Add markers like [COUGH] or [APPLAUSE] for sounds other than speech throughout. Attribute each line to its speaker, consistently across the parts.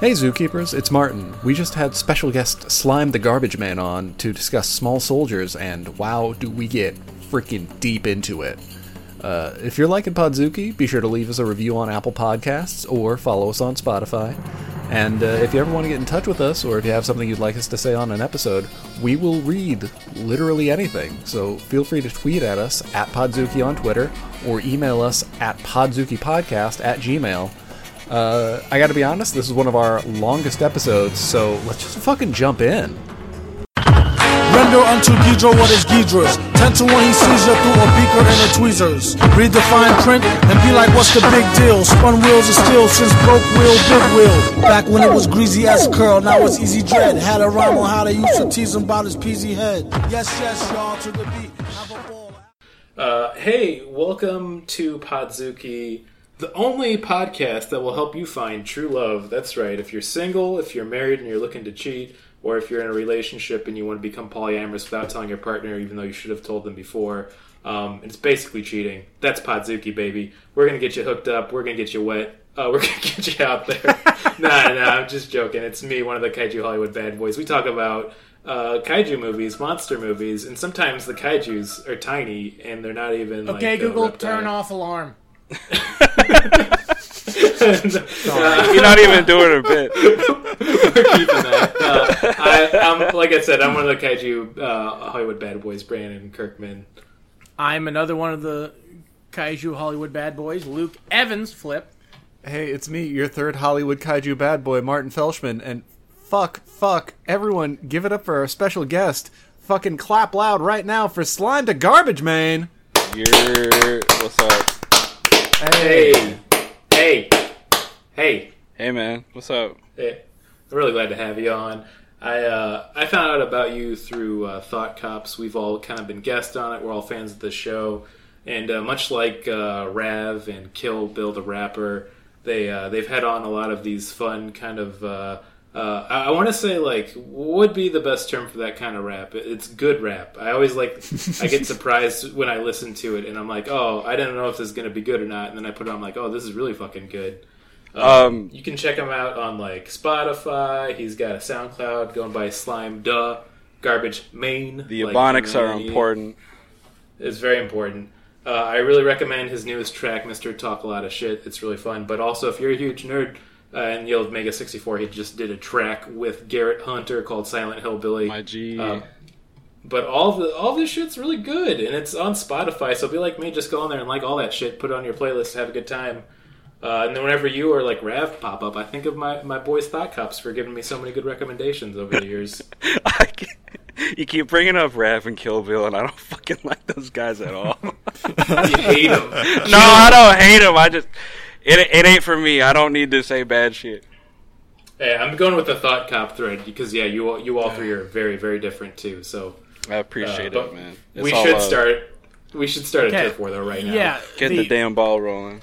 Speaker 1: Hey, zookeepers, it's Martin. We just had special guest Slime the Garbage Man on to discuss small soldiers, and wow, do we get freaking deep into it. Uh, if you're liking Podzuki, be sure to leave us a review on Apple Podcasts or follow us on Spotify. And uh, if you ever want to get in touch with us, or if you have something you'd like us to say on an episode, we will read literally anything. So feel free to tweet at us at Podzuki on Twitter, or email us at podzukipodcast at gmail. Uh, I gotta be honest, this is one of our longest episodes, so let's just fucking jump in.
Speaker 2: Render unto Ghidra what is Ghidra's. Ten to one, he sees you through a beaker and a tweezers. Read the fine print and be like, what's the big deal? Spun wheels are steel since broke wheel, big wheel. Back when it was greasy ass curl, now it's easy dread. Had a rhyme on how they used to tease him about his peasy head. Yes, yes, y'all, to the beat. Have a ball.
Speaker 3: Uh, hey, welcome to Podzuki, the only podcast that will help you find true love. That's right. If you're single, if you're married and you're looking to cheat, or if you're in a relationship and you want to become polyamorous without telling your partner, even though you should have told them before, um, it's basically cheating. That's Podzuki, baby. We're gonna get you hooked up. We're gonna get you wet. Uh, we're [LAUGHS] gonna get you out there. [LAUGHS] nah, nah, I'm just joking. It's me, one of the Kaiju Hollywood bad boys. We talk about uh, kaiju movies, monster movies, and sometimes the kaiju's are tiny and they're not even.
Speaker 4: Okay,
Speaker 3: like, uh,
Speaker 4: Google,
Speaker 3: reptile.
Speaker 4: turn off alarm.
Speaker 3: Uh,
Speaker 5: You're not even doing a bit.
Speaker 3: we're keeping that. Uh, I, I'm, like I said, I'm one of the kaiju uh, Hollywood bad boys, Brandon Kirkman.
Speaker 4: I'm another one of the kaiju Hollywood bad boys, Luke Evans. Flip.
Speaker 1: Hey, it's me, your third Hollywood kaiju bad boy, Martin Felshman, and fuck, fuck, everyone, give it up for our special guest. Fucking clap loud right now for Slime to Garbage Man.
Speaker 5: You're what's up?
Speaker 3: Hey, hey, hey.
Speaker 5: Hey man, what's up?
Speaker 3: Hey, I'm really glad to have you on. I uh, I found out about you through uh, Thought Cops. We've all kind of been guests on it. We're all fans of the show, and uh, much like uh, Rav and Kill Bill the rapper, they uh, they've had on a lot of these fun kind of. Uh, uh, I, I want to say like what would be the best term for that kind of rap. It- It's good rap. I always like I get surprised when I listen to it, and I'm like, oh, I didn't know if this is gonna be good or not, and then I put it on, I'm like, oh, this is really fucking good.
Speaker 5: Um,
Speaker 3: You can check him out on like Spotify. He's got a SoundCloud going by Slime Duh, Garbage Main.
Speaker 5: the
Speaker 3: like,
Speaker 5: ebonics are
Speaker 3: really-
Speaker 5: important.
Speaker 3: It's very important. Uh, I really recommend his newest track, Mister Talk a Lot of Shit. It's really fun. But also, if you're a huge nerd uh, and you love Mega sixty four, he just did a track with Garrett Hunter called Silent Hillbilly.
Speaker 5: My [LAUGHS] G.
Speaker 3: Um, but all the all this shit's really good, and it's on Spotify. So be like me, just go on there and like all that shit. Put it on your playlist, have a good time. Uh, and then whenever you or like Rav pop up, I think of my my boys Thought Cops for giving me so many good recommendations over the years. [LAUGHS]
Speaker 5: I can't- you keep bringing up Raph and Kill Bill, and I don't [LAUGHS] fucking like those guys at [LAUGHS] all. no,
Speaker 3: you hate them.
Speaker 5: I don't hate them. I just it it ain't for me. I don't need to say bad shit.
Speaker 3: Hey, I'm going with the Thought Cop thread because yeah, you all, you all three are very very different too. So
Speaker 5: I appreciate
Speaker 3: Uh, but
Speaker 5: it, man. It's
Speaker 3: we
Speaker 5: all
Speaker 3: should
Speaker 5: love.
Speaker 3: start. We should start a
Speaker 4: Okay.
Speaker 3: turf war though right now.
Speaker 4: Yeah.
Speaker 5: Get the, damn ball rolling.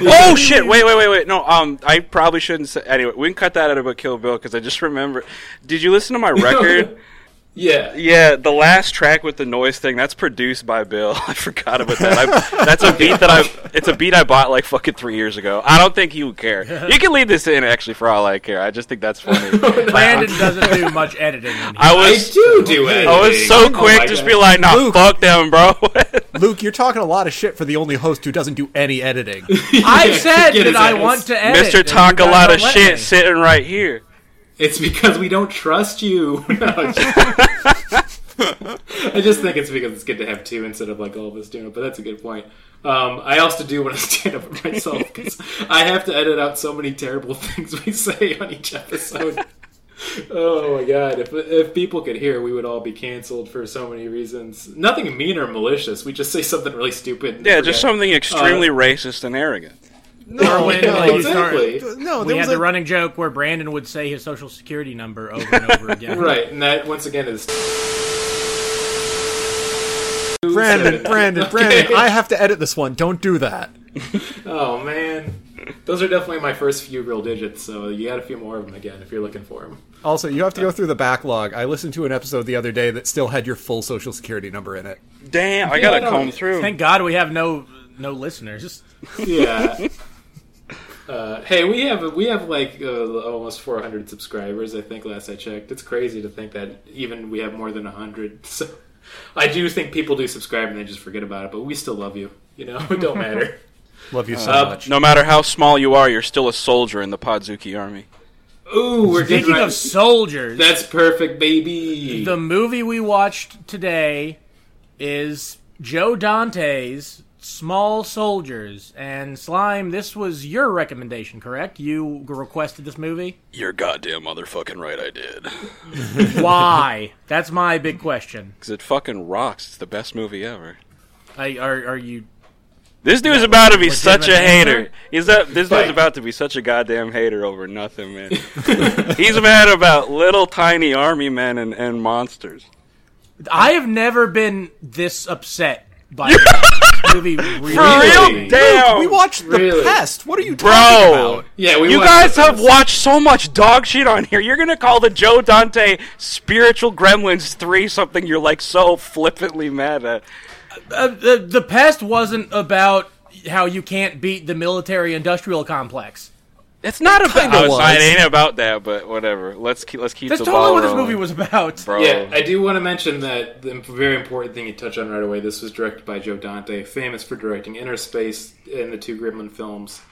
Speaker 5: oh shit! Wait, wait, wait, wait. No, um, I probably shouldn't say. Anyway, we can cut that out about Kill Bill because I just remember. Did you listen to [LAUGHS] my record?
Speaker 3: yeah.
Speaker 5: Yeah, the last track with the noise thing that's produced by Bill. [LAUGHS] I forgot about that. I, that's a beat that I. It's a beat I bought like fucking three years ago. I don't think you would care. You can leave this in actually for all I care. I just think that's funny.
Speaker 4: Brandon doesn't do [LAUGHS] much editing. In here.
Speaker 5: I
Speaker 3: I
Speaker 5: was
Speaker 3: do do it.
Speaker 5: I was
Speaker 3: Oh,
Speaker 5: so quick, just be like, nah,
Speaker 1: Luke.
Speaker 5: fuck them, bro. [LAUGHS]
Speaker 1: Luke, you're talking a lot of shit for the only host who doesn't do any editing.
Speaker 4: I said
Speaker 3: Get his
Speaker 4: that I
Speaker 3: ass.
Speaker 4: want to edit.
Speaker 5: Mister
Speaker 4: and you
Speaker 5: Talk a
Speaker 4: guys
Speaker 5: lot
Speaker 4: don't
Speaker 5: of
Speaker 4: let
Speaker 5: shit
Speaker 4: me.
Speaker 5: sitting right here.
Speaker 3: It's because we don't trust you. [LAUGHS] No, I'm just-
Speaker 5: [LAUGHS]
Speaker 3: I just think it's because it's good to have two instead of like all of us doing it, but that's a good point. Um, I also do want to [LAUGHS] stand up for myself because I have to edit out so many terrible [LAUGHS] things we say on each
Speaker 5: [LAUGHS]
Speaker 3: episode. Oh my god! If if people could hear, we would all be canceled for so many reasons. Nothing mean or malicious. We just say something really stupid. and
Speaker 5: Yeah,
Speaker 3: forget.
Speaker 5: just something extremely racist and arrogant.
Speaker 4: [LAUGHS]
Speaker 1: no,
Speaker 4: when,
Speaker 3: Yeah,
Speaker 4: like, you
Speaker 3: exactly.
Speaker 1: [LAUGHS] no, Oh,
Speaker 4: We
Speaker 1: there
Speaker 4: had
Speaker 1: was
Speaker 4: the
Speaker 1: a,
Speaker 4: running joke where Brandon would say his social security number over and
Speaker 1: [LAUGHS]
Speaker 4: over again.
Speaker 3: Right, and that once again is
Speaker 1: [LAUGHS] Brandon, Brandon, Brandon.
Speaker 3: Okay.
Speaker 1: I have to edit this one. Don't do that.
Speaker 3: [LAUGHS] Oh man, those are definitely my first few real digits. So you got a few more of them again if you're looking for them.
Speaker 1: Also, you have to go through the backlog. I listened to an episode the other day that still had your full social security number in it.
Speaker 5: Damn, I
Speaker 3: I
Speaker 5: gotta
Speaker 3: don't-
Speaker 5: comb through.
Speaker 4: Thank God we have no no listeners.
Speaker 3: Yeah. [LAUGHS] Uh, hey, we have we have like uh, almost 400 subscribers. I think last I checked, it's crazy to think that even we have more than 100. [LAUGHS] So I do think people do subscribe and they just forget about it. But we still love you. You know, [LAUGHS] it don't matter.
Speaker 1: Love you so
Speaker 3: Uh,
Speaker 1: much.
Speaker 5: No matter how small you are, you're still a soldier in the Podzuki army.
Speaker 3: Ooh, we're getting
Speaker 4: Speaking
Speaker 3: right-
Speaker 4: of soldiers,
Speaker 3: that's perfect, baby.
Speaker 4: the movie we watched today is Joe Dante's Small Soldiers. And Slime, this was your recommendation, correct? You requested this
Speaker 5: [LAUGHS]
Speaker 4: movie?
Speaker 5: You're goddamn motherfucking right, I did.
Speaker 4: Why? That's my big question.
Speaker 5: Because it fucking rocks. It's the best movie ever.
Speaker 4: I, are, are you.
Speaker 5: This dude's about to be such a
Speaker 4: legitimate
Speaker 5: hater.
Speaker 4: answer?
Speaker 5: He's a, this
Speaker 3: Right.
Speaker 5: dude's about to be such a goddamn hater over
Speaker 4: [LAUGHS]
Speaker 5: nothing, man. He's mad about little tiny army men and, and monsters.
Speaker 4: I have never been this upset
Speaker 5: [LAUGHS]
Speaker 4: by this movie. Really.
Speaker 5: For
Speaker 3: Really?
Speaker 5: real? Damn.
Speaker 1: We watched The
Speaker 3: Really?
Speaker 1: Pest. What are you talking
Speaker 5: Bro,
Speaker 1: about?
Speaker 3: yeah, we
Speaker 5: you
Speaker 3: watched
Speaker 5: guys
Speaker 3: the
Speaker 5: have
Speaker 3: first-
Speaker 5: watched so much dog shit on here. You're gonna call the Joe Dante spiritual Gremlins three something you're like so flippantly mad at.
Speaker 4: Uh, the, the Pest wasn't about how you can't beat the military industrial complex.
Speaker 5: It's not about.
Speaker 1: Kinda
Speaker 5: I was-
Speaker 1: was.
Speaker 5: It ain't about that, but whatever. Let's keep. Let's keep.
Speaker 4: That's
Speaker 5: the
Speaker 4: totally
Speaker 5: ball
Speaker 4: what this
Speaker 5: rolling.
Speaker 4: movie was about.
Speaker 5: bro.
Speaker 3: Yeah, I do want to mention that the very important thing you touch on right away. This was directed by Joe Dante, famous for directing Inner Space and the two Gremlin films,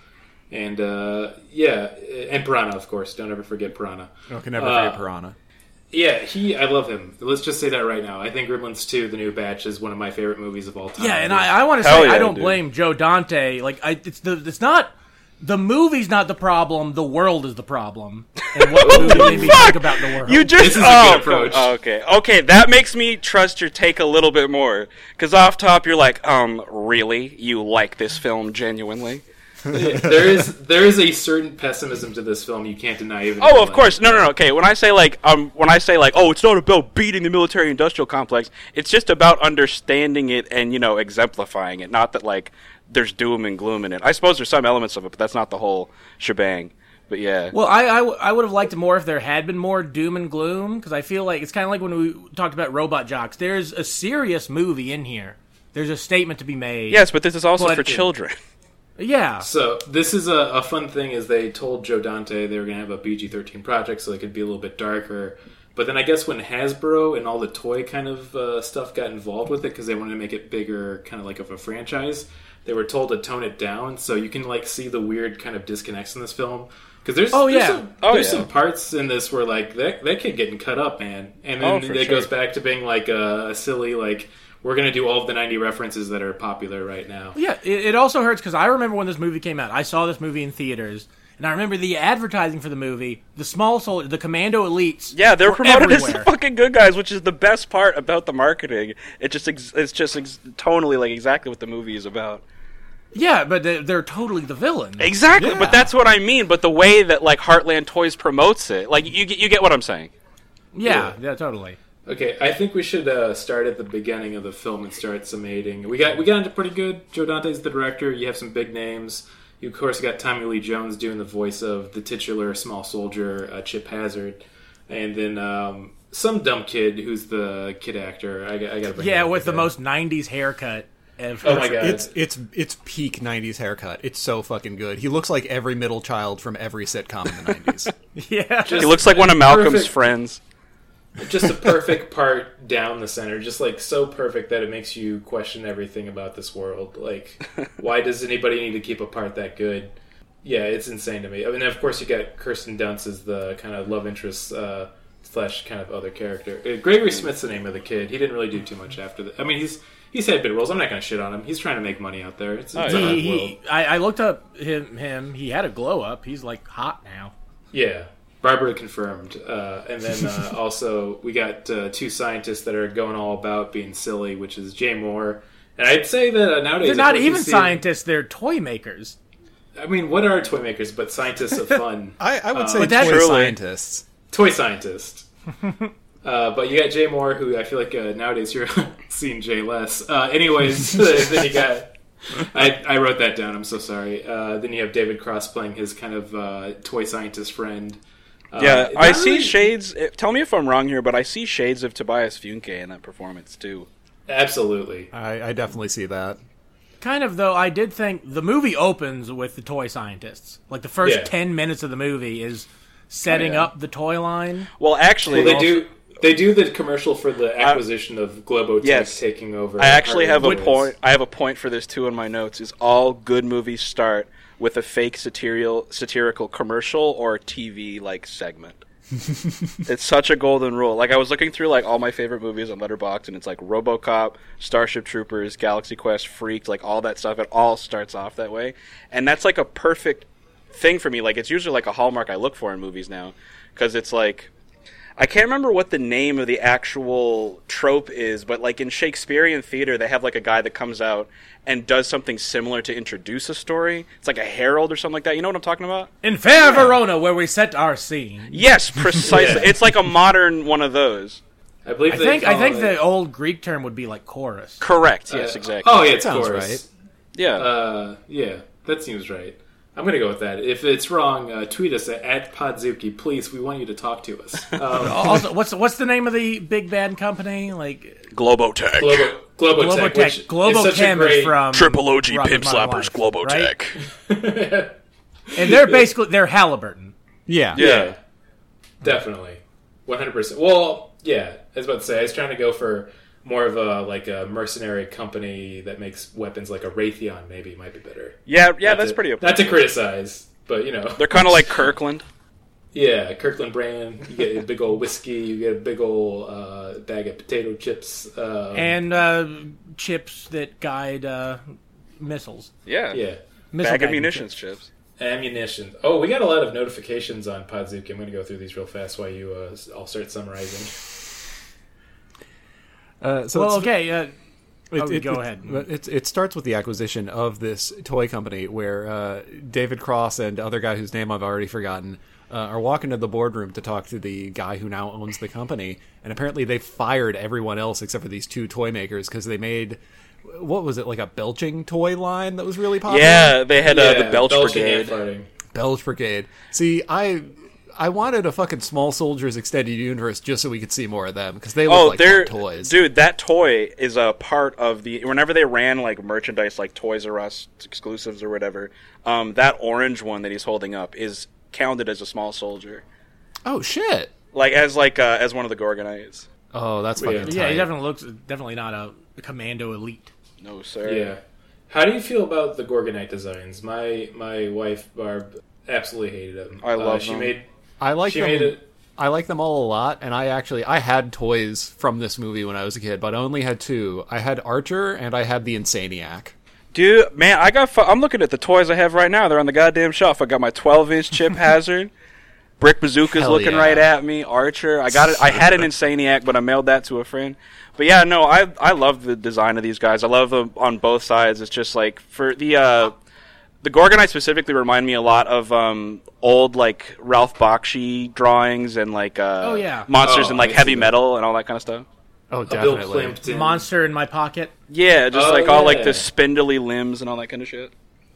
Speaker 3: and uh, yeah, and Piranha, of course. Don't ever forget Piranha.
Speaker 1: I can never
Speaker 3: Uh,
Speaker 1: forget Piranha.
Speaker 3: Yeah, he. I love him. Let's just say that right now. I think Gremlins Two: The New Batch is one of my favorite movies of all time.
Speaker 4: Yeah, and I, I want to
Speaker 5: Hell
Speaker 4: say
Speaker 5: yeah,
Speaker 4: I don't
Speaker 5: dude.
Speaker 4: blame Joe Dante. Like, I, it's the it's not the movie's not the problem. The world is the problem. And what
Speaker 5: [LAUGHS]
Speaker 4: movie made me think about the world?
Speaker 5: You just
Speaker 3: This is a
Speaker 5: oh,
Speaker 3: good approach.
Speaker 5: oh, okay, okay. That makes me trust your take a little bit more. Because off top, you're like, um, really? You like this film genuinely?
Speaker 3: there is there is a certain pessimism to this film you can't deny. Even
Speaker 5: Oh, of course. No, no, no. Okay. When I say like, um, when I say like, oh, it's not about beating the military-industrial complex. It's just about understanding it and you know exemplifying it. Not that like there's doom and gloom in it. I suppose there's some elements of it, but that's not the whole shebang. But yeah.
Speaker 4: well, I, I, w- I would have liked it more if there had been more doom and gloom because I feel like it's kind of like when we talked about Robot Jocks. There's a serious movie in here. There's a statement to be made.
Speaker 5: yes, but this is also
Speaker 4: But-
Speaker 5: for children.
Speaker 4: Yeah.
Speaker 3: So this is a, a fun thing is they told Joe Dante they were gonna have a PG thirteen project so they could be a little bit darker. But then I guess when Hasbro and all the toy kind of uh, stuff got involved with it because they wanted to make it bigger, kind of like of a franchise, they were told to tone it down. So you can like see the weird kind of disconnects in this film because there's
Speaker 4: Oh,
Speaker 3: there's
Speaker 4: yeah.
Speaker 3: some,
Speaker 5: Oh,
Speaker 3: there's
Speaker 5: yeah.
Speaker 3: some parts in this where like that that kid getting cut up man, and
Speaker 5: Oh,
Speaker 3: then
Speaker 5: for
Speaker 3: it
Speaker 5: sure.
Speaker 3: goes back to being like a, a silly like we're gonna do all of the ninety references that are popular right now.
Speaker 4: Yeah, it, it also hurts because I remember when this movie came out. I saw this movie in theaters, and I remember the advertising for the movie. The small soldier, the commando elites.
Speaker 5: Yeah, they're
Speaker 4: were
Speaker 5: promoted [LAUGHS] as
Speaker 4: everywhere.
Speaker 5: the fucking good guys, which is the best part about the marketing. It just ex- it's just ex- tonally like exactly what the movie is about.
Speaker 4: Yeah, but they're, they're totally the villain.
Speaker 5: Exactly,
Speaker 1: Yeah.
Speaker 5: but that's what I mean. But the way that like Heartland Toys promotes it, like you get you get what I'm saying.
Speaker 4: Yeah, yeah, totally.
Speaker 3: Okay, I think we should uh, start at the beginning of the film and start summating. We got we got into pretty good. Joe Dante's the director. You have some big names. You of course got Tommy Lee Jones doing the voice of the titular small soldier uh, Chip Hazard, and then um, some dumb kid who's the kid actor. I, got- I got to bring.
Speaker 4: Yeah,
Speaker 3: him up
Speaker 4: with the
Speaker 3: again.
Speaker 4: most '90s haircut. Ever.
Speaker 3: Oh my god!
Speaker 1: It's it's it's peak '90s haircut. It's so fucking good. He looks like every middle child from every sitcom in the '90s.
Speaker 4: [LAUGHS] Yeah,
Speaker 5: He looks like one of Malcolm's
Speaker 3: Perfect.
Speaker 5: friends.
Speaker 3: just a perfect part down the center, just like so perfect that it makes you question everything about this world.
Speaker 4: [LAUGHS]
Speaker 3: Like, why does anybody need to keep a part that good? Yeah, it's insane to me. I mean, of course, you got Kirsten Dunst as the kind of love interest uh, slash kind of other character. Uh, Gregory
Speaker 4: Mm.
Speaker 3: Smith's the name of the kid. He didn't really do too much after that. I mean, he's he's had big roles. I'm not going to shit on him. He's trying to make money out there. It's, it's
Speaker 5: yeah.
Speaker 3: a hard
Speaker 4: he,
Speaker 3: world.
Speaker 4: he, I, I looked up him. Him. He had a glow up. He's like hot now.
Speaker 3: Yeah, Barbara confirmed. Uh, and then uh, [LAUGHS] also we got uh, two scientists that are going all about being silly, which is Jay Moore. And I'd say that uh, nowadays
Speaker 4: They're
Speaker 3: of
Speaker 4: not
Speaker 3: course, you
Speaker 4: even
Speaker 3: see-
Speaker 4: scientists. They're toy makers.
Speaker 3: I mean, what are toy makers but scientists of
Speaker 4: [LAUGHS]
Speaker 3: fun?
Speaker 1: I, I would say
Speaker 4: But that's-
Speaker 1: toy
Speaker 5: Truly.
Speaker 1: scientists.
Speaker 3: toy
Speaker 4: [LAUGHS]
Speaker 3: scientist. Uh, but you got Jay Moore, who I feel like uh, nowadays you're [LAUGHS] seeing Jay less. Uh,
Speaker 4: [LAUGHS]
Speaker 3: anyways, [LAUGHS] then you got. I, I wrote that down. I'm so sorry. Uh, then you have David Cross playing his kind of uh, toy scientist friend. Uh,
Speaker 5: Yeah,
Speaker 3: not
Speaker 5: I see
Speaker 3: really-
Speaker 5: shades. eh, Tell me if I'm wrong here, but I see shades of Tobias Funke in that performance too.
Speaker 3: Absolutely.
Speaker 1: I, I definitely see that.
Speaker 4: kind of though I did think the movie opens with the toy scientists. Like the first
Speaker 3: Yeah.
Speaker 4: 10 minutes of the movie is setting
Speaker 3: yeah.
Speaker 4: up the toy line.
Speaker 5: Well, actually,
Speaker 3: Well, they do. They do the commercial for the acquisition of Globotech
Speaker 5: Yes.
Speaker 3: taking over.
Speaker 5: I actually have a
Speaker 3: Harley
Speaker 5: point. I have a point for this too in my notes. Is all good movies start with a fake satirical satirical commercial or TV
Speaker 3: [LAUGHS]
Speaker 5: like segment. it's such a golden rule. Like I was looking through like all my favorite movies on Letterboxd, and it's like RoboCop, Starship Troopers, Galaxy Quest, Freaked, like all that stuff. It all starts off that way, and that's like a perfect thing for me. Like it's usually like a hallmark I look for in movies now, because it's like I can't remember what the name of the actual trope is, but like in Shakespearean theater, they have like a guy that comes out and does something similar to introduce a story. It's like a herald or something like that. You know what I'm talking about?
Speaker 4: In Fair Verona where we set our scene.
Speaker 5: Yes, [LAUGHS] precisely. It's like a modern one of those.
Speaker 3: I believe.
Speaker 4: I
Speaker 3: they
Speaker 4: think I
Speaker 3: call
Speaker 4: think
Speaker 3: it-
Speaker 4: the old Greek term would be like [LAUGHS] chorus.
Speaker 5: Correct. Yes, exactly.
Speaker 3: Oh yeah, of
Speaker 1: sounds
Speaker 3: course.
Speaker 1: right.
Speaker 5: yeah.
Speaker 3: Uh, yeah, that seems right. I'm gonna go with that. If it's wrong, uh, tweet us at, at Podzuki, please. We want you to talk to
Speaker 5: [LAUGHS]
Speaker 3: us. Um,
Speaker 4: also, what's what's the name of the big band company? Like
Speaker 5: Globotech.
Speaker 3: Globo, Globotech, which
Speaker 4: Globotech.
Speaker 3: is such a
Speaker 4: Globochem
Speaker 3: great-
Speaker 4: is from
Speaker 5: Triple OG
Speaker 4: Rocket
Speaker 5: Pimp
Speaker 4: Model
Speaker 5: Slappers
Speaker 4: Life, right?
Speaker 5: Globotech.
Speaker 4: And they're basically they're Halliburton.
Speaker 1: Yeah.
Speaker 5: Yeah.
Speaker 3: Definitely, one hundred percent. Well, yeah, I was about to say I was trying to go for more of a like a mercenary company that makes weapons, like a Raytheon. Maybe might be better.
Speaker 5: Yeah, yeah,
Speaker 3: Not
Speaker 5: that's
Speaker 3: to-
Speaker 5: pretty
Speaker 3: Not to criticize, but you know,
Speaker 5: They're kind of like Kirkland.
Speaker 3: yeah, Kirkland brand. You get a big old whiskey. You get a big old uh, bag of potato chips. Um,
Speaker 4: And uh, chips that guide uh, missiles.
Speaker 5: Yeah.
Speaker 3: yeah,
Speaker 4: Missile
Speaker 5: Bag of
Speaker 4: guiding
Speaker 5: munitions
Speaker 4: chips.
Speaker 5: chips.
Speaker 3: ammunition. Oh, we got a lot of notifications on Podzuki. I'm going to go through these real fast while you uh, s- all start summarizing.
Speaker 1: [LAUGHS] Uh, so
Speaker 4: Well,
Speaker 1: it's-
Speaker 4: okay. Uh,
Speaker 1: It,
Speaker 4: Oh,
Speaker 1: it-
Speaker 4: go
Speaker 1: it-
Speaker 4: ahead.
Speaker 1: but It, it starts with the acquisition of this toy company where uh, David Cross and other guy whose name I've already forgotten uh, are walking to the boardroom to talk to the guy who now owns the company. And apparently they fired everyone else except for these two toy makers because they made, what was it, like a belching toy line that was really popular?
Speaker 5: Yeah, they had uh,
Speaker 3: Yeah,
Speaker 5: the Belch
Speaker 3: belching and
Speaker 5: Brigade.
Speaker 3: farting.
Speaker 1: Belge Brigade. See, I. I wanted a fucking Small Soldiers extended universe just so we could see more of them because they look
Speaker 5: Oh,
Speaker 1: like
Speaker 5: they're
Speaker 1: hot toys.
Speaker 5: dude. That toy is a part of the. Whenever they ran like merchandise, like Toys R Us exclusives or whatever, um, that orange one that he's holding up is counted as a small soldier,
Speaker 1: Oh shit!
Speaker 5: like as like uh, as one of the Gorgonites.
Speaker 1: Oh, that's fucking
Speaker 4: Yeah, he
Speaker 1: tight.
Speaker 4: definitely looks definitely not a commando elite.
Speaker 5: No sir.
Speaker 3: Yeah. How do you feel about the Gorgonite designs? My my wife Barb absolutely hated them.
Speaker 5: I
Speaker 3: Uh,
Speaker 5: love
Speaker 3: she
Speaker 5: them.
Speaker 3: made
Speaker 1: I like
Speaker 3: she
Speaker 1: them.
Speaker 3: made it.
Speaker 1: I like them all a lot, and I actually I had toys from this movie when I was a kid, but I only had two. I had Archer and I had the Insaniac.
Speaker 5: Dude, man, I got. Fu- I'm looking at the toys I have right now. They're on the goddamn shelf. I got my 12
Speaker 3: [LAUGHS]
Speaker 5: inch Chip Hazard. Brick Bazooka's
Speaker 1: Hell
Speaker 5: looking
Speaker 1: yeah.
Speaker 5: right at me. Archer, I got it. I had an
Speaker 3: [LAUGHS]
Speaker 5: Insaniac, but I mailed that to a friend. But yeah, no, I I love the design of these guys. I love them on both sides. It's just like for the uh, the Gorgonite specifically remind me a lot of um, old like Ralph Bakshi drawings and like uh,
Speaker 4: Oh, yeah.
Speaker 5: monsters
Speaker 3: Oh,
Speaker 5: and like
Speaker 3: I see
Speaker 5: heavy
Speaker 3: that.
Speaker 5: metal and all that kind of stuff.
Speaker 1: Oh,
Speaker 3: a Bill
Speaker 1: definitely.
Speaker 3: Plimpton.
Speaker 4: Monster in my pocket.
Speaker 5: Yeah, just
Speaker 3: Oh,
Speaker 5: like all like
Speaker 3: yeah.
Speaker 5: the spindly limbs and all that kind of shit.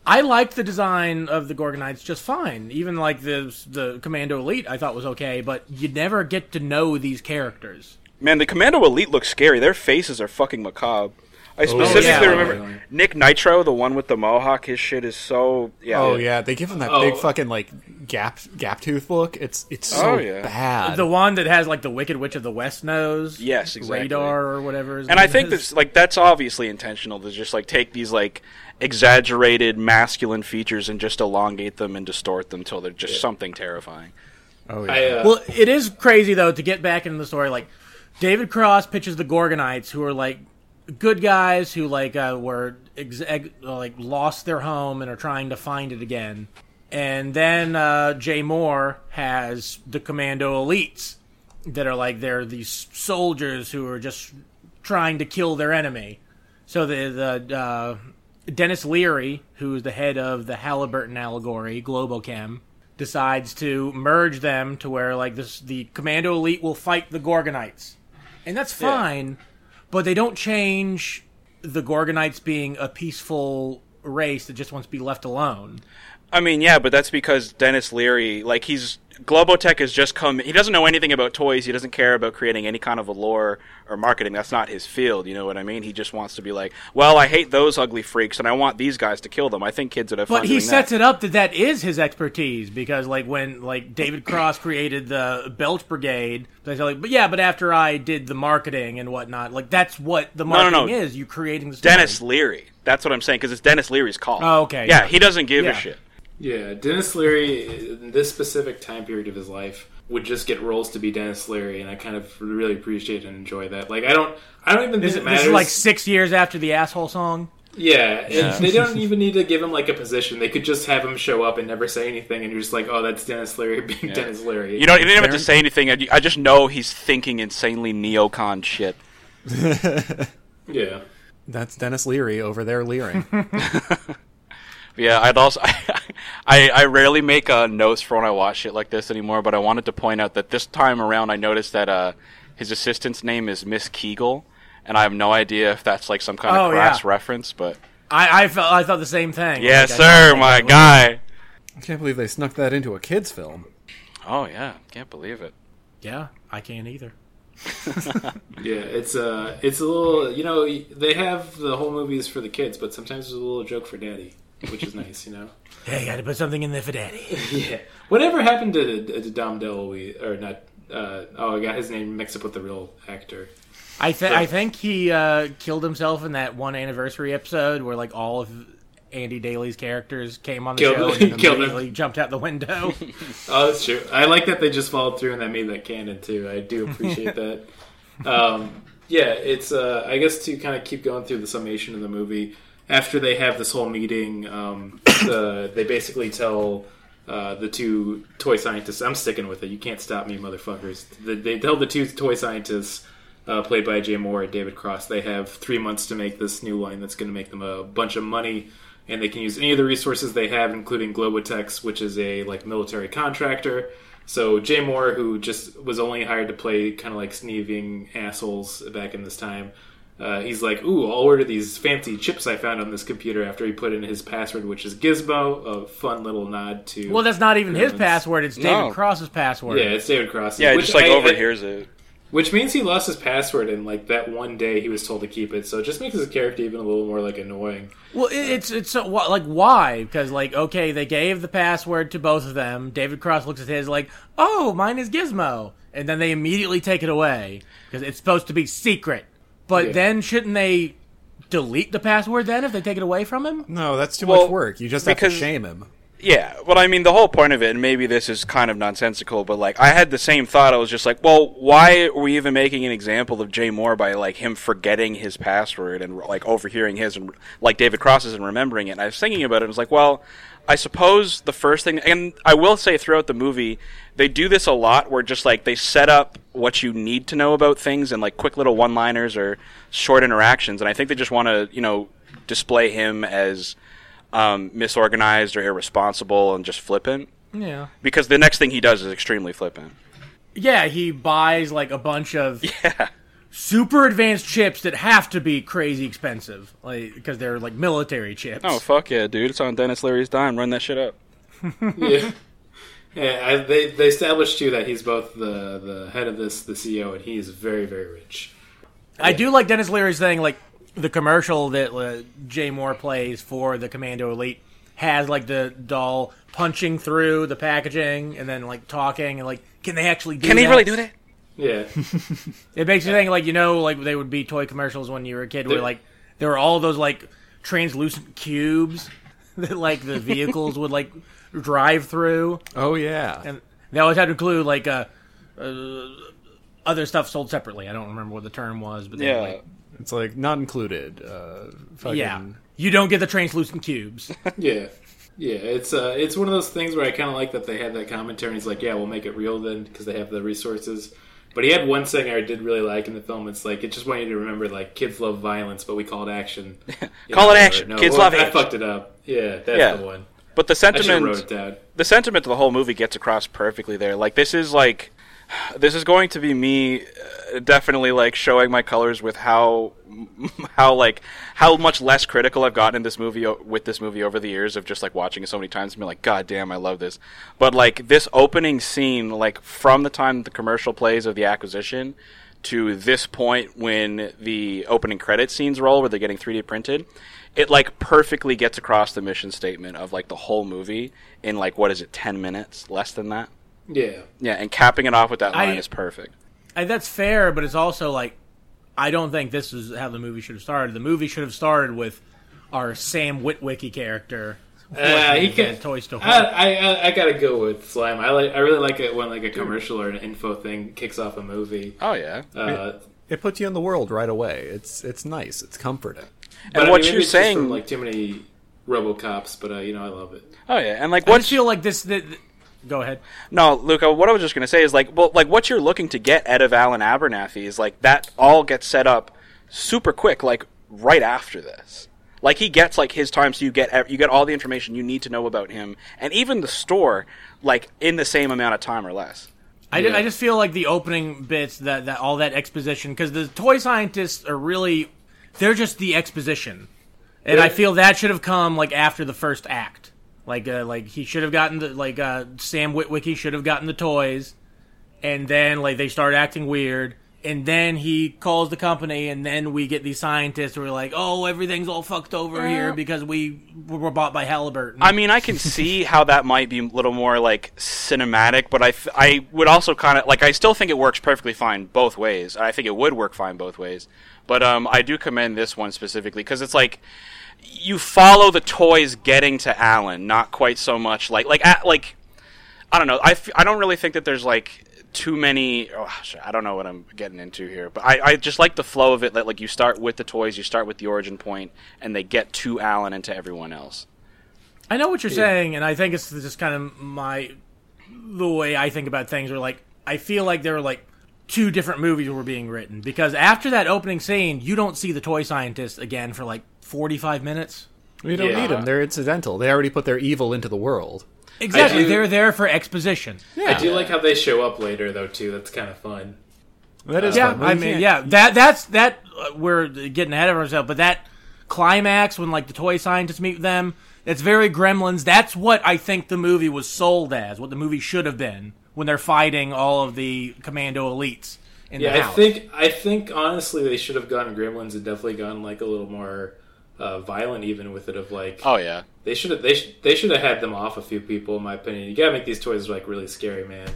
Speaker 4: I liked the design of the Gorgonites just fine. Even like the the Commando Elite, I thought was okay, but you never get to know these characters.
Speaker 5: Man, the Commando Elite looks scary. Their faces are fucking macabre.
Speaker 1: Oh,
Speaker 5: I specifically
Speaker 4: yeah.
Speaker 5: remember Nick Nitro, the one with the mohawk. His shit is so yeah.
Speaker 1: Oh yeah, they give him that
Speaker 3: Oh.
Speaker 1: big fucking like gap gap tooth look. It's it's so
Speaker 5: Oh, yeah.
Speaker 1: bad.
Speaker 4: The one that has like the Wicked Witch of the West nose.
Speaker 5: Yes, exactly.
Speaker 4: Radar or whatever. His
Speaker 5: And I
Speaker 4: name
Speaker 5: think
Speaker 4: is.
Speaker 5: that's like that's obviously intentional to just like take these like exaggerated masculine features and just elongate them and distort them till they're just something terrifying.
Speaker 1: oh yeah.
Speaker 3: I, uh,
Speaker 4: Well, it is crazy though to get back into the story. Like David Cross pitches the Gorgonites, who are like good guys who like uh, were ex- ex- like lost their home and are trying to find it again. And then uh, Jay Moore has the Commando Elites that are like they're these soldiers who are just trying to kill their enemy. So the the uh, Dennis Leary, who is the head of the Halliburton allegory, Globochem, decides to merge them to where like this the Commando Elite will fight the Gorgonites, and that's fine, but they don't change the Gorgonites being a peaceful race that just wants to be left alone.
Speaker 5: I mean, yeah, but that's because Dennis Leary, like he's Globotech has just come. He doesn't know anything about toys. He doesn't care about creating any kind of a lore or marketing. That's not his field. You know what I mean? He just wants to be like, well, I hate those ugly freaks, and I want these guys to kill them. I think kids would have fun.
Speaker 4: But he
Speaker 5: doing that.
Speaker 4: sets it up that that is his expertise because, like, when like David Cross created the Belch Brigade, they say, like, but yeah, but after I did the marketing and whatnot, like that's what the
Speaker 5: no,
Speaker 4: marketing
Speaker 5: no.
Speaker 4: is. You creating the story.
Speaker 5: Dennis Leary. That's what I'm saying because it's Dennis Leary's call.
Speaker 4: Oh, okay.
Speaker 5: Yeah, he doesn't give
Speaker 4: Yeah.
Speaker 5: a shit.
Speaker 3: Yeah, Dennis Leary in this specific time period of his life would just get roles to be Dennis Leary, and I kind of really appreciate and enjoy that. Like I don't, I don't even think
Speaker 4: This
Speaker 3: it matters.
Speaker 4: is like six years after the asshole song.
Speaker 3: yeah, and [LAUGHS] they don't even need to give him like a position. They could just have him show up and never say anything, and you're just like, oh, that's Dennis Leary being Dennis Leary.
Speaker 5: You know, he didn't have to
Speaker 1: Darren-
Speaker 5: say anything. I I just know he's thinking insanely neocon shit.
Speaker 3: yeah.
Speaker 1: That's Dennis Leary over there leering. [LAUGHS]
Speaker 5: Yeah, I'd also [LAUGHS] I I rarely make uh, notes for when I watch shit like this anymore, but I wanted to point out that this time around I noticed that uh his assistant's name is Miss Kegel, and I have no idea if that's like some kind
Speaker 4: Oh,
Speaker 5: of cross
Speaker 4: yeah.
Speaker 5: reference, but
Speaker 4: I I felt I thought the same thing.
Speaker 5: yes,
Speaker 4: Like, I-
Speaker 5: sir, my guy.
Speaker 1: I can't believe they snuck that into a kids' film.
Speaker 5: Oh yeah, can't believe it.
Speaker 4: yeah, I can't either.
Speaker 3: Yeah, it's uh, it's a little, you know, they have the whole movies for the kids, but sometimes there's a little joke for daddy, which is nice, you know.
Speaker 4: Hey, gotta put something in there for daddy.
Speaker 3: Yeah. Whatever happened to, to Dom DeLuise, or not? Uh, oh, I got his name mixed up with the real actor.
Speaker 4: I th- I think he uh, killed himself in that one anniversary episode where like all of Andy Daly's characters came on the
Speaker 3: Killed
Speaker 4: show
Speaker 3: him. [LAUGHS]
Speaker 4: and
Speaker 3: Killed him.
Speaker 4: immediately jumped out the window. [LAUGHS]
Speaker 3: Oh, that's true. I like that they just followed through and that made that canon too. I do appreciate that. Um, yeah, it's. Uh, I guess to kind of keep going through the summation of the movie. After they have this whole meeting, um, [COUGHS] the, they basically tell uh, the two toy scientists. I'm sticking with it. You can't stop me, motherfuckers. They, they tell the two toy scientists, uh, played by Jay Moore and David Cross, they have three months to make this new line that's going to make them a bunch of money and they can use any of the resources they have, including Globotex, which is a like military contractor. So Jay Moore, who just was only hired to play kind of like sneering assholes back in this time, uh, he's like, "Ooh, I'll order these fancy chips I found on this computer." After he put in his password, which is Gizmo, a fun little nod to
Speaker 4: well, that's not even his
Speaker 3: Gremlins.
Speaker 4: password. It's David
Speaker 5: No.
Speaker 4: Cross's password.
Speaker 3: yeah, it's David Cross.
Speaker 5: Yeah, he
Speaker 3: Which
Speaker 5: just like
Speaker 3: I- I-
Speaker 5: overhears it.
Speaker 3: which means he lost his password, and like that one day he was told to keep it. So it just makes his character even a little more like annoying.
Speaker 4: Well, it, it's it's so, wh- like why? Because like okay, they gave the password to both of them. David Cross looks at his like, oh, mine is Gizmo, and then they immediately take it away because it's supposed to be secret. But
Speaker 3: Yeah.
Speaker 4: then shouldn't they delete the password then if they take it away from him?
Speaker 1: No, that's too
Speaker 5: Well,
Speaker 1: much work. You just have
Speaker 5: because-
Speaker 1: to shame him.
Speaker 5: Yeah, well, I mean, the whole point of it, and maybe this is kind of nonsensical, but like, I had the same thought. I was just like, well, why are we even making an example of Jay Moore by like him forgetting his password and like overhearing his and like David Cross's and remembering it? And I was thinking about it, and I was like, well, I suppose the first thing, and I will say throughout the movie, they do this a lot where just like they set up what you need to know about things and like quick little one liners or short interactions. And I think they just want to, you know, display him as um, misorganized or irresponsible and just flippant.
Speaker 4: Yeah.
Speaker 5: Because the next thing he does is extremely flippant.
Speaker 4: Yeah, he buys like a bunch of super advanced chips that have to be crazy expensive, like because they're like military chips.
Speaker 5: Oh fuck yeah, dude! It's on Dennis Leary's dime. Run that shit up.
Speaker 3: yeah. Yeah, I, they they established too that he's both the the head of this, the CEO, and he is very very rich.
Speaker 4: I do like Dennis Leary's thing, like the commercial that uh, Jay Moore plays for the Commando Elite has like the doll punching through the packaging and then like talking and like can they actually do
Speaker 5: Can
Speaker 4: that?
Speaker 5: he really do that? [LAUGHS]
Speaker 3: Yeah,
Speaker 4: It makes you think like you know like they would be toy commercials when you were a kid where
Speaker 3: They're-
Speaker 4: like there were all those like translucent cubes [LAUGHS] that like the vehicles would like drive through
Speaker 1: Oh yeah.
Speaker 4: and they always had to include like uh, uh other stuff sold separately. I don't remember what the term was, but they were, like
Speaker 1: it's like not included. Uh, fucking,
Speaker 4: Yeah. You don't get the translucent cubes.
Speaker 3: yeah, yeah. It's uh, it's one of those things where I kind of like that they had that commentary. And he's like, yeah, we'll make it real then because they have the resources. But he had one thing I did really like in the film. It's like it just wanted you to remember like kids love violence, but we call it
Speaker 5: [LAUGHS]
Speaker 3: action. You
Speaker 5: Call
Speaker 3: know,
Speaker 5: it
Speaker 3: or-
Speaker 5: action. Kids love
Speaker 3: I
Speaker 5: action.
Speaker 3: fucked it up. Yeah, that's
Speaker 5: Yeah.
Speaker 3: the one.
Speaker 5: But the
Speaker 3: I should have wrote
Speaker 5: sentiment,
Speaker 3: it down.
Speaker 5: the sentiment of the whole movie gets across perfectly there. Like [SIGHS] this is like this is going to be me uh, definitely like showing my colors with how how like how much less critical I've gotten in this movie o- with this movie over the years of just like watching it so many times and being like god damn I love this but like this opening scene like from the time the commercial plays of the acquisition to this point when the opening credit scenes roll where they're getting 3D printed it like perfectly gets across the mission statement of like the whole movie in like what is it 10 minutes less than that
Speaker 3: Yeah.
Speaker 5: yeah, and capping it off with that
Speaker 4: I-
Speaker 5: line is perfect.
Speaker 4: And that's fair, but it's also like I don't think this is how the movie should have started. The movie should have started with our Sam Witwicky character.
Speaker 3: Uh, he
Speaker 4: Witwicky
Speaker 3: can.
Speaker 4: from Toy Story.
Speaker 3: I, I, I, I gotta go with slime. I like. I really like it when like a commercial or an info thing kicks off a movie.
Speaker 5: Oh yeah.
Speaker 3: Uh,
Speaker 1: It puts you in the world right away. It's it's nice. It's comforting.
Speaker 3: but I
Speaker 5: and
Speaker 3: mean,
Speaker 5: what
Speaker 3: maybe
Speaker 5: you're
Speaker 3: it's just
Speaker 5: saying,
Speaker 3: from, like too many RoboCops, but uh, you know I love it.
Speaker 5: oh yeah, and like
Speaker 4: I just
Speaker 5: what you
Speaker 4: feel like this. The, the- go ahead.
Speaker 5: no, Luca. What I was just gonna say is like, well, like what you're looking to get out of Alan Abernathy is like that all gets set up super quick, like right after this. Like he gets like his time, so you get ev- you get all the information you need to know about him, and even the store, like in the same amount of time or less.
Speaker 4: I, ju- I just feel like the opening bits that, that all that exposition because the toy scientists are really they're just the exposition, and I
Speaker 3: Yeah.
Speaker 4: feel that should have come like after the first act. Like uh, like he should have gotten the like uh, Sam Witwicky should have gotten the toys, and then like they start acting weird, and then he calls the company, and then we get these scientists who are like, oh everything's all fucked over here because we were bought by Halliburton.
Speaker 5: I mean, I can see how that might be a little more like cinematic, but I, th- I would also kind of like I still think it works perfectly fine both ways. and I think it would work fine both ways, but um, I do commend this one specifically because it's like you follow the toys getting to Alan, not quite so much like like at, like I don't know. I, f- I don't really think that there's like too many. Oh, shit, I don't know what I'm getting into here, but I, I just like the flow of it. That like you start with the toys, you start with the origin point, and they get to Alan and to everyone else.
Speaker 4: I know what you're saying, and I think it's just kind of my the way I think about things. Are like I feel like there were like two different movies were being written because after that opening scene, you don't see the toy scientist again for like 45 minutes.
Speaker 1: We don't 'em.
Speaker 3: Yeah.
Speaker 1: need them. They're incidental. They already put their evil into the world.
Speaker 4: Exactly,
Speaker 3: do-
Speaker 4: they're there for exposition.
Speaker 1: Yeah,
Speaker 3: I do like how they show up later though too. That's kind of fun.
Speaker 1: that is.
Speaker 4: Yeah,
Speaker 1: fun.
Speaker 4: I
Speaker 1: You
Speaker 4: mean,
Speaker 1: can't-
Speaker 4: yeah, that that's that uh, we're getting ahead of ourselves, but that climax when like the toy scientists meet them, it's very Gremlins. That's what I think the movie was sold as, what the movie should have been when they're fighting all of the commando elites in
Speaker 3: Yeah,
Speaker 4: the
Speaker 3: I
Speaker 4: house.
Speaker 3: think I think honestly they should have gone Gremlins and definitely gone like a little more uh, violent even with it of like
Speaker 5: Oh yeah.
Speaker 3: they should have they should, they should have had them off a few people in my opinion. You gotta make these toys like really scary, man.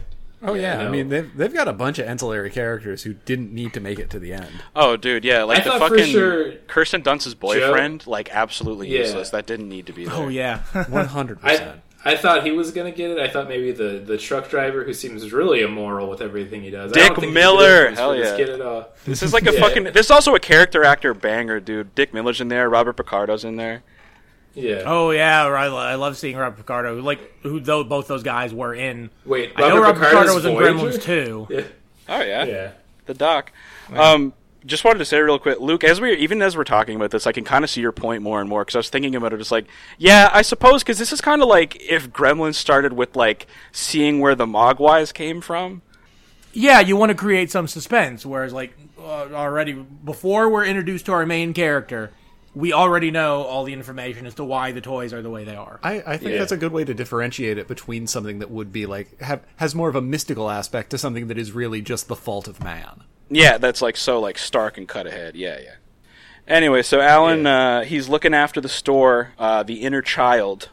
Speaker 1: Oh yeah.
Speaker 3: no.
Speaker 1: I mean, they've they've got a bunch of ancillary characters who didn't need to make it to the [LAUGHS] end.
Speaker 5: Oh, dude, yeah, like
Speaker 3: I
Speaker 5: the
Speaker 3: thought for
Speaker 5: fucking
Speaker 3: sure-
Speaker 5: Kirsten Dunst's boyfriend, like absolutely
Speaker 3: Yeah.
Speaker 5: useless. That didn't need to be there.
Speaker 4: Oh yeah, [LAUGHS]
Speaker 1: One hundred
Speaker 3: I
Speaker 1: percent.
Speaker 3: I thought he was gonna get it. I thought maybe the the truck driver who seems really immoral with everything he does. I
Speaker 5: Dick
Speaker 3: don't think
Speaker 5: Miller!
Speaker 3: He
Speaker 5: Hell
Speaker 3: for this
Speaker 5: yeah.
Speaker 3: kid at all.
Speaker 5: This is like a fucking. This is also a character actor banger, dude. Dick Miller's in there. Robert Picardo's in there.
Speaker 3: Yeah.
Speaker 4: oh yeah. I, lo- I love seeing Rob Picardo, who, like who though both those guys were in.
Speaker 3: Wait,
Speaker 4: I know Rob Picardo was
Speaker 3: Picardo's
Speaker 4: in
Speaker 3: Voyager?
Speaker 4: Gremlins too.
Speaker 3: Yeah.
Speaker 5: Oh yeah,
Speaker 3: Yeah.
Speaker 5: the doc.
Speaker 4: Oh,
Speaker 5: Um, just wanted to say real quick, Luke. As we even as we're talking about this, I can kind of see your point more and more because I was thinking about it. It's like, yeah, I suppose because this is kind of like if Gremlins started with like seeing where the Mogwais came from.
Speaker 4: yeah, you want to create some suspense. Whereas, like uh, already before we're introduced to our main character, we already know all the information as to why the toys are the way they are.
Speaker 1: I, I think
Speaker 3: Yeah.
Speaker 1: that's a good way to differentiate it between something that would be like have, has more of a mystical aspect to something that is really just the fault of man.
Speaker 5: Yeah, that's like so like stark and cut ahead. Yeah, yeah. Anyway, so Alan, uh, he's looking after the store, uh, the inner child,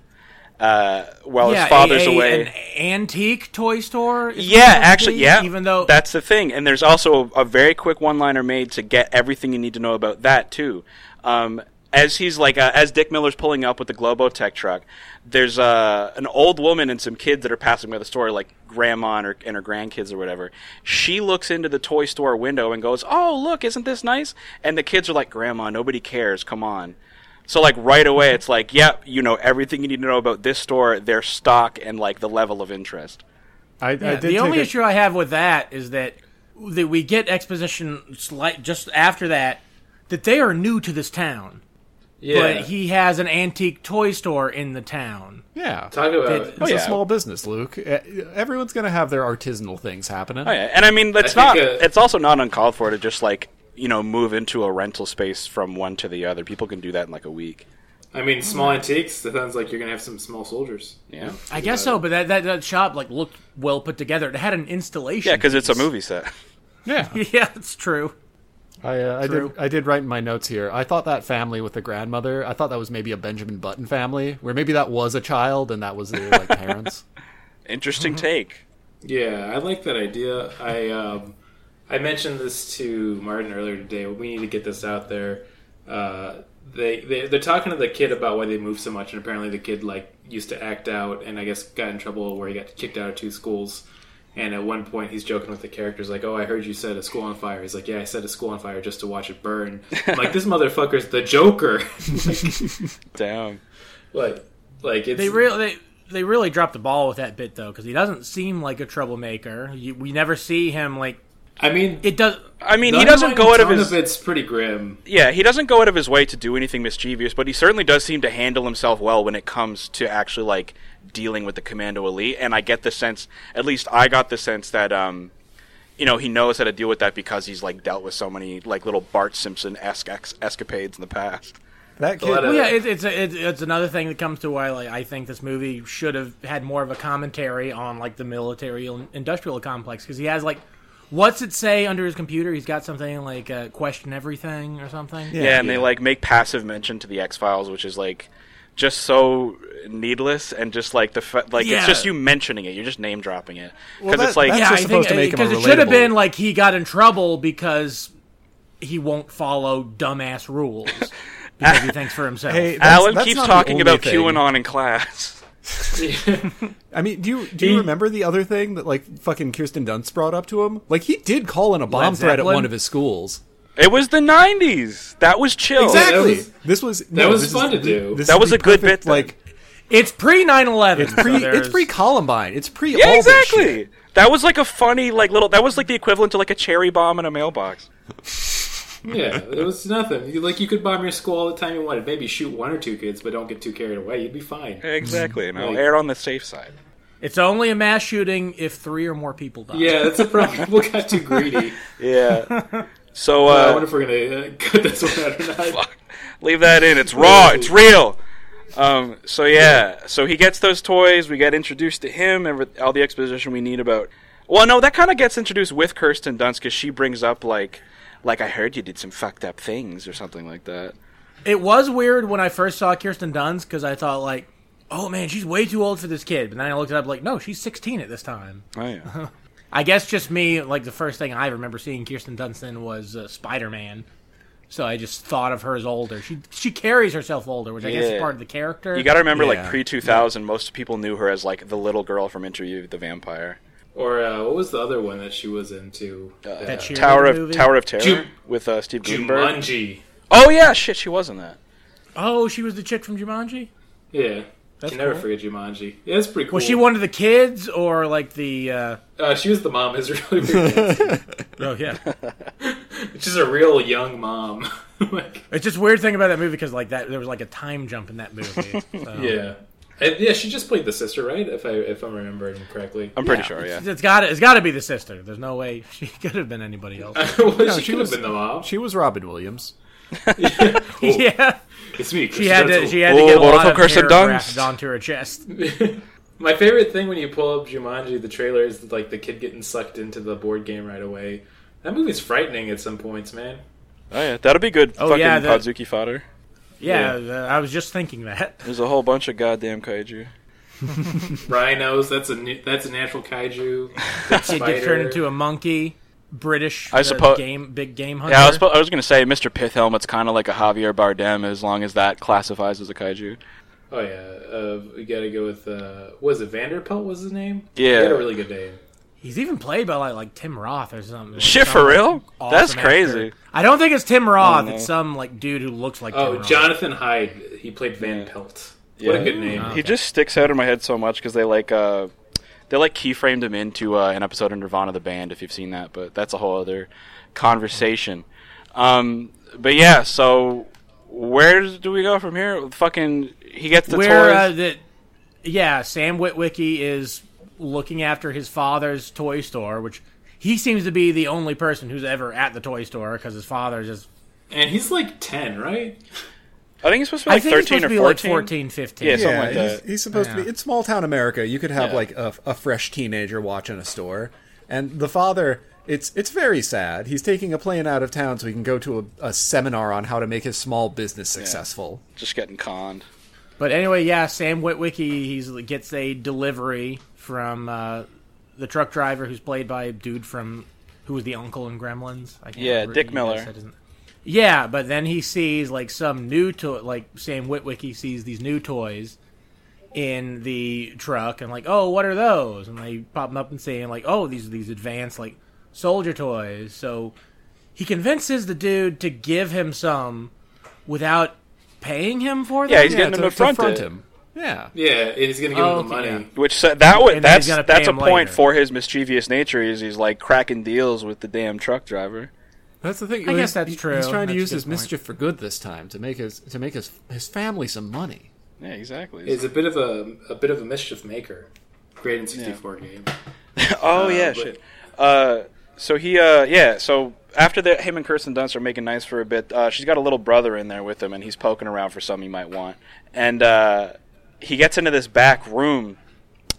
Speaker 5: uh, while
Speaker 4: yeah,
Speaker 5: his father's
Speaker 4: a- a-
Speaker 5: away.
Speaker 4: An antique toy store. is
Speaker 5: yeah,
Speaker 4: what it must
Speaker 5: actually,
Speaker 4: be,
Speaker 5: yeah.
Speaker 4: Even though
Speaker 5: that's the thing, and there's also a, a very quick one-liner made to get everything you need to know about that too. Um, as he's like, uh, as Dick Miller's pulling up with the Globotech truck, there's uh, an old woman and some kids that are passing by the store, like grandma and her, and her grandkids or whatever. She looks into the toy store window and goes, "Oh, look, isn't this nice?" And the kids are like, "Grandma, nobody cares. Come on." So like right away, it's like, "Yep, you know everything you need to know about this store, their stock, and like the level of interest."
Speaker 1: I, I did
Speaker 4: the
Speaker 1: take
Speaker 4: only
Speaker 1: a-
Speaker 4: issue I have with that is that that we get exposition slight just after that that they are new to this town.
Speaker 3: Yeah.
Speaker 4: but he has an antique toy store in the town.
Speaker 1: Yeah.
Speaker 3: Talk about
Speaker 4: Did-
Speaker 3: it.
Speaker 1: It's
Speaker 5: yeah.
Speaker 1: a small business, Luke. E- Everyone's going to have their artisanal things happening.
Speaker 5: Oh, yeah. And I mean, it's
Speaker 3: I
Speaker 5: not.
Speaker 3: think, uh,
Speaker 5: it's also not uncalled for to just like you know move into a rental space from one to the other. People can do that in like a week.
Speaker 3: I mean, small antiques. That sounds like you're gonna have some small soldiers.
Speaker 5: Yeah,
Speaker 4: I guess so, but that, that that shop like looked well put together. It had an installation.
Speaker 5: yeah, because it's a
Speaker 4: piece.
Speaker 5: movie set.
Speaker 1: Yeah.
Speaker 4: [LAUGHS] Yeah, it's true.
Speaker 1: I, uh, I
Speaker 4: True.
Speaker 1: did. I did write in my notes here. I thought that family with the grandmother. I thought that was maybe a Benjamin Button family, where maybe that was a child and that was their like parents.
Speaker 5: Interesting
Speaker 3: Mm-hmm.
Speaker 5: take.
Speaker 3: Yeah, I like that idea. I um, I mentioned this to Martin earlier today. but We need to get this out there. Uh, they, they they're talking to the kid about why they moved so much, and apparently the kid like used to act out, and I guess got in trouble where he got kicked out of two schools. And at one point, he's joking with the characters like, "Oh, I heard you set a school on fire." He's like, "Yeah, I set a school on fire just to watch it burn." I'm like this motherfucker's the Joker. [LAUGHS]
Speaker 5: Damn.
Speaker 3: like, like it's
Speaker 4: They really they, they really dropped the ball with that bit though, because he doesn't seem like a troublemaker. You, we never see him like
Speaker 3: I mean,
Speaker 4: it does.
Speaker 5: I mean,
Speaker 3: the
Speaker 5: he doesn't go out of
Speaker 3: underlying
Speaker 5: his
Speaker 3: tone It's pretty grim.
Speaker 5: yeah, he doesn't go out of his way to do anything mischievous, but he certainly does seem to handle himself well when it comes to actually like dealing with the commando elite. And I get the sense, at least I got the sense that um, you know, he knows how to deal with that because he's like dealt with so many like little Bart Simpson esque escapades in the past.
Speaker 1: That kid.
Speaker 3: lot of-
Speaker 4: Well, oh, yeah, it, it's a- it's it's another thing that comes to why like I think this movie should have had more of a commentary on like the military and industrial complex because he has like what's it say under his computer? He's got something like uh, question everything or something.
Speaker 5: Yeah, and they like make passive mention to the X Files, which is like just so needless and just like the fa- like
Speaker 4: Yeah.
Speaker 5: it's just you mentioning it, you're just name dropping it because
Speaker 1: that-
Speaker 5: it's like
Speaker 1: that's
Speaker 4: yeah,
Speaker 1: just
Speaker 4: I
Speaker 1: supposed to
Speaker 4: think
Speaker 1: make him a
Speaker 4: because it should have
Speaker 1: relatable-
Speaker 4: been like he got in trouble because he won't follow
Speaker 1: [LAUGHS]
Speaker 4: dumbass rules because he thinks for himself.
Speaker 1: Hey, that's-
Speaker 5: Alan
Speaker 1: that's
Speaker 5: keeps
Speaker 1: not the
Speaker 5: talking
Speaker 1: only
Speaker 5: about
Speaker 1: thing.
Speaker 5: QAnon in class.
Speaker 1: I mean, do you do you
Speaker 3: He-
Speaker 1: remember the other thing that like fucking Kirsten Dunst brought up to him? Like he did call in a bomb threat at
Speaker 4: Zeppelin?
Speaker 1: one of his schools.
Speaker 5: It was the '90s. That was chill.
Speaker 1: Exactly.
Speaker 3: was-
Speaker 1: this was that
Speaker 3: was fun to do.
Speaker 5: That was a good bit, then.
Speaker 1: Like
Speaker 4: It's pre 9 11. It's
Speaker 1: pre, it's pre Columbine. It's pre. all
Speaker 5: Yeah,
Speaker 1: this shit.
Speaker 5: exactly. That was like a funny, like little. That was like the equivalent to like a cherry bomb in a mailbox.
Speaker 3: Yeah, it was nothing. You, like you could bomb your school all the time you wanted. Maybe shoot one or two kids, but don't get too carried away. You'd be fine.
Speaker 5: Exactly. You know,
Speaker 3: Like-
Speaker 5: err on the safe side.
Speaker 4: It's only a mass shooting if three or more people die.
Speaker 3: Yeah, that's a problem. People got too [LAUGHS] greedy.
Speaker 5: Yeah. So
Speaker 3: I
Speaker 5: uh,
Speaker 3: wonder if we're gonna uh, cut this one out or [LAUGHS] not.
Speaker 5: leave that in. It's raw. It's real. Um, so yeah. So he gets those toys. We get introduced to him. Every, all the exposition we need about. Well, no, that kind of gets introduced with Kirsten Dunst because she brings up like, like I heard you did some fucked up things or something like that.
Speaker 4: It was weird when I first saw Kirsten Dunst because I thought, like, oh man, she's way too old for this kid. But then I looked it up, like, no, she's 16 at this time.
Speaker 5: Oh yeah.
Speaker 4: I guess just me, like, the first thing I remember seeing Kirsten Dunst in was uh, Spider Man. So I just thought of her as older. She she carries herself older, which I guess
Speaker 5: Yeah.
Speaker 4: is part of the character.
Speaker 5: You got to remember, like
Speaker 1: Yeah.
Speaker 5: pre two thousand, most people knew her as like the little girl from Interview with the Vampire,
Speaker 3: Or uh, what was the other one that she was into? Uh,
Speaker 4: that cheerleader
Speaker 5: Tower of
Speaker 4: movie.
Speaker 5: Tower of Terror
Speaker 3: Ju-
Speaker 5: with uh, Steve Gutenberg.
Speaker 3: Jumanji.
Speaker 5: Oh yeah, shit, she was in that.
Speaker 4: Oh, she was the chick from Jumanji.
Speaker 3: Yeah.
Speaker 4: That's
Speaker 3: Can never
Speaker 4: cool.
Speaker 3: forget Jumanji. Yeah, it's pretty cool.
Speaker 4: Was she one of the kids or like the? uh
Speaker 3: Uh, she was the mom. [LAUGHS] Is really weird.
Speaker 4: Oh yeah.
Speaker 3: She's a real young mom. [LAUGHS] like,
Speaker 4: It's just weird thing about that movie because like that there was like a time jump in that movie. So.
Speaker 3: yeah, And, yeah. She just played the sister, right? If I if I'm remembering correctly. [LAUGHS]
Speaker 5: I'm pretty sure. Yeah.
Speaker 4: It's got it's got to be the sister. There's no way she [LAUGHS] could have been anybody else.
Speaker 5: Oh.
Speaker 3: well, she,
Speaker 1: she
Speaker 3: could
Speaker 1: was-
Speaker 3: have been the mom.
Speaker 1: She was Robin Williams.
Speaker 4: [LAUGHS] yeah,
Speaker 3: it's me.
Speaker 4: she had to she had to
Speaker 5: Oh,
Speaker 4: get a
Speaker 5: what
Speaker 4: lot
Speaker 5: if
Speaker 4: of
Speaker 5: Kirsten
Speaker 4: hair
Speaker 5: Dunst?
Speaker 4: grafted onto her
Speaker 5: [LAUGHS]
Speaker 4: chest.
Speaker 3: My favorite thing when you pull up Jumanji, the trailer is like the kid getting sucked into the board game right away. That movie's frightening at some points, man.
Speaker 5: Oh yeah, that'll be good.
Speaker 4: Oh,
Speaker 5: fucking
Speaker 4: yeah, that-
Speaker 5: Podzuki fodder.
Speaker 4: Yeah, uh, I was just thinking that.
Speaker 5: There's a whole bunch of goddamn kaiju.
Speaker 3: Rhinos, that's a new, that's a natural kaiju.
Speaker 4: [LAUGHS] She
Speaker 3: Spider.
Speaker 4: get turned into a monkey. British,
Speaker 5: I
Speaker 4: uh,
Speaker 5: suppo-
Speaker 4: game big game hunter.
Speaker 5: Yeah, I was, spo- I was gonna say Mr. Pithelmet's kind of like a Javier Bardem, as long as that classifies as a kaiju.
Speaker 3: Oh yeah, uh, we got to go with uh, was it Vanderpelt was his name?
Speaker 5: Yeah.
Speaker 3: he had a really good name.
Speaker 4: He's even played by like, like Tim Roth or something. Like,
Speaker 5: Shit,
Speaker 4: some,
Speaker 5: for
Speaker 4: like,
Speaker 5: real?
Speaker 4: awesome
Speaker 5: That's
Speaker 4: actor.
Speaker 5: crazy.
Speaker 4: I don't think it's Tim Roth.
Speaker 5: no.
Speaker 4: It's some like dude who looks like Tim
Speaker 3: Oh,
Speaker 4: Roth.
Speaker 3: Jonathan Hyde. He played Van Pelt. What
Speaker 5: Yeah. Oh,
Speaker 3: a good name.
Speaker 5: He just sticks out in my head so much because they like uh, they like keyframed him into uh, an episode of Nirvana the band if you've seen that, but that's a whole other conversation. Um, but yeah, so Where do we go from here? Fucking, he gets the
Speaker 4: where uh,
Speaker 5: toys.
Speaker 4: the yeah sam witwicky is looking after his father's toy store which he seems to be the only person who's ever at the toy store because his father just
Speaker 3: And he's like 10, right?
Speaker 5: I think he's supposed to be
Speaker 4: i
Speaker 5: like
Speaker 4: think he's
Speaker 5: thirteen
Speaker 4: supposed to
Speaker 5: or
Speaker 4: be
Speaker 5: fourteen.
Speaker 4: like 14 15
Speaker 5: Yeah, something
Speaker 1: Yeah,
Speaker 5: like
Speaker 1: he's,
Speaker 5: that.
Speaker 1: he's supposed to
Speaker 4: Yeah.
Speaker 1: be. It's small town America. You could have
Speaker 3: Yeah.
Speaker 1: like a, a fresh teenager watching a store, and the father. It's it's very sad. He's taking a plane out of town so he can go to a, a seminar on how to make his small business successful.
Speaker 5: Just getting conned.
Speaker 4: but anyway yeah sam witwicky he's gets a delivery from uh, the truck driver who's played by a dude from who was the uncle in gremlins I can't
Speaker 5: Yeah,
Speaker 4: remember-
Speaker 5: Dick
Speaker 4: you guys
Speaker 5: Miller.
Speaker 4: said his n- yeah but then he sees like some new toy like sam witwicky sees these new toys in the truck and like, oh, what are those? And they pop them up and saying like, oh, these are these advanced like soldier toys. So he convinces the dude to give him some without paying him for them.
Speaker 5: Yeah, he's
Speaker 1: Yeah,
Speaker 5: getting him to front, it.
Speaker 1: him. Yeah,
Speaker 3: Yeah, and he's going to give
Speaker 4: Oh,
Speaker 3: him the
Speaker 4: okay,
Speaker 3: money.
Speaker 5: Which so that would
Speaker 4: And then he's
Speaker 5: that's
Speaker 4: gonna pay
Speaker 5: that's a
Speaker 4: him
Speaker 5: point
Speaker 4: later.
Speaker 5: for his mischievous nature is he's like cracking deals with the damn truck driver.
Speaker 1: that's the thing.
Speaker 4: I guess that's true.
Speaker 1: He's trying to
Speaker 4: That's a
Speaker 1: use
Speaker 4: good
Speaker 1: his
Speaker 4: point.
Speaker 1: mischief for good this time to make his to make his his family some money.
Speaker 5: Yeah, exactly.
Speaker 3: He's a bit of a, a bit of a mischief maker. Great in 64 game.
Speaker 5: oh
Speaker 3: uh,
Speaker 5: yeah,
Speaker 3: but-
Speaker 5: shit. Uh, so he uh yeah so after that him and Kirsten Dunst are making nice for a bit. Uh, she's got a little brother in there with him, and he's poking around for something he might want. And uh, he gets into this back room,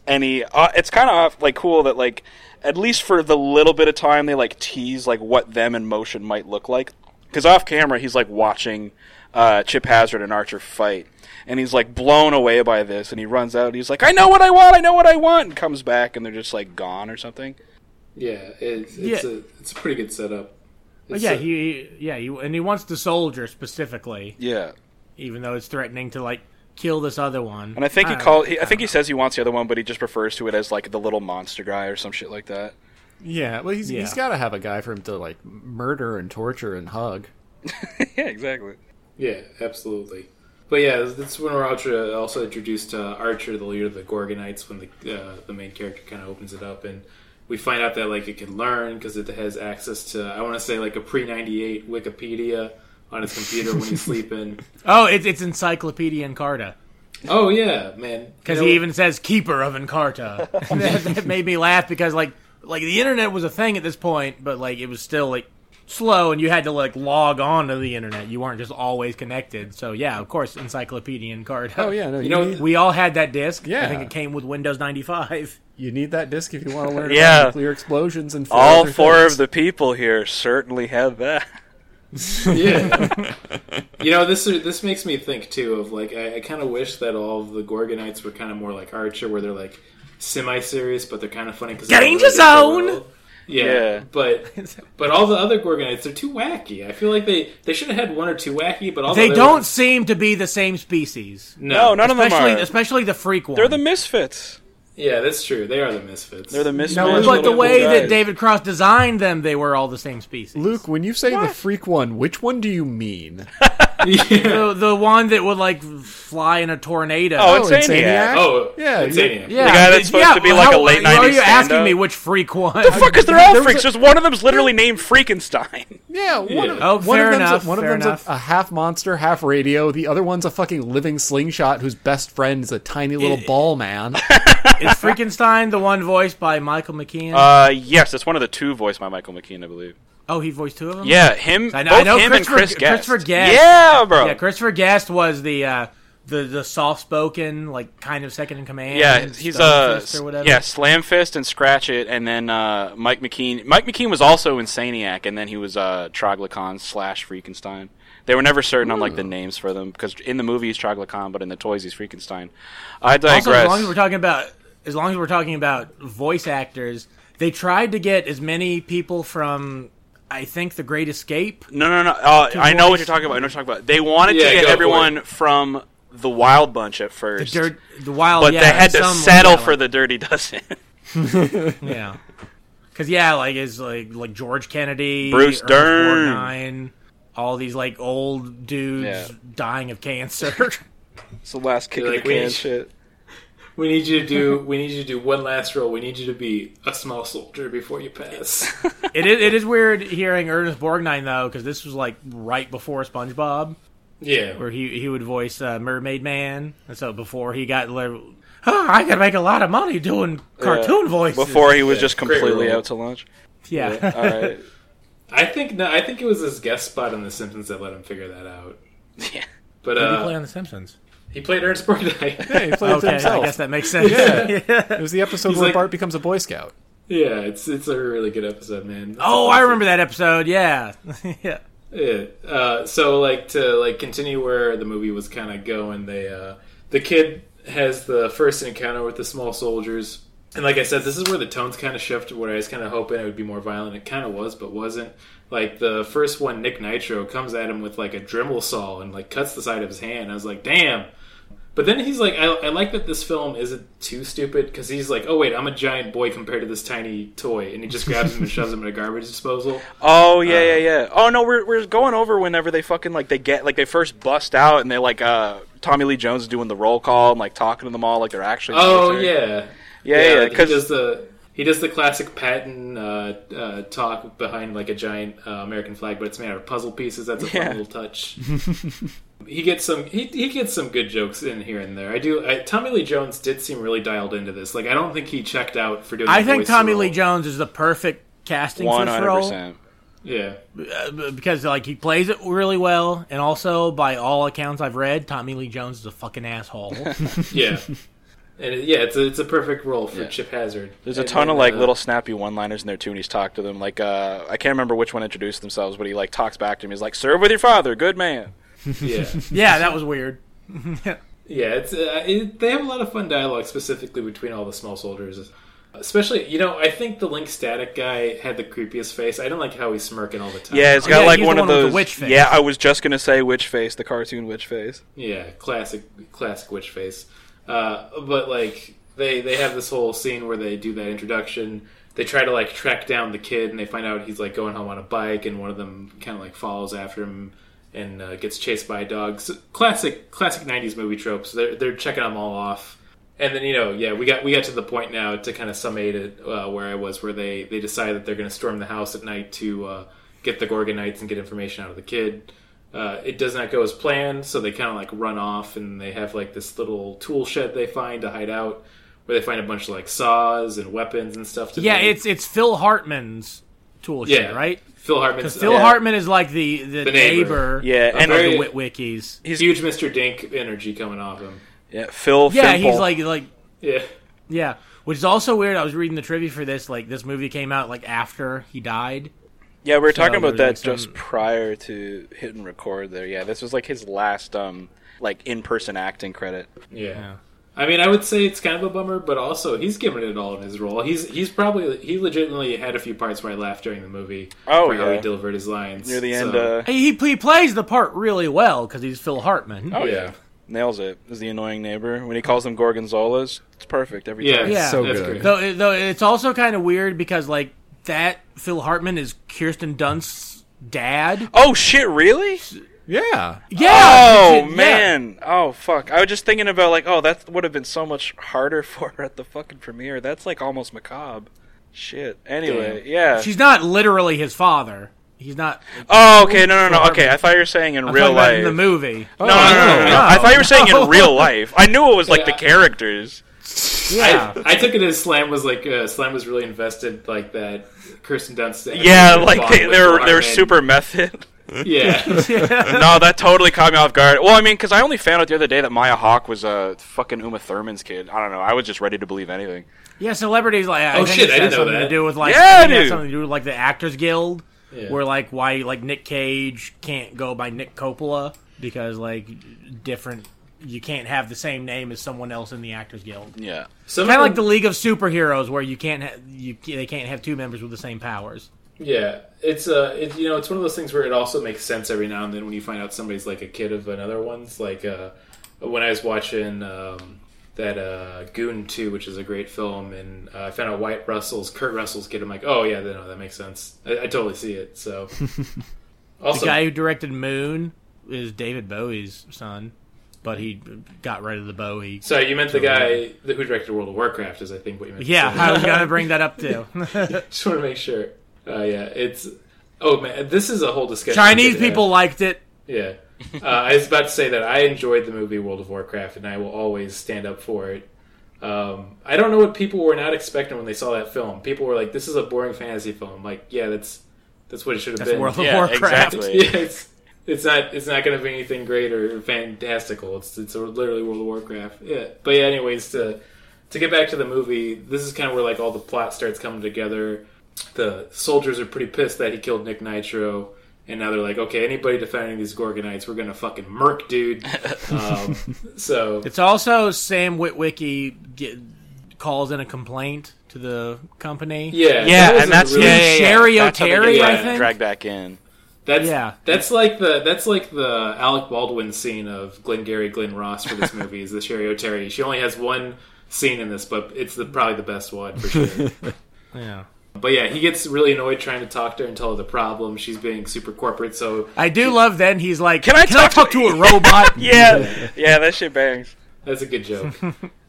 Speaker 5: and he uh, it's kind of like cool that like at least for the little bit of time they like tease like what them in motion might look like. Because off camera he's like watching uh, Chip Hazard and Archer fight. And he's like blown away by this, and he runs out. And he's like, "I know what I want! I know what I want!" And comes back, and they're just like gone or something.
Speaker 3: Yeah, it's, it's,
Speaker 4: Yeah.
Speaker 3: A, it's a pretty good setup.
Speaker 4: But
Speaker 3: It's
Speaker 4: yeah,
Speaker 3: a-
Speaker 4: he, he yeah, he, and he wants the soldier specifically,
Speaker 5: Yeah,
Speaker 4: even though it's threatening to like kill this other one. Uh,
Speaker 5: and I think he
Speaker 4: don't
Speaker 5: called.
Speaker 4: know.
Speaker 5: He, I think he says he wants the other one, but he just refers to it as like the little monster guy or some shit
Speaker 4: [LAUGHS]
Speaker 5: like that.
Speaker 1: Yeah, well, he's, he's
Speaker 4: Yeah.
Speaker 1: got to have a guy for him to like murder and torture and hug.
Speaker 5: yeah, exactly.
Speaker 3: Yeah, absolutely. But yeah, that's when we're also- also introduced to Archer, the leader of the Gorgonites, when the uh, the main character kind of opens it up, and we find out that like it can learn because it has access to I want to say like a pre ninety eight Wikipedia on its computer when
Speaker 4: [LAUGHS]
Speaker 3: he's sleeping.
Speaker 4: oh, it's it's Encyclopedia Encarta.
Speaker 3: Oh yeah, man,
Speaker 4: Because
Speaker 3: You know-
Speaker 4: he even says keeper of
Speaker 5: [LAUGHS]
Speaker 4: Encarta. that, that made me laugh because like like the internet was a thing at this point, but like it was still like slow and you had to like log on to the internet. You weren't just always connected. So yeah, of course Encyclopedia Encarta.
Speaker 1: Oh yeah, no, you,
Speaker 3: know-
Speaker 1: need,
Speaker 4: We all had that disc. I
Speaker 1: Yeah.
Speaker 4: think it came with Windows 95.
Speaker 1: you need that disc if you want to learn
Speaker 5: Yeah.
Speaker 1: about nuclear explosions and
Speaker 5: All
Speaker 1: other
Speaker 5: four
Speaker 1: things.
Speaker 5: of the people here certainly have that.
Speaker 3: yeah. you know, this is- this makes me think too of like I, I kind of wish that all of the Gorgonites were kind of more like Archer, where they're like semi-serious, but they're kind of funny because
Speaker 4: Danger zone!
Speaker 3: Yeah,
Speaker 5: Yeah.
Speaker 4: [LAUGHS]
Speaker 3: but but all the other Gorgonites they're too wacky. I feel like they they should have had one or two wacky,
Speaker 5: Oh,
Speaker 3: but all the
Speaker 4: They
Speaker 3: other
Speaker 4: don't
Speaker 3: ones-
Speaker 4: seem to be the same species.
Speaker 5: No,
Speaker 3: no,
Speaker 5: none of them
Speaker 4: Especially
Speaker 5: are.
Speaker 4: especially the freak one.
Speaker 5: They're the misfits.
Speaker 3: Yeah, that's true. They are the misfits.
Speaker 5: They're the misfits.
Speaker 4: but the
Speaker 5: little
Speaker 4: way
Speaker 5: guys.
Speaker 4: that David Cross designed them, they were all the same species.
Speaker 1: Luke, when you say the freak one, which one do you mean?
Speaker 3: yeah.
Speaker 4: The, the one that would like fly in a tornado.
Speaker 5: Oh, it's Insaniac.
Speaker 3: Oh,
Speaker 1: Yeah,
Speaker 3: it's
Speaker 1: you-
Speaker 3: Aniak.
Speaker 4: Yeah,
Speaker 5: The guy that's supposed
Speaker 4: yeah,
Speaker 5: to be like a late
Speaker 4: Why are
Speaker 5: 90s
Speaker 4: you asking
Speaker 5: stand-up?
Speaker 4: me which freak one?
Speaker 5: the fuck? Because they're all
Speaker 1: There was
Speaker 5: freaks.
Speaker 1: a-
Speaker 5: There's one of them's literally named Frankenstein.
Speaker 1: Yeah, one of,
Speaker 4: Oh,
Speaker 1: one
Speaker 4: fair
Speaker 1: of them's,
Speaker 4: enough,
Speaker 1: a, one of
Speaker 4: fair
Speaker 1: them's a,
Speaker 4: enough.
Speaker 1: a half monster, half radio. The other one's a fucking living slingshot whose best friend is a tiny little
Speaker 4: It-
Speaker 1: ball
Speaker 4: [LAUGHS]
Speaker 1: man.
Speaker 4: Is Frankenstein the one voiced by Michael McKean?
Speaker 5: [LAUGHS] Uh, yes, that's one of the two voiced by Michael McKean, I believe.
Speaker 4: oh, he voiced two of them.
Speaker 5: Yeah, him.
Speaker 4: I know-
Speaker 5: both
Speaker 4: I know
Speaker 5: him and
Speaker 4: Christopher-
Speaker 5: Chris Guest.
Speaker 4: Christopher Guest.
Speaker 5: Yeah, bro.
Speaker 4: yeah. Christopher Guest was the uh, the the soft spoken, like kind of second in command.
Speaker 5: Yeah, he's
Speaker 4: stone
Speaker 5: a
Speaker 4: fist or whatever.
Speaker 5: yeah, slam fist and scratch it, and then uh, Mike McKean. Mike McKean was also Insaniac, and then he was uh, Troglocon slash Frankenstein. They were never certain on like the names for them because in the movie he's Troglocon, but in the toys he's Frankenstein. I
Speaker 4: Also, as
Speaker 5: digress.
Speaker 4: long as we're talking about as long as we're talking about voice actors, they tried to get as many people from I think The Great Escape.
Speaker 5: no, no, no. Uh, I know what
Speaker 4: voice-
Speaker 5: you're talking about. I know what you're talking about. They wanted
Speaker 3: Yeah,
Speaker 5: to
Speaker 3: go
Speaker 5: get
Speaker 3: for
Speaker 5: everyone from the Wild Bunch at first,
Speaker 4: Dirt, the wild,
Speaker 5: but
Speaker 4: yeah,
Speaker 5: they had to
Speaker 4: some-
Speaker 5: settle
Speaker 4: yeah,
Speaker 5: for
Speaker 4: like-
Speaker 5: the Dirty Dozen.
Speaker 4: Yeah. Cause yeah, like it's like like George Kennedy,
Speaker 5: Bruce
Speaker 4: Ernest
Speaker 5: Dern.
Speaker 4: Borgnine, all these like old dudes
Speaker 5: Yeah.
Speaker 4: dying of cancer. [LAUGHS]
Speaker 5: it's the last kick
Speaker 3: They're
Speaker 5: of
Speaker 3: like,
Speaker 5: the
Speaker 3: we
Speaker 5: can
Speaker 3: need-
Speaker 5: shit.
Speaker 3: We need you to do. We need you to do one last roll. We need you to be a small soldier before you
Speaker 4: [LAUGHS]
Speaker 3: pass.
Speaker 4: it is it is weird hearing Ernest Borgnine though, because this was like right before SpongeBob,
Speaker 3: Yeah.
Speaker 4: where he he would voice uh, Mermaid Man. And so before he got, li- oh, I could make a lot of money doing cartoon voices.
Speaker 5: Before he was just
Speaker 3: Great
Speaker 5: completely
Speaker 3: rule.
Speaker 5: out to lunch.
Speaker 4: yeah,
Speaker 5: All
Speaker 4: [LAUGHS]
Speaker 5: right.
Speaker 3: I think no, I think it was his guest spot on The Simpsons that let him figure that out.
Speaker 5: Yeah.
Speaker 3: But
Speaker 4: Did he play
Speaker 3: uh,
Speaker 4: on The Simpsons.
Speaker 3: he played Ernst Borgnine.
Speaker 4: [LAUGHS]
Speaker 1: Yeah, he played
Speaker 4: Okay, I
Speaker 1: Oh, himself.
Speaker 4: guess that makes sense. [LAUGHS]
Speaker 1: Yeah. It was the episode where
Speaker 3: like-
Speaker 1: Bart becomes a Boy Scout.
Speaker 3: yeah, it's it's a really good episode, man.
Speaker 4: Oh, I remember that episode. Yeah, [LAUGHS] yeah.
Speaker 3: Yeah. Uh, so like to like continue where the movie was kind of going. They uh, the kid has the first encounter with the small soldiers, and like I said, this is where the tones kind of shift. Where I was kind of hoping it would be more violent. It kind of was, but wasn't. Like the first one, Nick Nitro comes at him with like a Dremel saw and like cuts the side of his hand. I was like, damn. But then he's like, I, I like that this film isn't too stupid because he's like, oh wait, I'm a giant boy compared to this tiny toy, and he just grabs him and shoves him in a garbage disposal.
Speaker 5: Oh yeah, yeah, yeah. Oh no, we're we're going over whenever they fucking like they get like they first bust out and they like uh Tommy Lee Jones is doing the roll call and like talking to them all like they're actually.
Speaker 3: Oh
Speaker 5: military.
Speaker 3: yeah,
Speaker 5: yeah, yeah.
Speaker 3: like, he does
Speaker 5: Because
Speaker 3: the he does the classic Patton uh, uh, talk behind like a giant uh, American flag, but it's made out of puzzle pieces. That's a
Speaker 5: Yeah.
Speaker 3: fun little
Speaker 5: [LAUGHS]
Speaker 3: touch. he gets some he, he gets some good jokes in here and there. I do. I, Tommy Lee Jones did seem really dialed into this. Like I don't think he checked out for doing.
Speaker 4: I
Speaker 3: the
Speaker 4: think
Speaker 3: voice
Speaker 4: Tommy
Speaker 3: role.
Speaker 4: Lee Jones is the perfect casting
Speaker 5: one
Speaker 4: for this
Speaker 5: hundred
Speaker 4: role.
Speaker 5: percent.
Speaker 3: Yeah.
Speaker 4: uh, b- because like he plays it really well, and also by all accounts I've read, Tommy Lee Jones is a fucking asshole.
Speaker 5: [LAUGHS]
Speaker 3: Yeah. And it, yeah, it's a, it's a perfect role for Chip Hazard.
Speaker 5: There's a
Speaker 3: And
Speaker 5: ton
Speaker 3: then,
Speaker 5: of like
Speaker 3: uh,
Speaker 5: little snappy one-liners in there too, and he's talked to them. Like uh, I can't remember which one introduced themselves, but he like talks back to him. He's like, "Serve with your father, good man."
Speaker 3: yeah.
Speaker 5: [LAUGHS]
Speaker 4: yeah, that was weird.
Speaker 3: Yeah, it's uh, it, they have a lot of fun dialogue specifically between all the small soldiers. Especially, you know, I think the Link Static guy had the creepiest face. I don't like how he's smirking all the time.
Speaker 5: Yeah, it's
Speaker 4: Oh, yeah,
Speaker 5: got like
Speaker 4: he's the
Speaker 5: one,
Speaker 4: one
Speaker 5: of
Speaker 4: with the
Speaker 5: those.
Speaker 4: witch face.
Speaker 5: Yeah, I was just gonna say witch face, the cartoon witch face.
Speaker 3: yeah, classic, classic witch face. Uh, but like they they have this whole scene where they do that introduction. They try to like track down the kid, and they find out he's like going home on a bike, and one of them kind of like follows after him and uh, gets chased by dogs. Classic, classic '90s movie tropes. They're they're checking them all off. And then you know, yeah, we got we got to the point now to kind of summate it uh, where I was, where they they decide that they're going to storm the house at night to uh, get the Gorgonites and get information out of the kid. Uh, it does not go as planned, so they kind of like run off, and they have like this little tool shed they find to hide out, where they find a bunch of like saws and weapons and stuff. To
Speaker 4: Yeah,
Speaker 3: make.
Speaker 4: it's it's Phil Hartman's tool shed,
Speaker 3: yeah,
Speaker 4: right?
Speaker 3: Phil Hartman.
Speaker 4: Phil Hartman is like the the, neighbor,
Speaker 3: neighbor.
Speaker 5: Yeah, and
Speaker 4: of
Speaker 3: very-
Speaker 4: the Witwickies.
Speaker 3: He's huge, Mr. Dink energy coming off him.
Speaker 5: yeah, Phil.
Speaker 4: Yeah,
Speaker 5: Fimple.
Speaker 4: he's like like
Speaker 3: Yeah,
Speaker 4: yeah, which is also weird. I was reading the trivia for this. Like this movie came out like after he died.
Speaker 5: Yeah, we were talking
Speaker 4: there
Speaker 5: about
Speaker 4: was, like,
Speaker 5: that just
Speaker 4: some-
Speaker 5: prior to hit and record. There, yeah, this was like his last um like in-person acting credit.
Speaker 3: yeah. I mean, I would say it's kind of a bummer, but also he's giving it all in his role. He's he's probably he legitimately had a few parts where I laughed during the movie.
Speaker 5: Oh,
Speaker 3: for how
Speaker 5: yeah.
Speaker 3: he delivered his lines
Speaker 5: Near the
Speaker 3: So,
Speaker 5: end, uh,
Speaker 4: He, he he plays the part really well because he's Phil Hartman.
Speaker 5: oh yeah,
Speaker 3: yeah,
Speaker 5: nails it. Is the annoying neighbor when he calls them gorgonzolas? It's perfect every
Speaker 3: yeah,
Speaker 5: time.
Speaker 4: Yeah.
Speaker 1: so
Speaker 3: that's
Speaker 1: good.
Speaker 3: great.
Speaker 4: Though, it- though it's also kind of weird because like that Phil Hartman is Kirsten Dunst's dad.
Speaker 5: Oh shit! Really?
Speaker 1: Yeah.
Speaker 4: Yeah.
Speaker 5: Oh
Speaker 4: yeah.
Speaker 5: man! Oh fuck! I was just thinking about like, oh, that would have been so much harder [LAUGHS] for her at the fucking premiere. That's like almost macabre. Shit. Anyway,
Speaker 3: Damn.
Speaker 5: yeah.
Speaker 4: She's not literally his father. He's not
Speaker 5: oh, okay. No, no, no.
Speaker 4: Harmon.
Speaker 5: Okay, I thought you were saying in
Speaker 4: I'm
Speaker 5: real
Speaker 4: talking about in
Speaker 5: life.
Speaker 4: the movie.
Speaker 5: No, no, no, no, no, no.
Speaker 4: Oh,
Speaker 5: I thought you were saying in real life. I knew it was like
Speaker 3: Yeah.
Speaker 5: the characters.
Speaker 4: Yeah.
Speaker 3: I, I took it as Slam was like uh, Slam was really invested like that. Kirsten Dunst.
Speaker 5: Yeah, like
Speaker 3: bond
Speaker 5: they,
Speaker 3: with
Speaker 5: they were
Speaker 3: Phil
Speaker 5: they were
Speaker 3: Hartman.
Speaker 5: super method.
Speaker 4: [LAUGHS]
Speaker 3: Yeah,
Speaker 5: no, that totally caught me off guard. Well, I mean, because I only found out the other day that Maya Hawk was a uh, fucking Uma Thurman's kid. I don't know. I was just ready to believe anything.
Speaker 4: yeah, celebrities like I
Speaker 3: Oh,
Speaker 4: think
Speaker 3: shit,
Speaker 4: it
Speaker 3: I didn't
Speaker 4: has
Speaker 3: know
Speaker 4: something
Speaker 3: that.
Speaker 4: to do with like
Speaker 5: Yeah,
Speaker 4: I think it has
Speaker 5: dude.
Speaker 4: something to do with like the Actors Guild,
Speaker 3: Yeah.
Speaker 4: where like why like Nick Cage can't go by Nick Coppola because like different you can't have the same name as someone else in the Actors Guild.
Speaker 5: Yeah.
Speaker 3: Some
Speaker 4: Kind
Speaker 3: of
Speaker 4: of like
Speaker 3: them-
Speaker 4: the League of Superheroes, where you can't ha- you they can't have two members with the same powers.
Speaker 3: Yeah, it's uh, it, you know, it's one of those things where it also makes sense every now and then when you find out somebody's like a kid of another one's. Like uh, when I was watching um, that uh, Goon Two, which is a great film, and uh, I found out White Russell's Kurt Russell's kid. I'm like, oh yeah, no, that makes sense. I, I totally see it. So
Speaker 4: [LAUGHS] The
Speaker 3: also,
Speaker 4: guy who directed Moon is David Bowie's son, but he got rid of the Bowie.
Speaker 3: so you meant the guy that, who directed World of Warcraft is, I think, what you meant. to [LAUGHS]
Speaker 4: Yeah,
Speaker 3: say.
Speaker 4: I was gonna bring that
Speaker 3: [LAUGHS]
Speaker 4: up too.
Speaker 3: just want to make sure. Uh, yeah, it's oh man, this is a whole discussion.
Speaker 4: Chinese
Speaker 3: we could have.
Speaker 4: people liked it.
Speaker 3: Yeah. Uh, I was about to say that I enjoyed the movie World of Warcraft, and I will always stand up for it. Um, I don't know what people were not expecting when they saw that film. People were like, "This is a boring fantasy film." Like, yeah, that's that's what it should have
Speaker 4: That's
Speaker 3: been.
Speaker 4: World of
Speaker 5: Yeah,
Speaker 4: Warcraft.
Speaker 5: exactly.
Speaker 3: yeah, it's it's not it's not going to be anything great or fantastical. It's it's literally World of Warcraft. Yeah, but yeah. Anyways, to to get back to the movie, this is kind of where like all the plot starts coming together. The soldiers are pretty pissed that he killed Nick Nitro, and now they're like, okay, anybody defending these Gorgonites, we're gonna fucking murk, dude. Um, so
Speaker 4: It's also Sam Witwicky get, calls in a complaint to the company.
Speaker 3: yeah, that
Speaker 5: Yeah,
Speaker 3: was
Speaker 5: and
Speaker 3: a
Speaker 5: that's
Speaker 3: really-
Speaker 5: yeah, yeah, yeah.
Speaker 4: Sherry
Speaker 5: That's how they
Speaker 4: O'Terry,
Speaker 5: get
Speaker 3: I
Speaker 5: dragged-
Speaker 4: think?
Speaker 5: dragged back in.
Speaker 3: That's
Speaker 4: Yeah.
Speaker 3: That's like the that's like the Alec Baldwin scene of Glengarry Glenn Ross for this movie is the Sherry O'Terry. She only has one scene in this, but it's the probably the best one for sure.
Speaker 4: Yeah.
Speaker 3: but yeah, he gets really annoyed trying to talk to her and tell her the problem. She's being super corporate, so
Speaker 4: I do love then he's like,
Speaker 5: Can I talk
Speaker 4: talk
Speaker 5: to-
Speaker 4: to a robot?
Speaker 5: [LAUGHS] Yeah, yeah, that shit bangs.
Speaker 3: That's a good
Speaker 4: [LAUGHS]
Speaker 3: joke.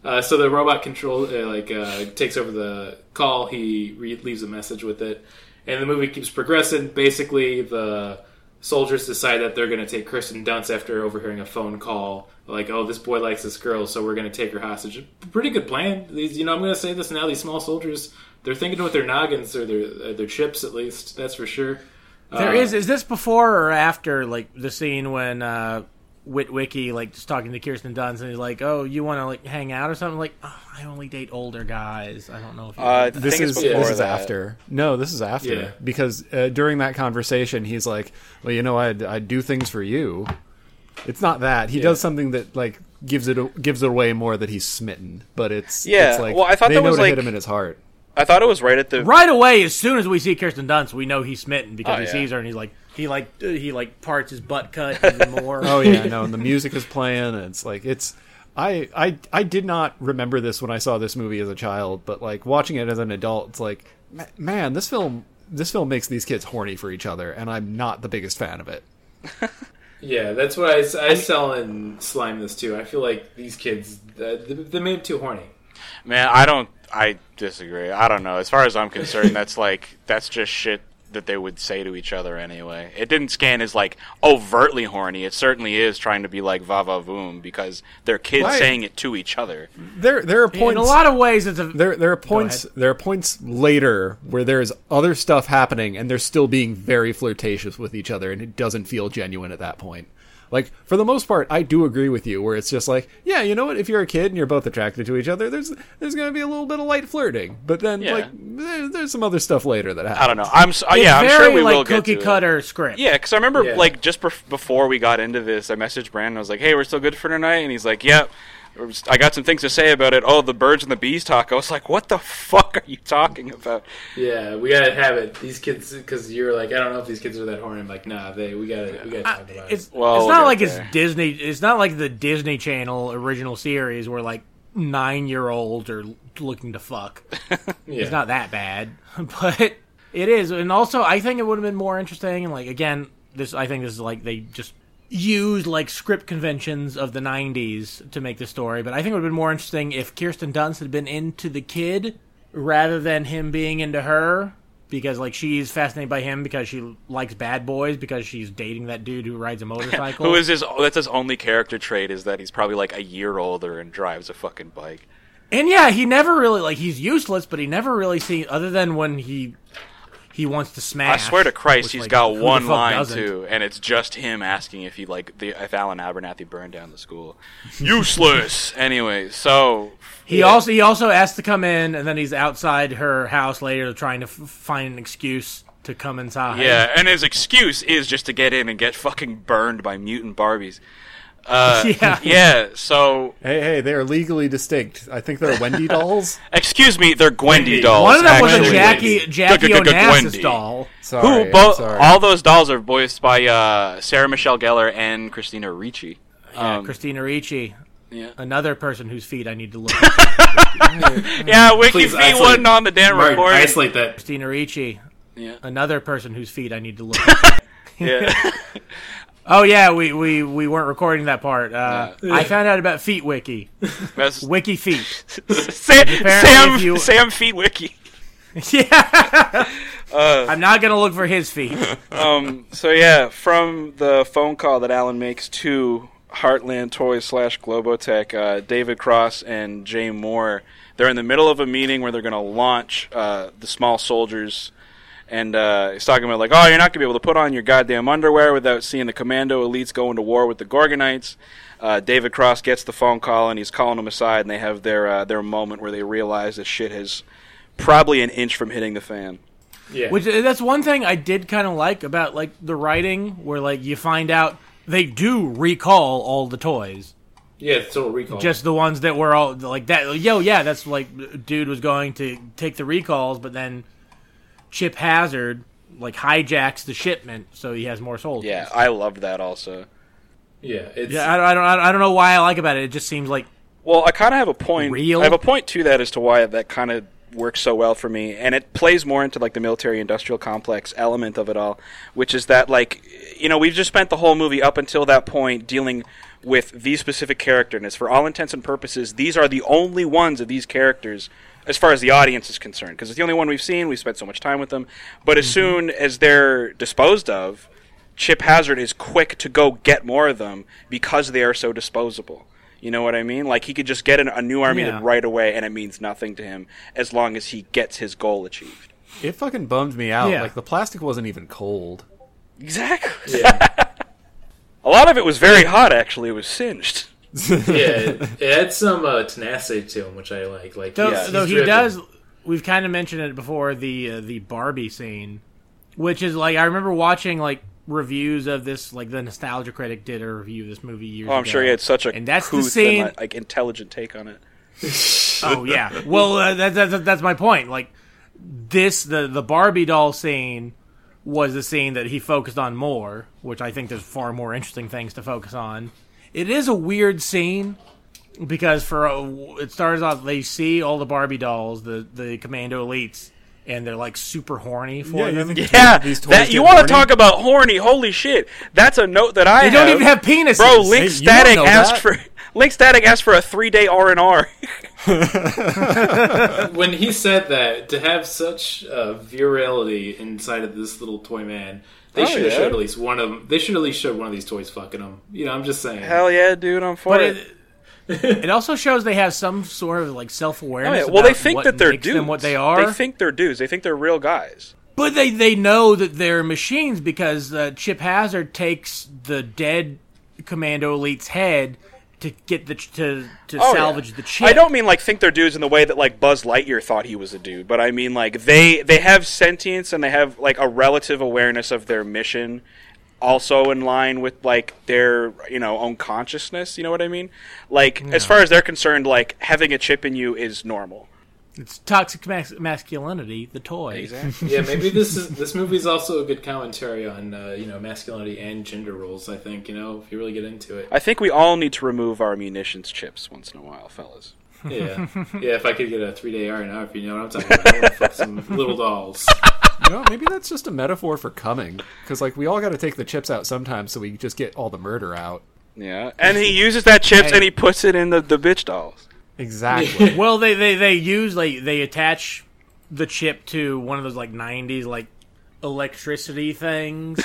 Speaker 3: uh, so the robot control uh, like uh, takes over the call. He re- leaves a message with it, and the movie keeps progressing. Basically, the soldiers decide that they're going to take Kirsten Dunst after overhearing a phone call. Like, oh, this boy likes this girl, so we're going to take her hostage. Pretty good plan. These, you know, I'm going to say this now. These small soldiers, they're thinking with their noggins or their uh, their chips, at least. That's for sure. Uh,
Speaker 4: There is is this before or after like the scene when uh Witwicky like just talking to Kirsten Dunst and he's like, "Oh, you want to like hang out or something?" Like, oh, I only date older guys. I don't know if you
Speaker 5: Uh, I
Speaker 1: this
Speaker 5: think it's
Speaker 1: is
Speaker 5: before
Speaker 1: this is
Speaker 5: that.
Speaker 1: after. No, this is after
Speaker 3: Yeah.
Speaker 1: because uh, during that conversation, he's like, "Well, you know, I I do things for you." It's not that he does something that like gives it gives it away more that he's smitten, but it's
Speaker 5: Yeah,
Speaker 1: It's like,
Speaker 5: well, I thought
Speaker 1: they
Speaker 5: that
Speaker 1: know
Speaker 5: was,
Speaker 1: to
Speaker 5: like-
Speaker 1: hit him in his heart.
Speaker 5: I thought it was right at the
Speaker 4: right away as soon as we see Kirsten Dunst, we know he's smitten because
Speaker 5: Oh,
Speaker 4: he
Speaker 5: yeah.
Speaker 4: sees her and he's like he like uh, he like parts his butt cut
Speaker 5: [LAUGHS]
Speaker 4: even more.
Speaker 1: Oh yeah, no, and the music is playing, and it's like it's. I, I I did not remember this when I saw this movie as a child, but like watching it as an adult, it's like, ma- man, this film this film makes these kids horny for each other, and I'm not the biggest fan of it.
Speaker 3: Yeah, that's what I, s- I sell in slime this too. I feel like these kids, uh, they, they made them too horny.
Speaker 5: man. I don't. I disagree. I don't know. As far as I'm concerned, that's like that's just shit that they would say to each other anyway. It didn't scan as like overtly horny. It certainly is trying to be like va va voom because they're kids
Speaker 1: Right.
Speaker 5: saying it to each other.
Speaker 1: There there are points
Speaker 4: In a lot of ways, it's a
Speaker 1: there there are points there are points later where there is other stuff happening and they're still being very flirtatious with each other and it doesn't feel genuine at that point. Like for the most part, I do agree with you where it's just like, yeah, you know what? If you're a kid and you're both attracted to each other, there's there's gonna be a little bit of light flirting, but then
Speaker 5: Yeah.
Speaker 1: like there, there's some other stuff later that happens.
Speaker 5: I don't know. I'm s- uh, yeah. I'm
Speaker 4: very
Speaker 5: sure we
Speaker 4: like
Speaker 5: will get
Speaker 4: cookie
Speaker 5: to it.
Speaker 4: cutter script.
Speaker 5: Yeah, because I remember
Speaker 3: Yeah.
Speaker 5: like just bef- before we got into this, I messaged Brandon. I was like, "Hey, we're still good for tonight," and he's like, "Yep." I got some things to say about it. Oh, the birds and the bees talk. I was like, "What the fuck are you talking about?"
Speaker 3: Yeah, we gotta have it. These kids, because you're like, I don't know if these kids are that horny. I'm like, nah, they we gotta we gotta talk about
Speaker 4: It's,
Speaker 3: it.
Speaker 5: Well,
Speaker 4: it's
Speaker 5: we'll
Speaker 4: not
Speaker 5: get
Speaker 4: like
Speaker 5: there.
Speaker 4: it's Disney. It's not like the Disney Channel original series where like nine year olds are looking to fuck.
Speaker 3: Yeah.
Speaker 4: It's not that bad, [LAUGHS] but it is. And also, I think it would have been more interesting. And like again, this I think this is like they just used like script conventions of the '90s to make the story. But I think it would have been more interesting if Kirsten Dunst had been into the kid rather than him being into her. Because like she's fascinated by him because she likes bad boys because she's dating that dude who
Speaker 5: [LAUGHS]
Speaker 4: rides a motorcycle.
Speaker 5: Who is his? That's his only character trait is that he's probably like a year older and drives a fucking bike.
Speaker 4: And yeah, he never really like he's useless, but he never really sees other than when he he wants to
Speaker 5: I
Speaker 4: smash.
Speaker 5: swear to Christ,
Speaker 4: which,
Speaker 5: he's
Speaker 4: like,
Speaker 5: got
Speaker 4: who the
Speaker 5: one
Speaker 4: fuck
Speaker 5: line
Speaker 4: doesn't?
Speaker 5: too, and it's just him asking if he like the if Alan Abernathy burned down the school. [LAUGHS] Useless. anyway, so
Speaker 4: He also he also asks to come in, and then he's outside her house later, trying to f- find an excuse to come inside.
Speaker 5: yeah, and his excuse is just to get in and get fucking burned by mutant Barbies. Uh,
Speaker 4: [LAUGHS] [LAUGHS] Yeah.
Speaker 5: yeah. So
Speaker 1: Hey, hey, they are legally distinct. I think they're Wendy
Speaker 5: [LAUGHS]
Speaker 1: dolls.
Speaker 5: excuse me, they're Gwendy
Speaker 3: Wendy.
Speaker 5: dolls.
Speaker 4: one of them was a Jackie
Speaker 5: actually.
Speaker 3: Wendy.
Speaker 4: Jackie Onassis
Speaker 5: Gwendy.
Speaker 4: doll.
Speaker 1: Sorry,
Speaker 5: Who
Speaker 1: I'm
Speaker 5: both?
Speaker 1: sorry.
Speaker 5: All those dolls are voiced by uh, Sarah Michelle Gellar and Christina Ricci. Um,
Speaker 4: Christina Ricci,
Speaker 5: yeah.
Speaker 4: another person whose feet I need to
Speaker 5: [LAUGHS]
Speaker 4: look. at.
Speaker 5: Yeah, Wiki
Speaker 3: Please
Speaker 5: Feet
Speaker 3: isolate-
Speaker 5: wasn't on the damn
Speaker 3: Martin,
Speaker 5: recording.
Speaker 3: isolate that.
Speaker 4: Christina Ricci,
Speaker 5: Yeah.
Speaker 4: another person whose feet I need to look. at.
Speaker 3: [LAUGHS]
Speaker 5: yeah.
Speaker 4: oh yeah, we, we we weren't recording that part. Uh, I found out about Feet Wiki,
Speaker 5: That's-
Speaker 4: Wiki
Speaker 5: [LAUGHS]
Speaker 4: Feet. [LAUGHS]
Speaker 5: Sam, Sam,
Speaker 4: if you-
Speaker 5: Sam Feet Wiki. Uh,
Speaker 4: yeah. I'm not gonna look for his feet.
Speaker 5: Um, so yeah, from the phone call that Alan makes to Heartland Toys slash Globotech, uh, David Cross and Jay Moore, they're in the middle of a meeting where they're going to launch uh, the Small Soldiers, and uh, he's talking about like, oh, you're not going to be able to put on your goddamn underwear without seeing the Commando elites go into war with the Gorgonites. Uh, David Cross gets the phone call and he's calling them aside, and they have their uh, their moment where they realize this shit has probably an inch from hitting the fan.
Speaker 3: Yeah.
Speaker 4: Which uh, that's one thing I did kind of like about like the writing, where like you find out they do recall all the toys,
Speaker 3: yeah, it's total recall.
Speaker 4: just the ones that were all like that. Yo, yeah, that's like uh, dude was going to take the recalls, but then Chip Hazard like hijacks the shipment, so he has more soldiers.
Speaker 5: Yeah, I loved that also.
Speaker 3: yeah, it's
Speaker 4: yeah. I, don't- I don't, I don't, I don't know why I like about it. It just seems like
Speaker 5: Well, I kind of have a point.
Speaker 4: Real?
Speaker 5: I have a point to that as to why that kind of works so well for me, and it plays more into like the military-industrial complex element of it all, which is that like you know we've just spent the whole movie up until that point dealing with these specific characters. And for all intents and purposes, these are the only ones of these characters as far as the audience is concerned, because it's the only one we've seen. We've spent so much time with them, but as soon as they're disposed of. Chip Hazard is quick to go get more of them because they are so disposable. You know what I mean? Like he could just get an, a new army
Speaker 4: Yeah.
Speaker 5: right away, and it means nothing to him as long as he gets his goal achieved.
Speaker 1: It fucking bummed me out.
Speaker 4: Yeah.
Speaker 1: Like the plastic wasn't even cold.
Speaker 5: Exactly.
Speaker 3: yeah,
Speaker 5: [LAUGHS] A lot of it was very hot. Actually, it was singed.
Speaker 3: yeah. It, it had some uh, tenacity to him, which I like. Like,
Speaker 4: Though,
Speaker 5: Yeah,
Speaker 3: he's-
Speaker 4: though
Speaker 3: he's
Speaker 4: he
Speaker 3: driven.
Speaker 4: does, we've kind of mentioned it before the uh, the Barbie scene, which is like I remember watching like reviews of this, like the Nostalgia Critic did a review of this movie years.
Speaker 5: Oh, I'm
Speaker 4: ago.
Speaker 5: sure he had such a
Speaker 4: and that's the
Speaker 5: couth
Speaker 4: scene.
Speaker 5: and, like intelligent take on it.
Speaker 4: oh yeah, well uh, that, that, that- that's my point. Like this, the the Barbie doll scene was the scene that he focused on more, which I think there's far more interesting things to focus on. It is a weird scene because for a, it starts off they see all the Barbie dolls, the the commando elites, and they're like super horny for them.
Speaker 5: Yeah,
Speaker 1: These toys
Speaker 5: that, you
Speaker 1: get
Speaker 5: want to
Speaker 1: horny?
Speaker 5: talk about horny? Holy shit! That's a note that I
Speaker 4: They don't even have penises,
Speaker 5: Bro, Link
Speaker 1: you don't
Speaker 5: Static
Speaker 1: know
Speaker 5: asked
Speaker 1: that.
Speaker 5: for Link Static asked for a three day R and R. [LAUGHS]
Speaker 3: when he said that to have such uh, virility inside of this little toy man. They
Speaker 5: Oh,
Speaker 3: should have
Speaker 5: yeah.
Speaker 3: showed at least one of them. They should at least showed one of these toys fucking him. You know, I'm just saying.
Speaker 5: Hell yeah, dude! I'm for
Speaker 4: But
Speaker 5: it.
Speaker 4: it, it also shows they have some sort of like self
Speaker 5: Oh, yeah.
Speaker 4: awareness.
Speaker 5: Well, they think
Speaker 4: what
Speaker 5: that they're
Speaker 4: makes
Speaker 5: dudes.
Speaker 4: Them what they are.
Speaker 5: They think they're dudes. They think they're real guys.
Speaker 4: But they, they know that they're machines because uh, Chip Hazard takes the dead Commando Elite's head to get the ch- to to
Speaker 5: Oh, yeah.
Speaker 4: salvage the chip.
Speaker 5: I don't mean like think they're dudes in the way that like Buzz Lightyear thought he was a dude, but I mean like they they have sentience and they have like a relative awareness of their mission, also in line with like their you know own consciousness. You know what I mean? Like as far as they're concerned, like having a chip in you is normal.
Speaker 4: It's toxic mas- masculinity, the toy.
Speaker 5: [LAUGHS]
Speaker 3: Yeah, maybe this is this movie's also a good commentary on uh, you know masculinity and gender roles. I think you know if you really get into it.
Speaker 5: I think we all need to remove our munitions chips once in a while, fellas.
Speaker 3: Yeah, yeah. If I could get a three day R and R, if you know what I'm talking about, I want to fuck some little dolls.
Speaker 1: You know, maybe that's just a metaphor for coming. Because like we all got to take the chips out sometimes, so we just get all the murder out.
Speaker 5: Yeah, and he uses that chips and he puts it in the the bitch
Speaker 4: [LAUGHS]
Speaker 5: dolls.
Speaker 1: Exactly.
Speaker 4: Well, they, they, they use like they attach the chip to one of those like '90s like
Speaker 1: [LAUGHS]
Speaker 4: electricity things.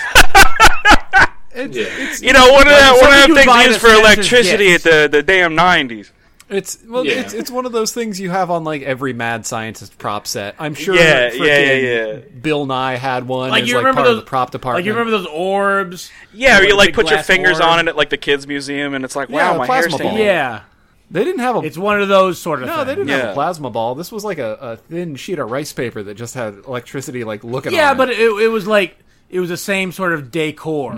Speaker 3: Yeah,
Speaker 5: You know, what are that, what
Speaker 4: something
Speaker 5: are
Speaker 4: you
Speaker 5: that things
Speaker 4: buy
Speaker 5: they
Speaker 4: the
Speaker 5: used for
Speaker 4: Spencer's
Speaker 5: electricity
Speaker 4: gifts.
Speaker 5: at the, the damn 90s?
Speaker 1: it's well,
Speaker 3: Yeah.
Speaker 1: it's it's one of those things you have on like every mad scientist prop set. I'm sure.
Speaker 5: Yeah,
Speaker 1: that
Speaker 5: yeah, yeah,
Speaker 1: frickin' Bill Nye had one.
Speaker 4: Like
Speaker 1: as,
Speaker 4: you
Speaker 1: like,
Speaker 4: remember
Speaker 1: part
Speaker 4: those
Speaker 1: of the prop department.
Speaker 4: Like you remember those orbs?
Speaker 5: Yeah, where you
Speaker 4: a
Speaker 5: like
Speaker 4: big
Speaker 5: put your
Speaker 4: glass
Speaker 5: fingers
Speaker 4: orb.
Speaker 5: on it at like the kids' museum and it's like, wow,
Speaker 1: Yeah,
Speaker 5: my
Speaker 1: plasma
Speaker 5: hair's
Speaker 1: ball.
Speaker 5: standing.
Speaker 4: Yeah,
Speaker 1: they didn't have a.
Speaker 4: it's one of those sort of.
Speaker 1: no,
Speaker 4: things.
Speaker 1: they didn't have
Speaker 5: Yeah.
Speaker 1: a plasma ball. This was like a, a thin sheet of rice paper that just had electricity like looking.
Speaker 4: Yeah,
Speaker 1: on
Speaker 4: but
Speaker 1: it.
Speaker 4: it, it was like it was the same sort of decor,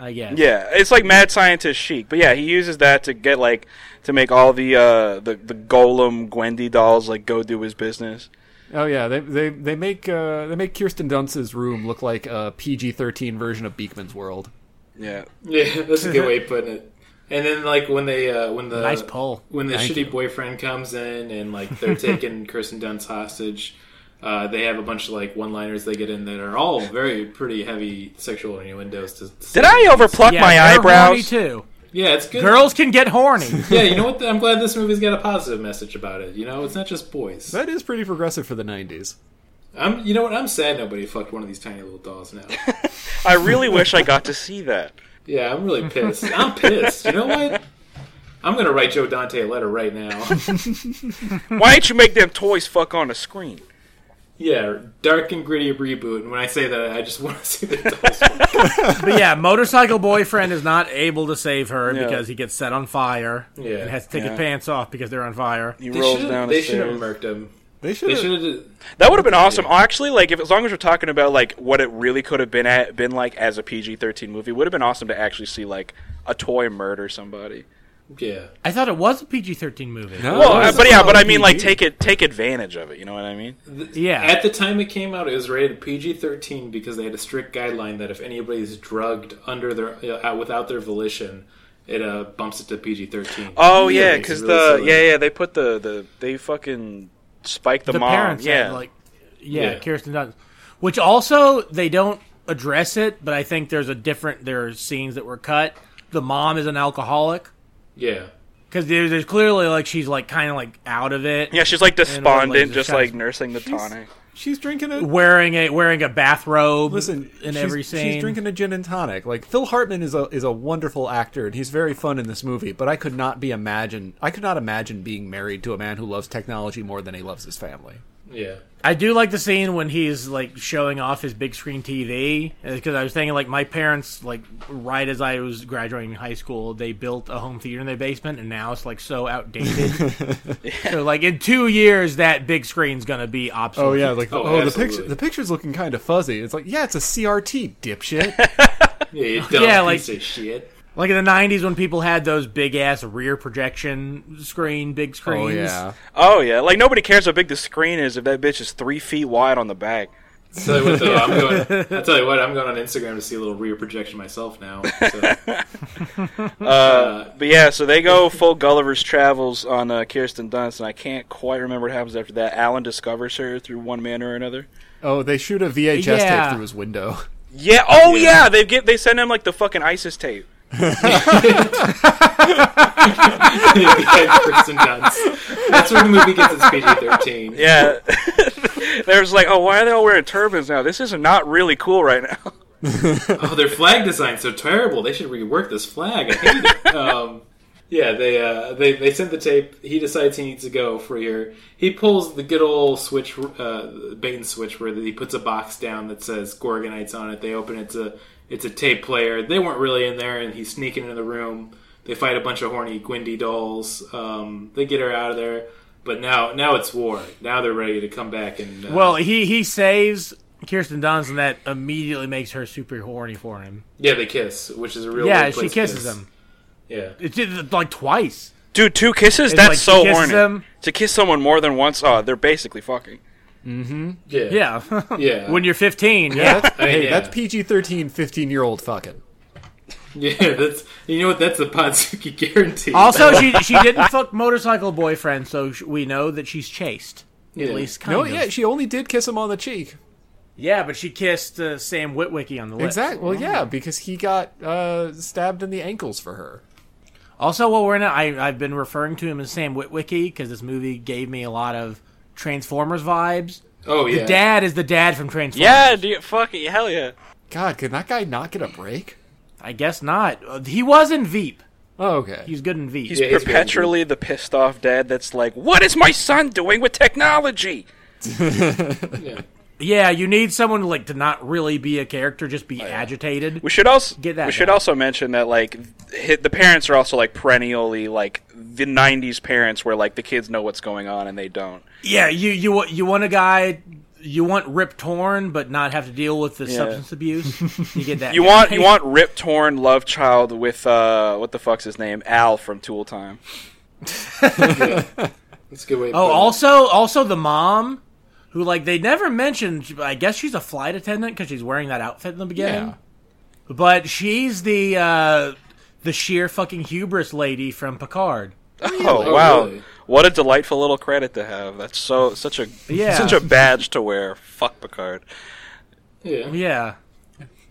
Speaker 4: I guess.
Speaker 5: Yeah, it's like mad scientist chic. But yeah, he uses that to get like to make all the uh the, the golem Gwendy dolls like go do his business.
Speaker 1: oh yeah, they they they make uh, they make Kirsten Dunst's room look like a PG-13 version of Beekman's World.
Speaker 5: Yeah.
Speaker 3: yeah. That's a good way of putting it. And then like when they uh, when the
Speaker 4: Nice pull.
Speaker 3: when the
Speaker 1: Thank
Speaker 3: shitty boyfriend comes in and like they're taking Kirsten Dunst hostage. Uh, they have a bunch of like one-liners they get in that are all very pretty heavy sexual innuendos. To
Speaker 5: Did I overpluck
Speaker 4: Yeah,
Speaker 5: my
Speaker 4: they're horny
Speaker 5: eyebrows?
Speaker 4: too.
Speaker 3: Yeah, it's good.
Speaker 4: Girls can get
Speaker 5: [LAUGHS]
Speaker 4: horny.
Speaker 3: Yeah, you know what? I'm glad this movie's got a positive message about it. You know, it's not just boys.
Speaker 1: That is pretty progressive for the '90s.
Speaker 3: I'm, you know what? I'm sad nobody fucked one of these tiny little dolls now.
Speaker 5: I really wish I got to
Speaker 4: [LAUGHS]
Speaker 5: see that.
Speaker 3: Yeah, I'm really pissed. I'm pissed. You know what? I'm gonna write Joe Dante a letter right now. [LAUGHS]
Speaker 5: Why didn't you make them toys fuck on the screen?
Speaker 3: yeah, dark and gritty reboot. And when I say that, I just want to see the dolls.
Speaker 4: But yeah, motorcycle boyfriend is not able to save her
Speaker 5: Yeah.
Speaker 4: because he gets set on fire
Speaker 3: Yeah.
Speaker 4: and has to take
Speaker 5: Yeah.
Speaker 4: his pants off because they're on fire.
Speaker 5: He
Speaker 3: They
Speaker 5: rolls
Speaker 3: should've-
Speaker 5: down the
Speaker 3: They should have
Speaker 5: stairs.
Speaker 3: murked him.
Speaker 1: They
Speaker 3: They
Speaker 1: should.
Speaker 3: should have.
Speaker 5: That would have been awesome. Actually, like if as long as we're talking about like what it really could have been at, been like as a PG thirteen movie, would have been awesome to actually see like a toy murder somebody.
Speaker 3: Yeah.
Speaker 4: I thought it was a PG thirteen movie.
Speaker 5: Well, uh, but yeah, but I mean like take it take advantage of it. You know what I mean?
Speaker 4: Yeah.
Speaker 3: At the time it came out, it was rated PG-13 because they had a strict guideline that if anybody's drugged under their uh, without their volition, it uh, bumps it to PG-13.
Speaker 5: Oh yeah,
Speaker 3: Makes it
Speaker 5: because
Speaker 3: really
Speaker 5: the
Speaker 3: silly.
Speaker 5: yeah yeah they put the the they fucking spike the,
Speaker 4: the
Speaker 5: mom.
Speaker 4: parents
Speaker 5: yeah,
Speaker 4: had, like yeah,
Speaker 3: Yeah.
Speaker 4: Kirsten Dunst, which also they don't address it, but I think there's a different there are scenes that were cut. The mom is an alcoholic
Speaker 3: yeah.
Speaker 4: because there's, there's clearly like she's like kind of like out of it,
Speaker 5: yeah, she's like despondent,
Speaker 4: just
Speaker 5: just
Speaker 4: kinda-
Speaker 5: like nursing the tonic.
Speaker 1: She's drinking a
Speaker 4: wearing a wearing a bathrobe.
Speaker 1: Listen,
Speaker 4: in
Speaker 1: she's,
Speaker 4: every scene,
Speaker 1: she's drinking a gin and tonic. Like Phil Hartman is a is a wonderful actor, and he's very fun in this movie. But I could not be imagine I could not imagine being married to a man who loves technology more than he loves his family.
Speaker 3: Yeah.
Speaker 4: I do like the scene when he's like showing off his big screen TV because I was thinking like my parents like right as I was graduating high school they built a home theater in their basement and now it's like so
Speaker 1: [LAUGHS]
Speaker 4: outdated. So like in two years that big screen's gonna be obsolete.
Speaker 1: Oh yeah, like oh,
Speaker 3: Oh,
Speaker 1: the
Speaker 3: absolutely.
Speaker 1: picture the picture's looking kind of fuzzy. It's like yeah, it's a CRT, dipshit.
Speaker 3: Yeah,
Speaker 4: [LAUGHS]
Speaker 3: you dumb
Speaker 4: Yeah,
Speaker 3: piece
Speaker 4: like-
Speaker 3: of shit.
Speaker 4: Like in the '90s when people had those big ass rear projection screen big
Speaker 1: oh
Speaker 4: screens.
Speaker 1: yeah,
Speaker 5: Oh yeah, like nobody cares how big the screen is if that bitch is three feet wide on the back.
Speaker 3: Tell you what, though, I'm going. I tell you what, I'm going on Instagram to see a little rear projection myself now.
Speaker 5: [LAUGHS]
Speaker 3: So. [LAUGHS]
Speaker 5: But yeah, so
Speaker 4: [LAUGHS]
Speaker 5: they go full Gulliver's Travels on uh, Kirsten Dunst, and I can't quite remember what happens after that. Alan discovers her through one manner or another.
Speaker 1: oh they shoot a VHS
Speaker 4: Yeah.
Speaker 1: tape through his [LAUGHS] window.
Speaker 5: Yeah. Oh yeah, they get they send him like the fucking ISIS tape.
Speaker 3: Yeah, Kirsten Dunst. That's where the movie gets its PG-13.
Speaker 5: Yeah. [LAUGHS] There's like, oh, why are they all wearing turbans now? This is not really cool right now. [LAUGHS]
Speaker 3: Oh, their flag design's so terrible. They should rework this flag. I hate
Speaker 4: [LAUGHS]
Speaker 3: it. um, yeah, they, uh, they they send the tape. He decides he needs to go for here. He pulls the good old switch, uh, bait and switch, where he puts a box down that says Gorgonites on it. They open it. It's a, it's a tape player. They weren't really in there, and he's sneaking into the room. They fight a bunch of horny Gwendy dolls. Um, they get her out of there. But now, now it's war. Now they're ready to come back and uh,
Speaker 4: Well, he he saves Kirsten Dunst and that immediately makes her super horny for him.
Speaker 3: yeah, they kiss, which is a real
Speaker 4: yeah,
Speaker 3: weird
Speaker 4: she
Speaker 3: place to
Speaker 4: kisses
Speaker 3: kiss.
Speaker 4: him.
Speaker 3: Yeah,
Speaker 4: It's it's, like twice.
Speaker 5: Dude, two kisses?
Speaker 4: It's
Speaker 5: That's
Speaker 4: like,
Speaker 5: so
Speaker 4: she kisses
Speaker 5: horny.
Speaker 4: him.
Speaker 5: To kiss someone more than once, oh, they're basically fucking.
Speaker 3: yeah,
Speaker 4: [LAUGHS] Yeah.
Speaker 3: yeah.
Speaker 4: when you're 15, yeah.
Speaker 3: I mean,
Speaker 1: hey,
Speaker 3: yeah.
Speaker 1: that's PG 13, 15 year old fucking.
Speaker 3: Yeah, that's you know what that's a Podzuki guarantee.
Speaker 4: [LAUGHS] Also, she she didn't fuck motorcycle boyfriend, so sh- we know that she's chaste.
Speaker 3: Yeah.
Speaker 4: At least kind
Speaker 1: No,
Speaker 4: of.
Speaker 1: Oh, yeah, she only did kiss him on the cheek.
Speaker 4: yeah, but she kissed uh, Sam Witwicky on the lips.
Speaker 1: Exactly. Well, yeah, because he got uh, stabbed in the ankles for her.
Speaker 4: Also, while we're in it, I, I've been referring to him as Sam Witwicky because this movie gave me a lot of Transformers vibes.
Speaker 3: oh yeah,
Speaker 4: Dad is the dad from Transformers.
Speaker 5: Yeah, dude, fucking, hell yeah.
Speaker 1: God, can that guy not get a break?
Speaker 4: I guess not. Uh, He was in Veep.
Speaker 1: Oh, okay.
Speaker 4: He was good in Veep.
Speaker 5: He's
Speaker 3: Yeah, he's very
Speaker 5: perpetually the pissed off dad that's like, what is my son doing with technology?
Speaker 3: yeah.
Speaker 4: yeah, you need someone like to not really be a character, just be agitated.
Speaker 5: We should also
Speaker 4: Get that
Speaker 5: we should
Speaker 4: guy.
Speaker 5: also mention that like hi the parents are also like perennially like the '90s parents where like the kids know what's going on and they don't.
Speaker 4: Yeah, you you wa- you want a guy you want Rip Torn, but not have to deal with the
Speaker 5: Yeah.
Speaker 4: substance abuse. You get that.
Speaker 5: [LAUGHS] You
Speaker 4: guy. [LAUGHS]
Speaker 5: want you want Rip Torn Love Child with uh what the fuck's his name Al from Tool Time.
Speaker 3: That's a good way. to
Speaker 4: Oh,
Speaker 3: put it.
Speaker 4: also also the mom, who like they never mentioned. I guess she's a flight attendant because she's wearing that outfit in the beginning.
Speaker 1: Yeah.
Speaker 4: But she's the uh, the sheer fucking hubris lady from Picard.
Speaker 5: Oh wow,
Speaker 3: really?
Speaker 5: what a delightful little credit to have. That's so such a
Speaker 4: Yeah.
Speaker 5: such a badge to wear. Fuck Picard.
Speaker 3: yeah.
Speaker 4: Yeah,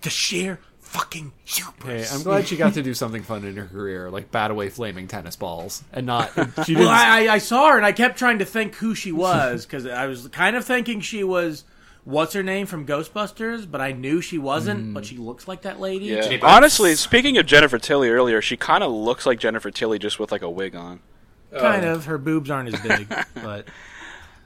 Speaker 4: the sheer fucking hubris.
Speaker 1: I'm glad she got to do something fun in her career, like bat away flaming tennis balls, and not [LAUGHS] she didn't.
Speaker 4: [LAUGHS] Well, I, I- I saw her and I kept trying to think who she was because I was kind of thinking she was what's her name from Ghostbusters, but I knew she wasn't, but she looks like that lady.
Speaker 5: Yeah.
Speaker 3: Jennifer-
Speaker 5: Honestly, speaking of Jennifer Tilly earlier, she kind of looks like Jennifer Tilly just with like a wig on.
Speaker 4: Kind of. Her boobs aren't as big, [LAUGHS] but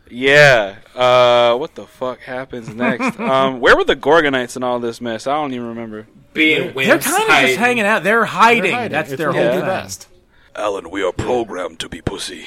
Speaker 5: Yeah. Uh, what the fuck happens next? um, where were the Gorgonites in all this mess? I don't even remember.
Speaker 3: Being
Speaker 4: they're kind of just hanging out. They're hiding.
Speaker 1: hiding.
Speaker 4: That's
Speaker 1: It's
Speaker 4: their
Speaker 1: what they
Speaker 4: whole
Speaker 1: do
Speaker 4: thing.
Speaker 1: best.
Speaker 5: Alan, we are programmed to be pussy.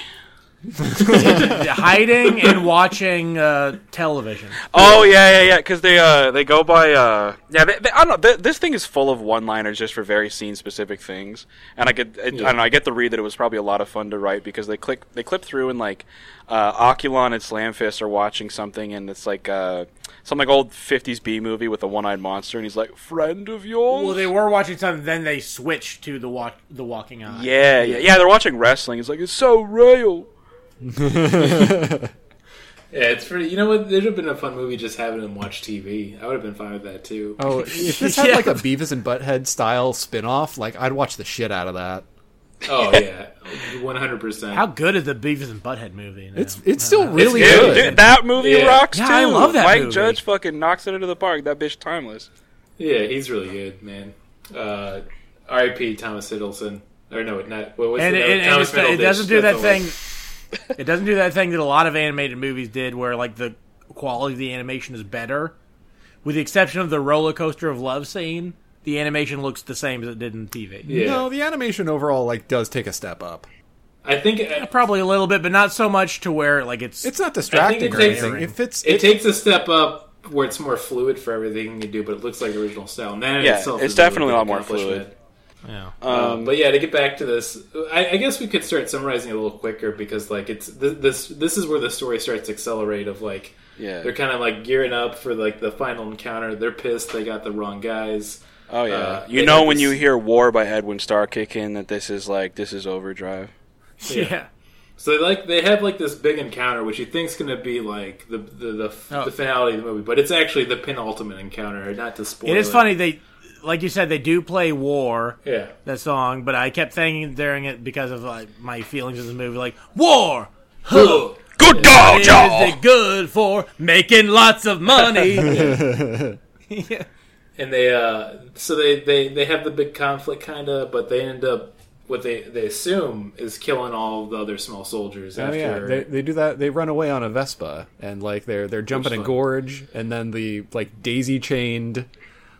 Speaker 4: hiding and watching uh, television.
Speaker 5: Oh yeah, yeah, yeah. Because they uh they go by uh yeah. They, they, I don't know. Th- this thing is full of one-liners just for very scene-specific things, and I could it, I don't know. I get the read that it was probably a lot of fun to write because they click they clip through and like uh, Oculon and Slamfist are watching something and it's like uh some like old '50s B movie with a one-eyed monster and he's like friend of
Speaker 4: [LAUGHS]
Speaker 5: yours.
Speaker 4: Well, they were watching something, then they switched to the walk, the Walking Eye.
Speaker 5: yeah, yeah, yeah. They're watching wrestling. It's like it's so real.
Speaker 3: Yeah, it's pretty. You know what? There'd have been a fun movie just having them watch TV. I would have been fine with that too.
Speaker 1: Oh, if this had like a Beavis and Butthead style spin off, like I'd watch the shit out of that.
Speaker 3: Oh yeah, one hundred percent.
Speaker 4: How good is the Beavis and Butthead movie? now?
Speaker 1: It's Uh, it's still really
Speaker 5: Dude,
Speaker 1: good.
Speaker 5: dude, that movie
Speaker 3: Yeah.
Speaker 5: rocks
Speaker 4: Yeah,
Speaker 5: too.
Speaker 4: I love that
Speaker 5: Mike
Speaker 4: movie.
Speaker 5: Judge fucking knocks it into the park. That bitch timeless.
Speaker 3: Yeah, he's really good, man. Uh, R.I.P. Thomas Hiddleston. Or no, not what was
Speaker 4: and
Speaker 3: it?
Speaker 4: it,
Speaker 3: No,
Speaker 4: and
Speaker 3: Thomas
Speaker 4: it's- it
Speaker 3: Middleditch.
Speaker 4: doesn't do that
Speaker 3: That's the
Speaker 4: thing.
Speaker 3: one.
Speaker 4: It doesn't do that thing that a lot of animated movies did, where like the quality of the animation is better, with the exception of the roller coaster of love scene. The animation looks the same as it did in TV.
Speaker 3: Yeah,
Speaker 1: No, the animation overall like does take a step up.
Speaker 3: I think uh,
Speaker 4: Probably a little bit, but not so much to where like it's.
Speaker 1: It's not distracting
Speaker 3: it
Speaker 1: or
Speaker 3: takes-
Speaker 1: anything. It fits.
Speaker 3: it takes a step up where it's more fluid for everything you do, but it looks like original style. And that in
Speaker 5: Yeah,
Speaker 3: itself
Speaker 5: it's
Speaker 3: is a really
Speaker 5: definitely
Speaker 3: big
Speaker 5: a lot more
Speaker 3: accomplishment.
Speaker 5: fluid.
Speaker 4: yeah.
Speaker 3: Um, but yeah, to get back to this, I, I guess we could start summarizing a little quicker because like it's th- this this is where the story starts to accelerate. Of like,
Speaker 5: Yeah.
Speaker 3: they're kind of like gearing up for like the final encounter. They're pissed they got the wrong guys.
Speaker 5: Oh yeah.
Speaker 3: Uh,
Speaker 5: you
Speaker 3: they
Speaker 5: know
Speaker 3: had
Speaker 5: when
Speaker 3: this-
Speaker 5: you hear "War" by Edwin Starr kick in that this is like this is overdrive.
Speaker 4: yeah,
Speaker 3: So they like they have like this big encounter, which you think's going to be like the the the, f
Speaker 4: Oh.
Speaker 3: the finale of the movie, but it's actually the penultimate encounter. Not to spoil.
Speaker 4: It is funny they, like you said, they do play war.
Speaker 3: Yeah.
Speaker 4: that song, but I kept thinking during it because of like my feelings of the movie, like war. Huh.
Speaker 5: Good God,
Speaker 3: Oh,
Speaker 4: Is
Speaker 5: y'all!
Speaker 4: it good for making lots
Speaker 3: [LAUGHS]
Speaker 4: of money? Yeah.
Speaker 3: and they uh so they they they have the big conflict kind of but they end up what they they assume is killing all the other small soldiers
Speaker 1: Oh
Speaker 3: after
Speaker 1: yeah, they, they do that. They run away on a Vespa, and like they're they're jumping a
Speaker 3: one?
Speaker 1: gorge, and then the like daisy chained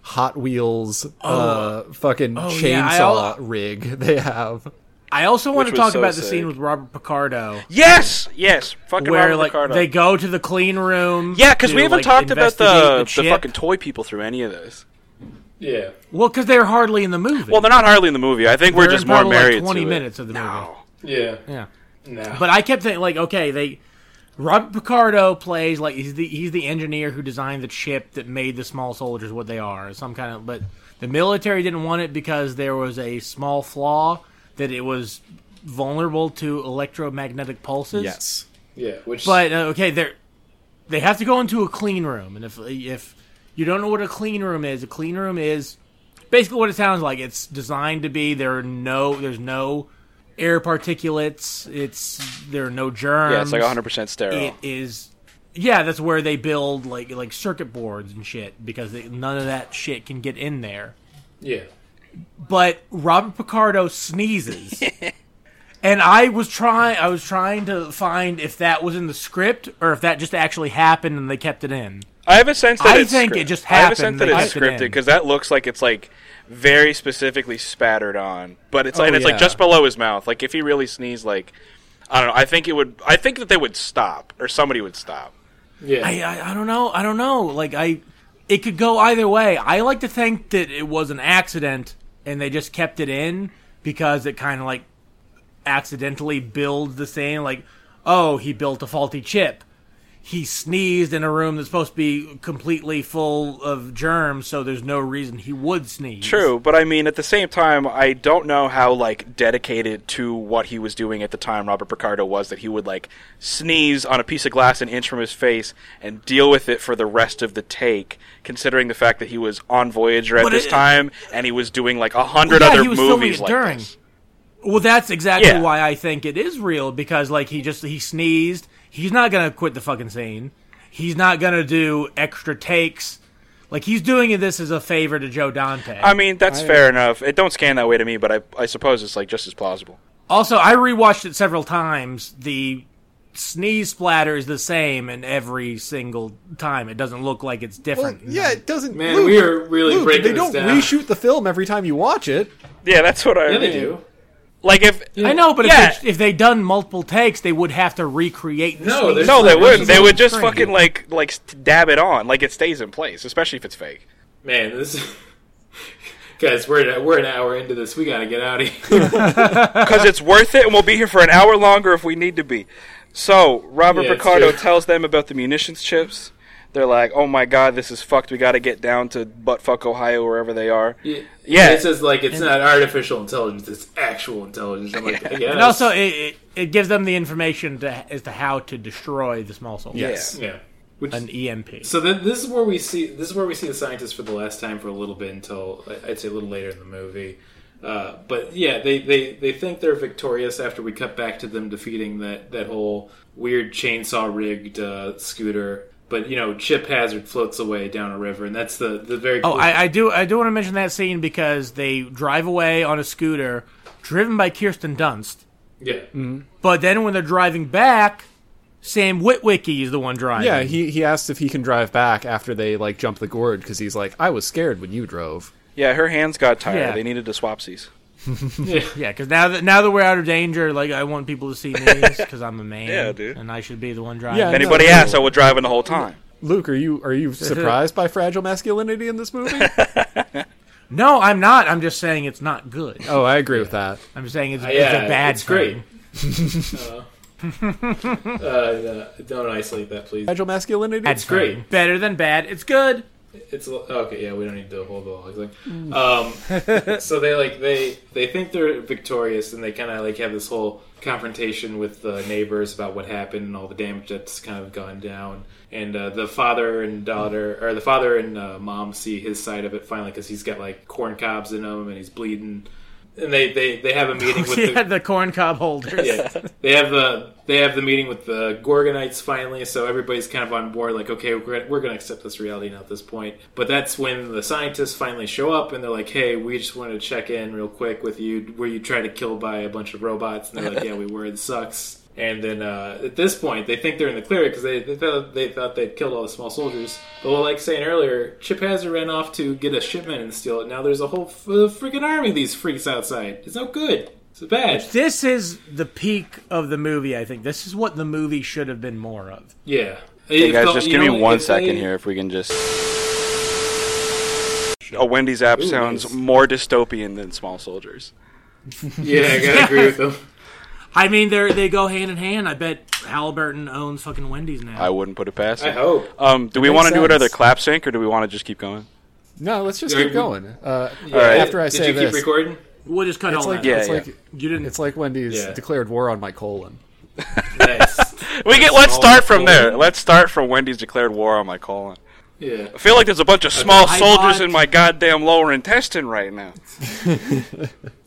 Speaker 1: Hot Wheels uh, fucking chainsaw
Speaker 4: yeah, I al-
Speaker 1: rig [LAUGHS] they have.
Speaker 4: I also want
Speaker 5: Which
Speaker 4: to
Speaker 5: was
Speaker 4: talk
Speaker 5: so
Speaker 4: about the
Speaker 5: sick.
Speaker 4: scene with Robert Picardo,
Speaker 5: Yes, yes. Fucking
Speaker 4: where
Speaker 5: Robert
Speaker 4: like
Speaker 5: Picardo.
Speaker 4: they go to the clean room.
Speaker 5: yeah, because
Speaker 4: to,
Speaker 5: we haven't
Speaker 4: like,
Speaker 5: talked about
Speaker 4: investigate
Speaker 5: the the,
Speaker 4: chip.
Speaker 5: fucking toy people through any of this.
Speaker 3: yeah
Speaker 4: Well, because they're hardly in the movie.
Speaker 5: Well, they're not hardly in the movie. I think we're
Speaker 4: They're
Speaker 5: just
Speaker 4: in
Speaker 5: more
Speaker 4: probably, like,
Speaker 5: married.
Speaker 4: Twenty
Speaker 5: to
Speaker 4: minutes
Speaker 5: it.
Speaker 4: of the movie.
Speaker 5: No.
Speaker 3: yeah
Speaker 4: Yeah.
Speaker 3: no
Speaker 4: But I kept thinking, like, okay, they Robert Picardo plays like he's the he's the engineer who designed the chip that made the small soldiers what they are, some kind of. But the military didn't want it because there was a small flaw that it was vulnerable to electromagnetic pulses.
Speaker 1: Yes,
Speaker 3: yeah which
Speaker 4: But uh, okay, they they have to go into a clean room, and if if you don't know what a clean room is, a clean room is basically what it sounds like. It's designed to be there are no there's no air particulates. It's there are no germs.
Speaker 5: Yeah, it's like 100 percent sterile.
Speaker 4: It is. Yeah, that's where they build like like circuit boards and shit because they, none of that shit can get in there
Speaker 3: yeah
Speaker 4: but Robert Picardo sneezes. [LAUGHS] and I was trying I was trying to find if that was in the script or if that just actually happened and they kept it in.
Speaker 5: I have a sense that
Speaker 4: I
Speaker 5: it's
Speaker 4: think
Speaker 5: script-
Speaker 4: it just
Speaker 5: I have a sense
Speaker 4: happened.
Speaker 5: that
Speaker 4: They
Speaker 5: it's
Speaker 4: typed it
Speaker 5: scripted
Speaker 4: in.
Speaker 5: because that looks like it's like very specifically spattered on, but
Speaker 4: Oh,
Speaker 5: it's like and it's
Speaker 1: yeah.
Speaker 5: like just below his mouth. Like if he really sneezed, like I don't know. I think it would. I think that they would stop or somebody would stop.
Speaker 3: yeah
Speaker 4: I, I I don't know. I don't know. Like I it could go either way. I like to think that it was an accident and they just kept it in because it kind of like accidentally builds the scene like oh, he built a faulty chip. He sneezed in a room that's supposed to be completely full of germs, so there's no reason he would sneeze.
Speaker 5: True, but I mean at the same time, I don't know how like dedicated to what he was doing at the time Robert Picardo was that he would like sneeze on a piece of glass an inch from his face and deal with it for the rest of the take, considering the fact that he was on Voyager at
Speaker 4: But
Speaker 5: this
Speaker 4: it-
Speaker 5: time and he was doing like a hundred
Speaker 4: Yeah,
Speaker 5: other
Speaker 4: he was filming
Speaker 5: movies
Speaker 4: it
Speaker 5: like
Speaker 4: during.
Speaker 5: this.
Speaker 4: Well, that's exactly
Speaker 5: Yeah.
Speaker 4: why I think it is real because, like, he just he sneezed. He's not gonna quit the fucking scene. he's not gonna do extra takes. Like he's doing this as a favor to Joe Dante.
Speaker 5: I mean, that's fair enough. It don't scan that way to me, but I, I suppose it's like just as plausible.
Speaker 4: also, I rewatched it several times. The sneeze splatter is the same in every single time. It doesn't look like it's
Speaker 1: Well,
Speaker 4: different.
Speaker 1: yeah, it doesn't.
Speaker 3: Man,
Speaker 1: Luke,
Speaker 3: we are really
Speaker 1: Luke,
Speaker 3: breaking
Speaker 1: They
Speaker 3: this
Speaker 1: don't
Speaker 3: down.
Speaker 1: reshoot the film every time you watch it.
Speaker 5: Yeah, that's what I
Speaker 3: Yeah,
Speaker 5: mean.
Speaker 3: they do.
Speaker 5: Like if
Speaker 4: I know, but
Speaker 5: Yeah.
Speaker 4: if, they, if they done multiple takes, they would have to recreate. The
Speaker 3: No, there's-
Speaker 4: sneeze
Speaker 5: no, they wouldn't. They would just
Speaker 4: Strange.
Speaker 5: fucking like like st- dab it on, like it stays in place, especially if it's fake.
Speaker 3: Man, this [LAUGHS] guys, we're we're an hour into this. We gotta get out of here.
Speaker 5: because it's worth it, and we'll be here for an hour longer if we need to be. So Robert
Speaker 3: Yeah, it's
Speaker 5: Picardo
Speaker 3: true.
Speaker 5: tells them about the munitions chips. They're like, "Oh my god, this is fucked. We got to get down to buttfuck Ohio, wherever they are." Yeah.
Speaker 3: it says like it's not artificial intelligence; it's actual intelligence. I'm like, yeah.
Speaker 4: And also, it, it, it gives them the information to, as to how to destroy the small soldier.
Speaker 5: Yes.
Speaker 3: yeah. Which,
Speaker 4: An E EMP.
Speaker 3: so then this is where we see this is where we see the scientists for the last time for a little bit until I- I'd say a little later in the movie. Uh, but yeah, they, they, they think they're victorious after we cut back to them defeating that, that whole weird chainsaw rigged uh, scooter. But you know, Chip Hazard floats away down a river, and that's the the very
Speaker 4: Oh, I, I do I do want to mention that scene because they drive away on a scooter driven by Kirsten Dunst.
Speaker 3: yeah
Speaker 4: But then when they're driving back, Sam Witwicky is the one driving.
Speaker 1: Yeah, he he asks if he can drive back after they like jump the gorge because he's [LAUGHS] like, I was scared when you drove.
Speaker 5: Yeah, her hands got tired.
Speaker 4: Yeah.
Speaker 5: They needed to swap seas.
Speaker 4: yeah. Because now that now that we're out of danger, like I want people to see me because I'm a man.
Speaker 5: Yeah, dude.
Speaker 4: And I should be the one driving.
Speaker 1: Yeah,
Speaker 5: If anybody
Speaker 1: no.
Speaker 5: asked, I would drive in the whole time.
Speaker 1: Luke, are you are [LAUGHS] you surprised by fragile masculinity in this movie?
Speaker 4: No, I'm not. I'm just saying it's not good.
Speaker 1: oh, I agree with that.
Speaker 4: I'm saying it's,
Speaker 3: yeah
Speaker 4: it's a bad
Speaker 3: it's
Speaker 4: thing.
Speaker 3: great. uh, uh, don't isolate that, please.
Speaker 1: Fragile masculinity. [LAUGHS]
Speaker 4: Bad thing.
Speaker 3: great.
Speaker 4: Better than bad. It's good.
Speaker 3: It's a- okay. Yeah, we don't need to hold the whole thing. Um, so they like they they think they're victorious, and they kind of like have this whole confrontation with the neighbors about what happened and all the damage that's kind of gone down. And uh, the father and daughter, or the father and uh, mom, see his side of it finally because he's got like corn cobs in him and he's bleeding. And they they they have a
Speaker 4: [LAUGHS]
Speaker 3: meeting with
Speaker 4: yeah,
Speaker 3: the,
Speaker 4: the, corn cob holders.
Speaker 3: yeah. They have the they have the meeting with the Gorgonites finally, so everybody's kind of on board. Like, okay, we're gonna, we're going to accept this reality now at this point. But that's when the scientists finally show up, and they're like, "Hey, we just wanted to check in real quick with you. Were you tried to kill by a bunch of robots?" And they're like, "Yeah, we were. It sucks." And then uh, at this point, they think they're in the clear because they, they thought they thought they'd killed all the small soldiers. But well, like saying earlier, Chip Hazard ran off to get a shipment and steal it. Now there's a whole f- uh, freaking army of these freaks outside. It's no good. It's bad.
Speaker 4: This is the peak of the movie, I think. This is what the movie should have been more of.
Speaker 3: Yeah.
Speaker 5: Hey guys, just give me one second here, if we can just. A Wendy's app sounds
Speaker 3: nice.
Speaker 5: more dystopian than Small Soldiers.
Speaker 3: [LAUGHS] Yeah, I gotta agree with them.
Speaker 4: I mean, they they go hand in hand. I bet Halliburton owns fucking Wendy's now.
Speaker 5: I wouldn't put it
Speaker 3: [LAUGHS]
Speaker 5: past.
Speaker 3: I
Speaker 5: it.
Speaker 3: hope.
Speaker 5: Um, do we
Speaker 1: makes
Speaker 5: want to do
Speaker 1: sense.
Speaker 5: another clap sync, or do we want to just keep going?
Speaker 1: No, let's just
Speaker 3: Yeah,
Speaker 1: keep
Speaker 3: we-
Speaker 1: going. Uh,
Speaker 5: right.
Speaker 1: After I
Speaker 3: Did
Speaker 1: say
Speaker 3: you
Speaker 1: this,
Speaker 3: keep recording?
Speaker 4: we'll just cut
Speaker 1: it's
Speaker 4: all
Speaker 1: like
Speaker 4: that.
Speaker 5: Yeah,
Speaker 1: it's
Speaker 5: yeah.
Speaker 1: like
Speaker 4: You didn't.
Speaker 1: it's like Wendy's
Speaker 3: Yeah.
Speaker 1: declared war on my colon.
Speaker 3: Nice.
Speaker 5: We get. Let's
Speaker 3: Small
Speaker 5: start from there.
Speaker 3: colon.
Speaker 5: Let's start from Wendy's declared war on my colon.
Speaker 3: [LAUGHS] yeah.
Speaker 5: I feel like there's a bunch of small
Speaker 4: I
Speaker 5: soldiers
Speaker 4: thought-
Speaker 5: in my goddamn lower intestine right now.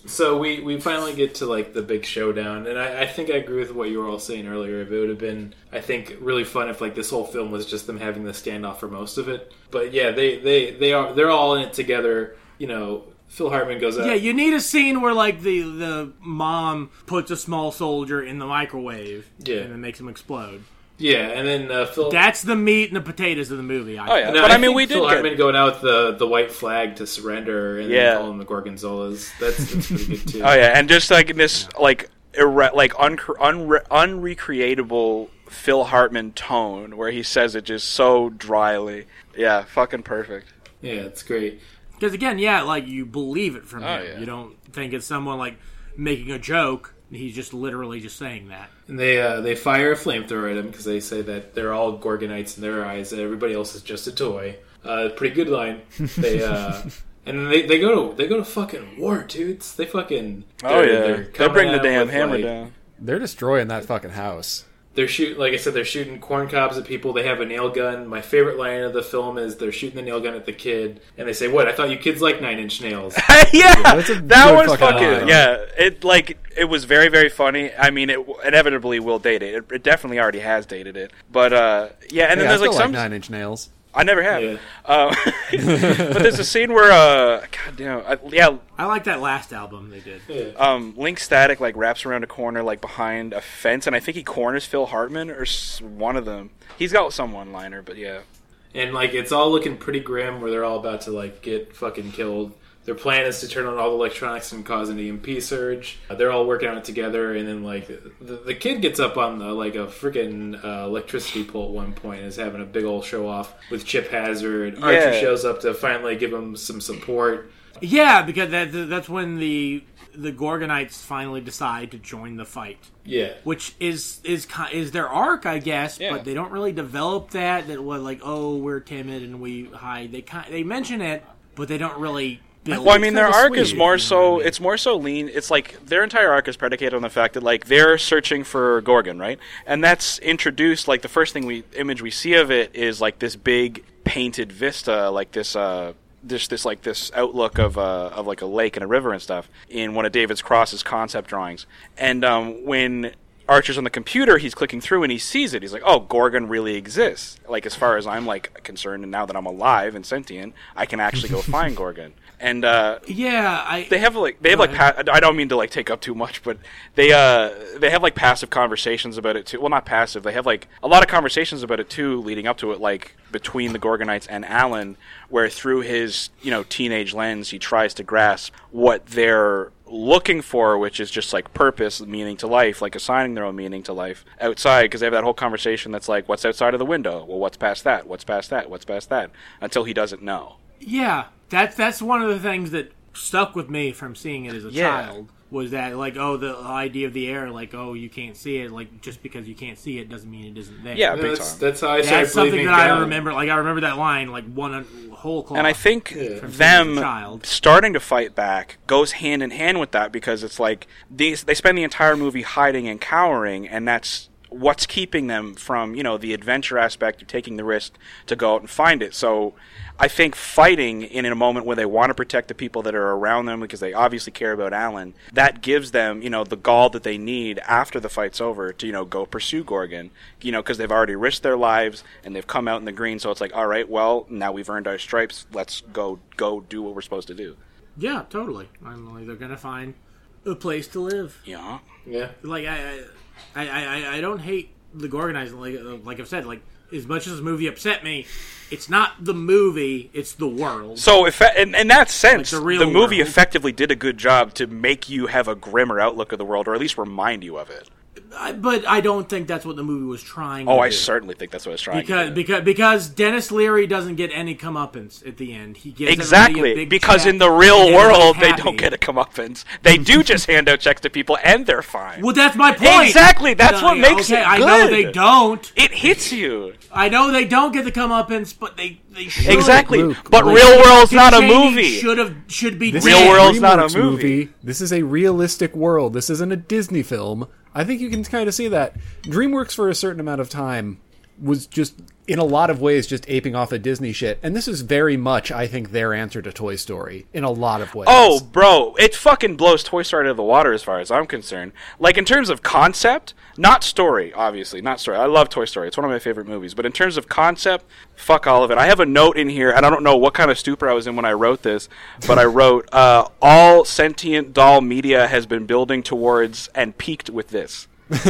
Speaker 3: So we, we finally get to like the big showdown, and I, I think I agree with what you were all saying earlier. If it would have been, I think, really fun if like this whole film was just them having the standoff for most of it. But yeah, they they they are they're all in it together. You know, Phil Hartman goes out.
Speaker 4: yeah, you need a scene where like the the mom puts a small soldier in the microwave.
Speaker 3: Yeah.
Speaker 4: and then makes him explode.
Speaker 3: yeah, and then uh, Phil.
Speaker 4: That's the meat and the potatoes of the movie. I
Speaker 5: Oh yeah,
Speaker 3: No,
Speaker 5: but I, mean
Speaker 3: think
Speaker 5: we did.
Speaker 3: Phil
Speaker 5: Get,
Speaker 3: Hartman going out with the the white flag to surrender and
Speaker 5: Yeah.
Speaker 3: then call them the Gorgonzolas. That's, that's pretty good
Speaker 5: [LAUGHS]
Speaker 3: too.
Speaker 5: oh yeah, and just like in this, like irre- like unre- unre- unrecreatable Phil Hartman tone where he says it just so dryly. Yeah, fucking perfect.
Speaker 3: yeah, it's great.
Speaker 4: Because again, yeah, like you believe it from him.
Speaker 5: Oh, yeah.
Speaker 4: You don't think it's someone like making a joke. He's just literally just saying that.
Speaker 3: And they uh, they fire a flamethrower at him because they say that they're all Gorgonites in their eyes, and everybody else is just a toy. Uh, pretty good line. They uh, and then they, they go to they go to fucking war, dudes. They fucking
Speaker 5: Oh
Speaker 3: they're-
Speaker 5: yeah,
Speaker 3: they're
Speaker 5: they
Speaker 3: coming
Speaker 5: bring the
Speaker 3: at him
Speaker 5: damn
Speaker 3: with,
Speaker 5: hammer
Speaker 3: like-
Speaker 5: down.
Speaker 1: They're destroying that fucking house.
Speaker 3: They're shooting, like I said, they're shooting corn cobs at people. They have a nail gun. My favorite line of the film is they're shooting the nail gun at the kid, and they say, "What? I thought you kids like nine inch nails."
Speaker 5: [LAUGHS] yeah,
Speaker 1: that's a
Speaker 5: that
Speaker 1: good
Speaker 5: was
Speaker 1: fucking
Speaker 5: fucking
Speaker 1: line.
Speaker 5: yeah. It like it was very very funny. I mean, it w- inevitably will date it. it. It definitely already has dated it. But uh, yeah, and then
Speaker 1: Yeah, I
Speaker 5: there's
Speaker 1: still
Speaker 5: like
Speaker 1: like,
Speaker 5: some
Speaker 1: nine inch nails.
Speaker 5: I never have.
Speaker 3: Yeah.
Speaker 5: Uh, [LAUGHS] but there's a scene where uh, God damn, I, yeah,
Speaker 4: I like that last album they did.
Speaker 5: um, Link Static like wraps around a corner like behind a fence, and I think he corners Phil Hartman or s- one of them. He's got some one liner, but yeah.
Speaker 3: and like it's all looking pretty grim where they're all about to like get fucking killed their plan is to turn on all the electronics and cause an emp surge Uh, they're all working on it together and then like the, the kid gets up on the like a freaking uh, electricity pole at one point and is having a big old show off with chip hazard archer
Speaker 5: Yeah.
Speaker 3: shows up to finally give him some support
Speaker 4: Yeah, because that, that's when the the Gorgonites finally decide to join the fight,
Speaker 3: yeah
Speaker 4: which is is ki- is their arc, I guess.
Speaker 5: Yeah.
Speaker 4: But they don't really develop that. That was like, oh, we're timid and we hide. They ki they mention it, but they don't really. Build
Speaker 5: Well, I
Speaker 4: it.
Speaker 5: mean,
Speaker 1: kinda
Speaker 5: their arc is
Speaker 1: sweet,
Speaker 5: more
Speaker 1: you know
Speaker 5: so. It's more so lean. It's like their entire arc is predicated on the fact that like they're searching for Gorgon, right? And that's introduced like the first thing we image we see of it is like this big painted vista, like this. uh this, this like this outlook of uh, of like a lake and a river and stuff in one of David's Cross's concept drawings, and um, when Archer's on the computer, he's clicking through and he sees it. He's like, "Oh, Gorgon really exists." Like as far as I'm like concerned, and now that I'm alive and sentient, I can actually go find Gorgon. And uh,
Speaker 4: yeah, I
Speaker 5: they have like they have like pa- I don't mean to like take up too much, but they uh they have like passive conversations about it too. Well, not passive. They have like a lot of conversations about it too, leading up to it, like between the Gorgonites and Alan, where through his you know teenage lens, he tries to grasp what they're looking for, which is just like purpose, meaning to life, like assigning their own meaning to life outside. Because they have that whole conversation that's like, what's outside of the window? Well, what's past that? What's past that? What's past that? Until he doesn't know.
Speaker 4: Yeah, that's that's one of the things that stuck with me from seeing it as a
Speaker 5: Yeah.
Speaker 4: child was that like oh the idea of the air like oh you can't see it like just because you can't see it doesn't mean it isn't there.
Speaker 5: Yeah,
Speaker 3: And
Speaker 5: big
Speaker 3: that's,
Speaker 5: time.
Speaker 3: that's how i started
Speaker 4: that's something
Speaker 3: believing
Speaker 4: that I
Speaker 3: God.
Speaker 4: remember. Like I remember that line like one uh, whole cloth.
Speaker 5: And I think
Speaker 4: As a
Speaker 5: them
Speaker 4: child.
Speaker 5: starting to fight back goes hand in hand with that because it's like these they spend the entire movie hiding and cowering, and that's what's keeping them from you know the adventure aspect of taking the risk to go out and find it. So I think fighting in a moment where they want to protect the people that are around them because they obviously care about Alan, that gives them you know the gall that they need after the fight's over to you know go pursue Gorgon, you know because they've already risked their lives and they've come out in the green. So it's like all right, well now we've earned our stripes. Let's go go do what we're supposed to do.
Speaker 4: yeah, totally. I'm like they're gonna find a place to live.
Speaker 5: Yeah.
Speaker 3: yeah
Speaker 4: Like I, I, I, I, I don't hate the Gorgonizing. Like uh, like I've said, like as much as this movie upset me, it's not the movie, it's the world.
Speaker 5: So, if, in, in that sense,
Speaker 4: Like the
Speaker 5: the,
Speaker 4: real
Speaker 5: movie
Speaker 4: world.
Speaker 5: effectively did a good job to make you have a grimmer outlook of the world, or at least remind you of it.
Speaker 4: I, but I don't think that's what the movie was trying.
Speaker 5: Oh,
Speaker 4: to
Speaker 5: I
Speaker 4: do.
Speaker 5: certainly think that's what I was trying
Speaker 4: because
Speaker 5: to do.
Speaker 4: because because Dennis Leary doesn't get any comeuppance at the end. He gets
Speaker 5: Exactly, because in the real world, they don't get a comeuppance. They do [LAUGHS] just hand out checks to people, and they're fine.
Speaker 4: Well, that's my point.
Speaker 5: Exactly, that's
Speaker 4: Uh,
Speaker 5: what makes
Speaker 4: okay,
Speaker 5: it
Speaker 4: I know
Speaker 5: good.
Speaker 4: they don't.
Speaker 5: it hits you
Speaker 4: I know they don't get the comeuppance, but they they should.
Speaker 5: exactly,
Speaker 1: Luke,
Speaker 5: but
Speaker 1: Luke.
Speaker 5: real world's not a
Speaker 4: Chaney
Speaker 5: movie.
Speaker 4: Should have should be
Speaker 1: This
Speaker 5: Real
Speaker 1: is
Speaker 4: dead.
Speaker 1: a
Speaker 5: world's not a
Speaker 1: DreamWorks
Speaker 5: movie.
Speaker 1: This is a realistic world. This isn't a Disney film. I think you can kind of see that. DreamWorks for a certain amount of time was just in a lot of ways just aping off of Disney shit, and this is very much I think their answer to Toy Story in a lot of ways.
Speaker 5: Oh, bro, it fucking blows Toy Story out of the water as far as I'm concerned. Like in terms of concept, not story, obviously, not story. I love Toy Story; it's one of my favorite movies. But in terms of concept, fuck all of it. I have a note in here, and I don't know what kind of stupor I was in when I wrote this, but I wrote, [LAUGHS] uh, "All sentient doll media has been building towards and peaked with this."
Speaker 3: damn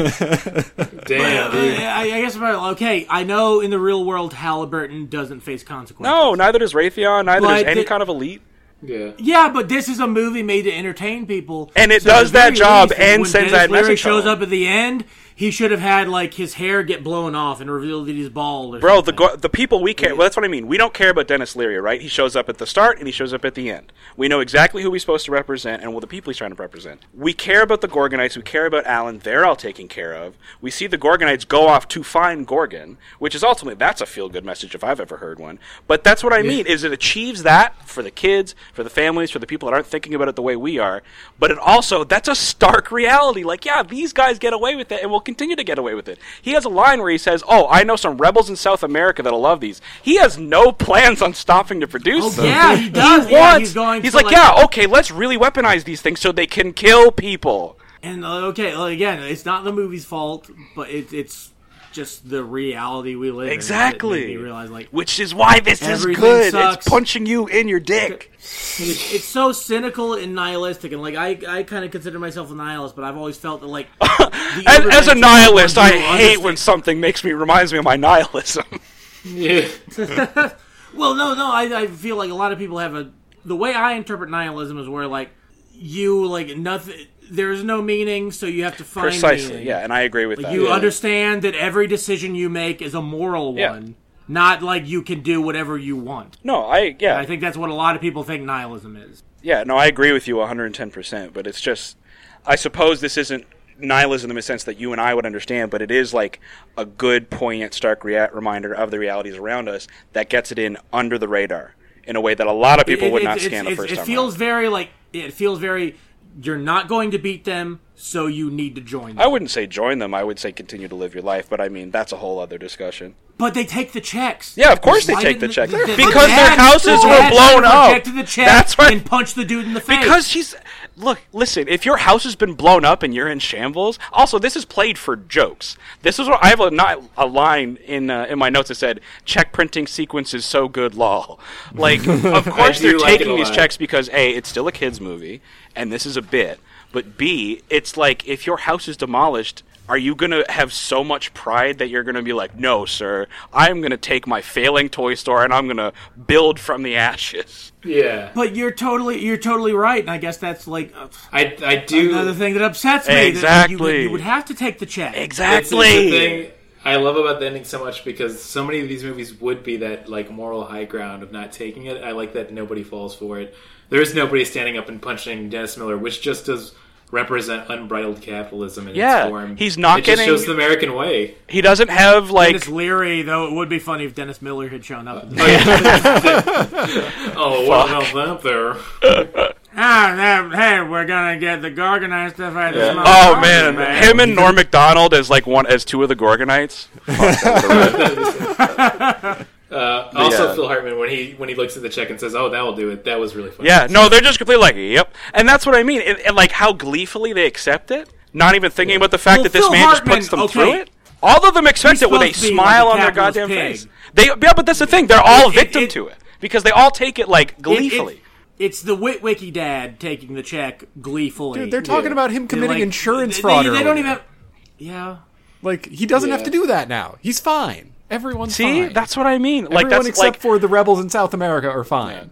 Speaker 3: dude.
Speaker 4: I, I guess about okay. I know in the real world, Halliburton doesn't face consequences.
Speaker 5: No, neither does Raytheon. Neither
Speaker 4: But
Speaker 5: does any
Speaker 4: the-
Speaker 5: kind of elite.
Speaker 3: yeah
Speaker 4: [LAUGHS] Yeah, but this is a movie made to entertain people,
Speaker 5: And it
Speaker 4: at
Speaker 5: does
Speaker 4: the
Speaker 5: that
Speaker 4: very
Speaker 5: job
Speaker 4: least,
Speaker 5: and
Speaker 4: when
Speaker 5: sends
Speaker 4: Dennis
Speaker 5: that
Speaker 4: Leary
Speaker 5: message
Speaker 4: shows
Speaker 5: home.
Speaker 4: up at the end. He should have had like his hair get blown off and revealed that he's bald. Or
Speaker 5: Bro, the
Speaker 4: something.
Speaker 5: go- the people we care. Well, that's what I mean. We don't care about Dennis Leary, right? He shows up at the start and he shows up at the end. We know exactly who he's supposed to represent and well, the people he's trying to represent. We care about the Gorgonites. We care about Alan. They're all taken care of. We see the Gorgonites go off to find Gorgon, which is ultimately that's a feel good message if I've ever heard one. But that's what I mean. Is it achieves that for the kids, for the families, for the people that aren't thinking about it the way we are. But it also that's a stark reality. Like, yeah, these guys get away with it, and we'll continue to get away with it. He has a line where he says, "Oh, I know some rebels in South America that'll love these." He has no plans on stopping to produce them.
Speaker 4: Oh, yeah, he does.
Speaker 5: He
Speaker 4: Yeah,
Speaker 5: wants.
Speaker 4: he's going for,
Speaker 5: like,
Speaker 4: like-
Speaker 5: "Yeah, okay, let's really weaponize these things so they can kill people."
Speaker 4: And uh, okay, well, again, it's not the movie's fault, but it, it's just the reality we live in.
Speaker 5: Exactly.
Speaker 4: Exactly. You realize, like,
Speaker 5: Which is why this is
Speaker 4: Everything
Speaker 5: good.
Speaker 4: sucks.
Speaker 5: It's punching you in your dick.
Speaker 4: it's so cynical and nihilistic, and like I, I kind of consider myself a nihilist, but I've always felt that
Speaker 5: [LAUGHS]
Speaker 4: like, the
Speaker 5: And as a
Speaker 4: overmensch-
Speaker 5: nihilist, I
Speaker 4: you
Speaker 5: hate
Speaker 4: understand-
Speaker 5: when something makes me reminds me of
Speaker 4: [LAUGHS]
Speaker 5: my nihilism.
Speaker 3: Yeah. [LAUGHS]
Speaker 4: Well, no, no, I, I feel like a lot of people have a. The way I interpret nihilism is where like you like nothing. There's no meaning, so you have to find
Speaker 5: Precisely.
Speaker 4: meaning.
Speaker 5: Yeah, and I agree with that.
Speaker 4: You
Speaker 5: Yeah.
Speaker 4: understand that every decision you make is a moral
Speaker 5: Yeah.
Speaker 4: one, not like you can do whatever you want.
Speaker 5: no, I yeah.
Speaker 4: I think that's what a lot of people think nihilism is.
Speaker 5: Yeah, no, I agree with you 110%, but it's just I suppose this isn't nihilism in the sense that you and I would understand, but it is like a good poignant stark rea- reminder of the realities around us that gets it in under the radar in a way that a lot of people
Speaker 4: It-
Speaker 5: would
Speaker 4: it-
Speaker 5: not
Speaker 4: it's-
Speaker 5: scan the
Speaker 4: it's-
Speaker 5: first
Speaker 4: It
Speaker 5: time.
Speaker 4: feels
Speaker 5: around.
Speaker 4: very like it feels very. You're not going to beat them, so you need to join
Speaker 5: I
Speaker 4: them.
Speaker 5: wouldn't say join them, I would say continue to live your life, but I mean that's a whole other discussion.
Speaker 4: But they take the checks.
Speaker 5: Yeah, of course they
Speaker 4: Why
Speaker 5: take the
Speaker 4: didn't
Speaker 5: checks. Because their
Speaker 4: dad-
Speaker 5: houses
Speaker 4: the
Speaker 5: were
Speaker 4: dad
Speaker 5: blown
Speaker 4: never
Speaker 5: up.
Speaker 4: rejected The check
Speaker 5: That's right.
Speaker 4: And punched the dude in the face.
Speaker 5: Because she's look, listen. If your house has been blown up and you're in shambles, also this is played for jokes. This is what I have a, not, a line in uh, in my notes that said check printing sequence is so good, lol.
Speaker 3: [LAUGHS]
Speaker 5: Like, of course
Speaker 3: do
Speaker 5: they're
Speaker 3: like it
Speaker 5: taking
Speaker 3: a
Speaker 5: these
Speaker 3: lot.
Speaker 5: checks because a it's still a kids movie and this is a bit, but b it's like if your house is demolished. Are you gonna have so much pride that you're gonna be like, no, sir, I'm gonna take my failing toy store and I'm gonna build from the ashes?
Speaker 3: Yeah.
Speaker 4: But you're totally you're totally right, and I guess that's like uh,
Speaker 3: I, I do.
Speaker 4: another thing that upsets me. That you, would-
Speaker 5: Exactly.
Speaker 4: you would have to take the check.
Speaker 3: This
Speaker 5: Exactly.
Speaker 3: is the thing I love about the ending so much because so many of these movies would be that like moral high ground of not taking it. I like that nobody falls for it. There is nobody standing up and punching Dennis Miller, which just does represent unbridled capitalism in
Speaker 5: Yeah,
Speaker 3: its form.
Speaker 5: he's not
Speaker 3: it
Speaker 5: getting-
Speaker 3: Just shows the American way.
Speaker 5: He doesn't have like
Speaker 4: Dennis Leary, though, it would be funny if Dennis Miller had shown up.
Speaker 3: Oh, what about that there?
Speaker 4: ah, that- hey, we're gonna get the Gorgonite stuff out of this motherfucker,
Speaker 5: Oh man. him and Norm Macdonald as like one as two of the Gorgonites.
Speaker 3: Also,
Speaker 5: Yeah.
Speaker 3: Phil Hartman when he when he looks at the check and says, "Oh, that will do it." That was really funny.
Speaker 5: Yeah, no, they're just completely like, yep. And that's what I mean, and, and, like how gleefully they accept it, not even thinking about the fact
Speaker 4: Well,
Speaker 5: that this
Speaker 4: Phil
Speaker 5: man
Speaker 4: Hartman,
Speaker 5: just puts them
Speaker 4: okay.
Speaker 5: through it. All of them expect
Speaker 4: He's
Speaker 5: it with a
Speaker 4: supposed to be
Speaker 5: smile
Speaker 4: like a
Speaker 5: on their
Speaker 4: capitalist
Speaker 5: goddamn
Speaker 4: pig.
Speaker 5: face. They, yeah, but that's the thing; they're all
Speaker 4: It- it-
Speaker 5: victim
Speaker 4: it-
Speaker 5: to it because they all take it like
Speaker 4: It- it-
Speaker 5: gleefully.
Speaker 4: it's the Wit Wiki Dad taking the check gleefully.
Speaker 1: Dude, they're talking about him committing
Speaker 4: like,
Speaker 1: insurance
Speaker 4: they-
Speaker 1: fraud.
Speaker 4: They, they don't
Speaker 1: earlier.
Speaker 4: even. Have, yeah.
Speaker 1: like he doesn't have
Speaker 3: Yeah.
Speaker 1: to do that now. He's fine. Everyone's
Speaker 5: See,
Speaker 1: fine.
Speaker 5: that's what I mean. Like
Speaker 1: everyone
Speaker 5: that's
Speaker 1: except
Speaker 5: like
Speaker 1: for the rebels in South America are fine.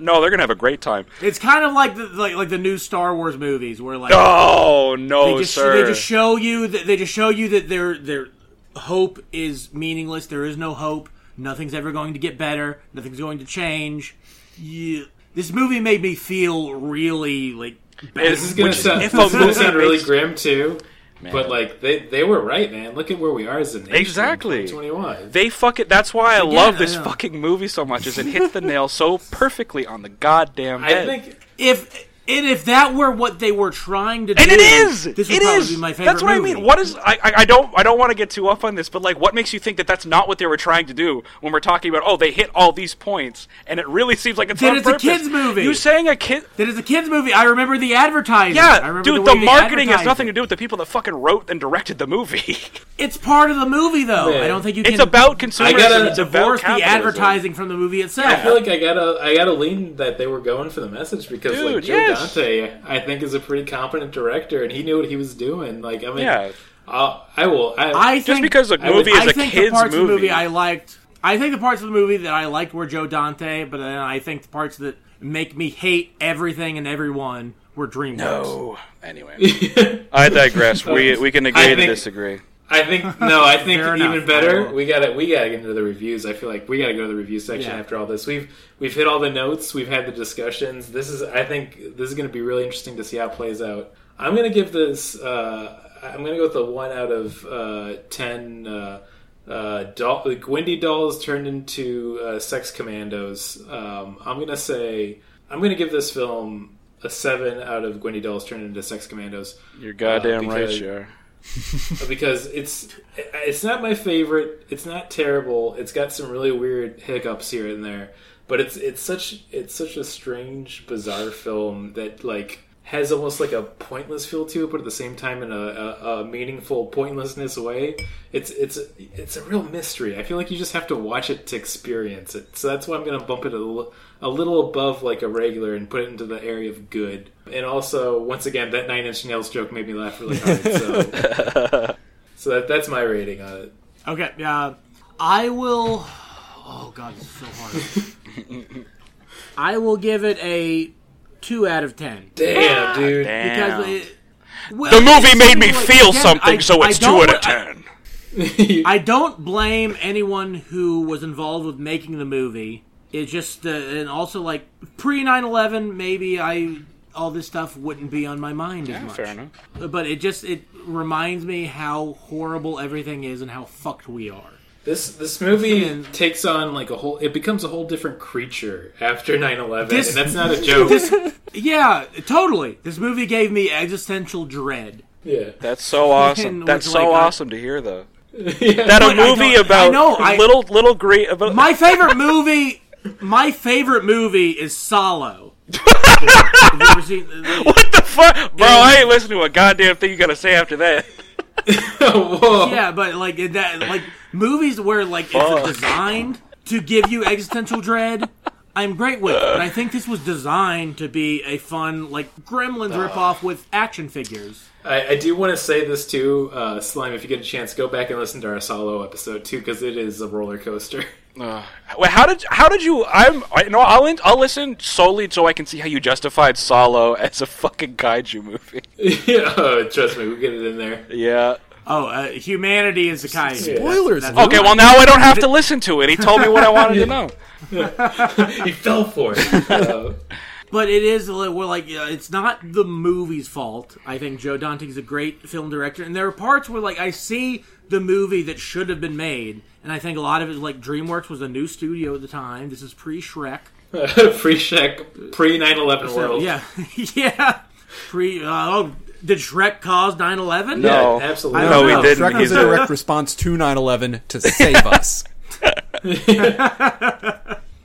Speaker 5: no, they're gonna have a great time.
Speaker 4: It's kind of like the like, like the new Star Wars movies where like
Speaker 5: Oh no,
Speaker 4: they just
Speaker 5: sir!
Speaker 4: they just show you that they just show you that their their hope is meaningless. There is no hope. Nothing's ever going to get better. Nothing's going to change. You, this movie made me feel really like bad.
Speaker 3: This is gonna sound,
Speaker 5: if
Speaker 3: [LAUGHS] this
Speaker 5: a
Speaker 3: is
Speaker 5: [LAUGHS]
Speaker 3: gonna
Speaker 5: movie
Speaker 3: sound really
Speaker 5: makes-
Speaker 3: grim too. But like they they were right, man. Look at where we are as a nation.
Speaker 5: Exactly.
Speaker 3: twenty one.
Speaker 5: They fuck it. That's why I love
Speaker 4: I
Speaker 5: this
Speaker 4: know.
Speaker 5: fucking movie so much. Is it hits the nail so perfectly on the goddamn
Speaker 3: I
Speaker 5: head?
Speaker 3: think
Speaker 4: if and if that were what they were trying to
Speaker 5: and
Speaker 4: do,
Speaker 5: it is. It
Speaker 4: This would probably
Speaker 5: is.
Speaker 4: be my favorite.
Speaker 5: That's what I mean.
Speaker 4: movie.
Speaker 5: What is? I, I I don't. I don't want to get too up on this, but like, what makes you think that that's not what they were trying to do when we're talking about? Oh, they hit all these points, and it really seems like it's
Speaker 4: Then
Speaker 5: on
Speaker 4: it's a
Speaker 5: purpose.
Speaker 4: kids' movie.
Speaker 5: You saying a kid?
Speaker 4: That is a kids movie. I remember the advertising. I
Speaker 5: Yeah,
Speaker 4: remember
Speaker 5: dude.
Speaker 4: way
Speaker 5: The,
Speaker 4: they
Speaker 5: marketing has
Speaker 4: advertised
Speaker 5: nothing
Speaker 4: it.
Speaker 5: to do with the people that fucking wrote and directed the movie. [LAUGHS]
Speaker 4: It's part of the movie, though. I don't think you can.
Speaker 5: it's about consumerism.
Speaker 3: gotta
Speaker 5: it's about
Speaker 4: divorce the
Speaker 5: capitalism.
Speaker 4: advertising from the movie itself.
Speaker 3: I feel like I gotta I gotta lean that they were going for the message because like
Speaker 5: Dude,
Speaker 3: Joe
Speaker 5: yes.
Speaker 3: Dante I think is a pretty competent director and he knew what he was doing. Like I mean,
Speaker 5: Yeah.
Speaker 3: I'll, I will. I,
Speaker 4: I think,
Speaker 5: Just because a
Speaker 3: would-
Speaker 5: movie is
Speaker 4: I
Speaker 5: a
Speaker 4: think
Speaker 5: kids
Speaker 4: the parts
Speaker 5: movie,
Speaker 4: of the movie I liked. I think the parts of the movie that I liked were Joe Dante, but then I think the parts that make me hate everything and everyone were DreamWorks.
Speaker 5: Oh,
Speaker 4: [LAUGHS]
Speaker 5: anyway, I digress. We we can agree
Speaker 3: I
Speaker 5: to
Speaker 3: think-
Speaker 5: disagree.
Speaker 3: I think no.
Speaker 4: [LAUGHS]
Speaker 3: I think
Speaker 4: Fair
Speaker 3: even
Speaker 4: enough. I
Speaker 3: better.
Speaker 4: will.
Speaker 3: We gotta we gotta get into the reviews. I feel like we gotta go to the review section
Speaker 4: Yeah.
Speaker 3: after all this. We've we've hit all the notes. We've had the discussions. This is I think this is gonna be really interesting to see how it plays out. I'm gonna give this. Uh, I'm gonna go with the one out of uh, ten. Uh, uh, doll, Gwendy dolls turned into uh, sex commandos. Um, I'm gonna say I'm gonna give this film a seven out of Gwendy dolls turned into sex commandos.
Speaker 5: You're goddamn
Speaker 3: Uh,
Speaker 5: right,
Speaker 3: because-
Speaker 5: you are.
Speaker 3: because it's it's not my favorite. It's not terrible. It's got some really weird hiccups here and there, but it's it's such it's such a strange, bizarre film that like has almost like a pointless feel to it, but at the same time in a, a, a meaningful pointlessness way. It's it's it's a real mystery. I feel like you just have to watch it to experience it. So that's why I'm gonna bump it a, l- a little above like a regular and put it into the area of good. And also, once again, that Nine Inch Nails joke made me laugh really hard. So. So that, that's my rating on it.
Speaker 4: Okay, uh, I will. Oh god, this is so hard. I will give it a two out of ten. Ah!
Speaker 3: Damn, dude.
Speaker 5: Damn.
Speaker 4: it- well,
Speaker 5: the movie
Speaker 4: it's
Speaker 5: made me
Speaker 4: like-
Speaker 5: feel
Speaker 4: again, I-
Speaker 5: something, so
Speaker 4: I
Speaker 5: it's
Speaker 4: don't
Speaker 5: two out
Speaker 4: wa-
Speaker 5: of ten.
Speaker 4: I, I don't blame anyone who was involved with making the movie. It just uh, and also like pre 9-11, maybe I all this stuff wouldn't be on my mind as much.
Speaker 5: Fair enough.
Speaker 4: But it just it reminds me how horrible everything is and how fucked we are.
Speaker 3: This this movie
Speaker 4: And-
Speaker 3: takes on like a whole. It becomes a whole different creature after 9-11,
Speaker 4: This-
Speaker 3: and that's not a joke.
Speaker 4: Yeah, totally. This movie gave me existential dread.
Speaker 3: [LAUGHS] yeah,
Speaker 5: That's so
Speaker 4: [LAUGHS]
Speaker 5: awesome.
Speaker 4: was
Speaker 5: That's so
Speaker 4: like a-
Speaker 5: awesome to hear, though. That a
Speaker 4: But I
Speaker 5: movie
Speaker 4: don't- I
Speaker 5: about
Speaker 4: know, I-
Speaker 5: little little great about
Speaker 4: My favorite movie, my favorite movie is Solo. [LAUGHS] Have you ever seen-
Speaker 5: [LAUGHS]
Speaker 4: uh,
Speaker 5: what the fuck, bro? I ain't listening to a goddamn thing you gotta say after that.
Speaker 3: whoa.
Speaker 4: [LAUGHS] yeah, but like that, like movies where like
Speaker 5: Fuck.
Speaker 4: it's designed to give you existential dread. I'm great with, but I think this was designed to be a fun like Gremlins ripoff with action figures.
Speaker 3: I, I do want to say this too, uh, Slime. If you get a chance, go back and listen to our solo episode too, because it is a roller coaster. [LAUGHS]
Speaker 5: Wait, how did how did you? I'm I, no, I'll in- I'll listen solely so I can see how you justified Solo as a fucking kaiju movie.
Speaker 3: yeah, oh, trust me, we get it in there.
Speaker 5: Yeah.
Speaker 4: Oh, uh, humanity is a kaiju.
Speaker 1: Spoilers.
Speaker 4: That's-
Speaker 1: Lou.
Speaker 5: Okay, well now I don't have to listen to it. He told me what
Speaker 4: [LAUGHS]
Speaker 5: I wanted to know.
Speaker 3: He fell for it. [LAUGHS] Uh,
Speaker 4: But it is like, we're like uh, it's not the movie's fault. I think Joe Dante's a great film director, and there are parts where like I see the movie that should have been made, and I think a lot of it like DreamWorks was a new studio at the time. This is pre Shrek,
Speaker 3: pre Shrek, pre 9-11 world.
Speaker 4: yeah, [LAUGHS] yeah, pre. Uh, oh, did Shrek cause 9-11?
Speaker 3: Yeah,
Speaker 5: No.
Speaker 3: absolutely.
Speaker 4: I don't
Speaker 5: No, he
Speaker 4: know.
Speaker 5: didn't.
Speaker 1: Shrek was a
Speaker 5: either.
Speaker 1: direct response to 9/11 to save
Speaker 5: [LAUGHS]
Speaker 1: us.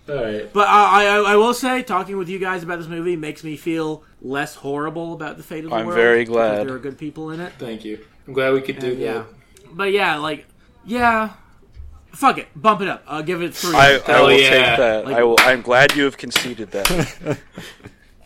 Speaker 3: All right.
Speaker 4: But I, I, I will say, talking with you guys about this movie makes me feel less horrible about the fate of the
Speaker 5: I'm
Speaker 4: world.
Speaker 5: very
Speaker 4: because
Speaker 5: glad.
Speaker 4: there are good people in it.
Speaker 3: Thank you. I'm glad we could do
Speaker 4: Yeah.
Speaker 3: that.
Speaker 4: But yeah, like, yeah. Fuck it. Bump it up. I'll give it three.
Speaker 5: I, I
Speaker 3: Hell
Speaker 5: will
Speaker 3: yeah.
Speaker 5: take that. I will. I'm glad you have conceded
Speaker 3: [LAUGHS]
Speaker 5: that.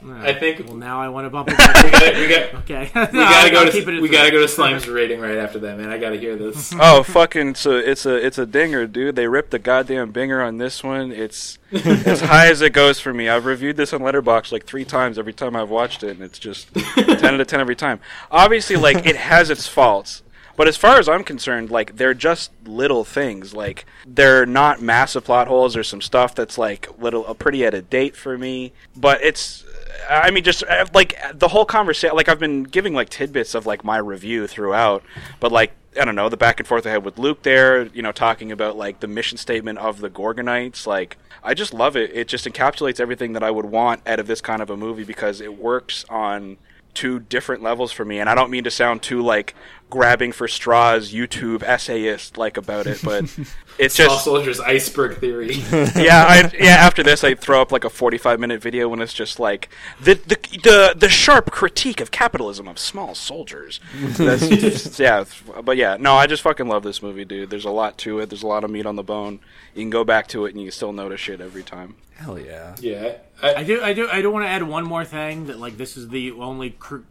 Speaker 3: I think
Speaker 4: well, now I want to bump it up.
Speaker 3: we [LAUGHS] got we got
Speaker 4: Okay. [LAUGHS]
Speaker 3: We gotta go to
Speaker 4: keep it at
Speaker 3: we
Speaker 4: three.
Speaker 3: gotta go to Slime's rating right after that, man. I gotta hear
Speaker 5: [LAUGHS]
Speaker 3: this.
Speaker 5: oh fucking! So it's a it's a dinger, dude. They ripped the goddamn binger on this one. It's
Speaker 3: [LAUGHS]
Speaker 5: as high as it goes for me. I've reviewed this on Letterbox like three times. Every time I've watched it, and it's just ten out of ten every time. Obviously, like it has its faults. But as far as I'm concerned, like they're just little things. Like they're not massive plot holes. There's some stuff that's like little, uh, pretty out of date for me. But it's, I mean, just uh, like the whole conversation. Like I've been giving like tidbits of like my review throughout. But like I don't know the back and forth I had with Luke there. You know, talking about like the mission statement of the Gorgonites. Like I just love it. It just encapsulates everything that I would want out of this kind of a movie because it works on two different levels for me and i don't mean to sound too like grabbing for straws youtube essayist like about it but it's
Speaker 3: Small
Speaker 5: just
Speaker 3: Soldiers Iceberg
Speaker 5: [LAUGHS]
Speaker 3: Theory.
Speaker 5: yeah I, yeah after this i throw up like a 45 minute video when it's just like the the the, the sharp critique of capitalism of small soldiers that's just, yeah but yeah no i just fucking love this movie dude there's a lot to it there's a lot of meat on the bone you can go back to it and you can still notice shit every time
Speaker 1: Hell yeah.
Speaker 3: yeah. I,
Speaker 4: I do. I do. I do want to add one more thing that like this is the only. Cr-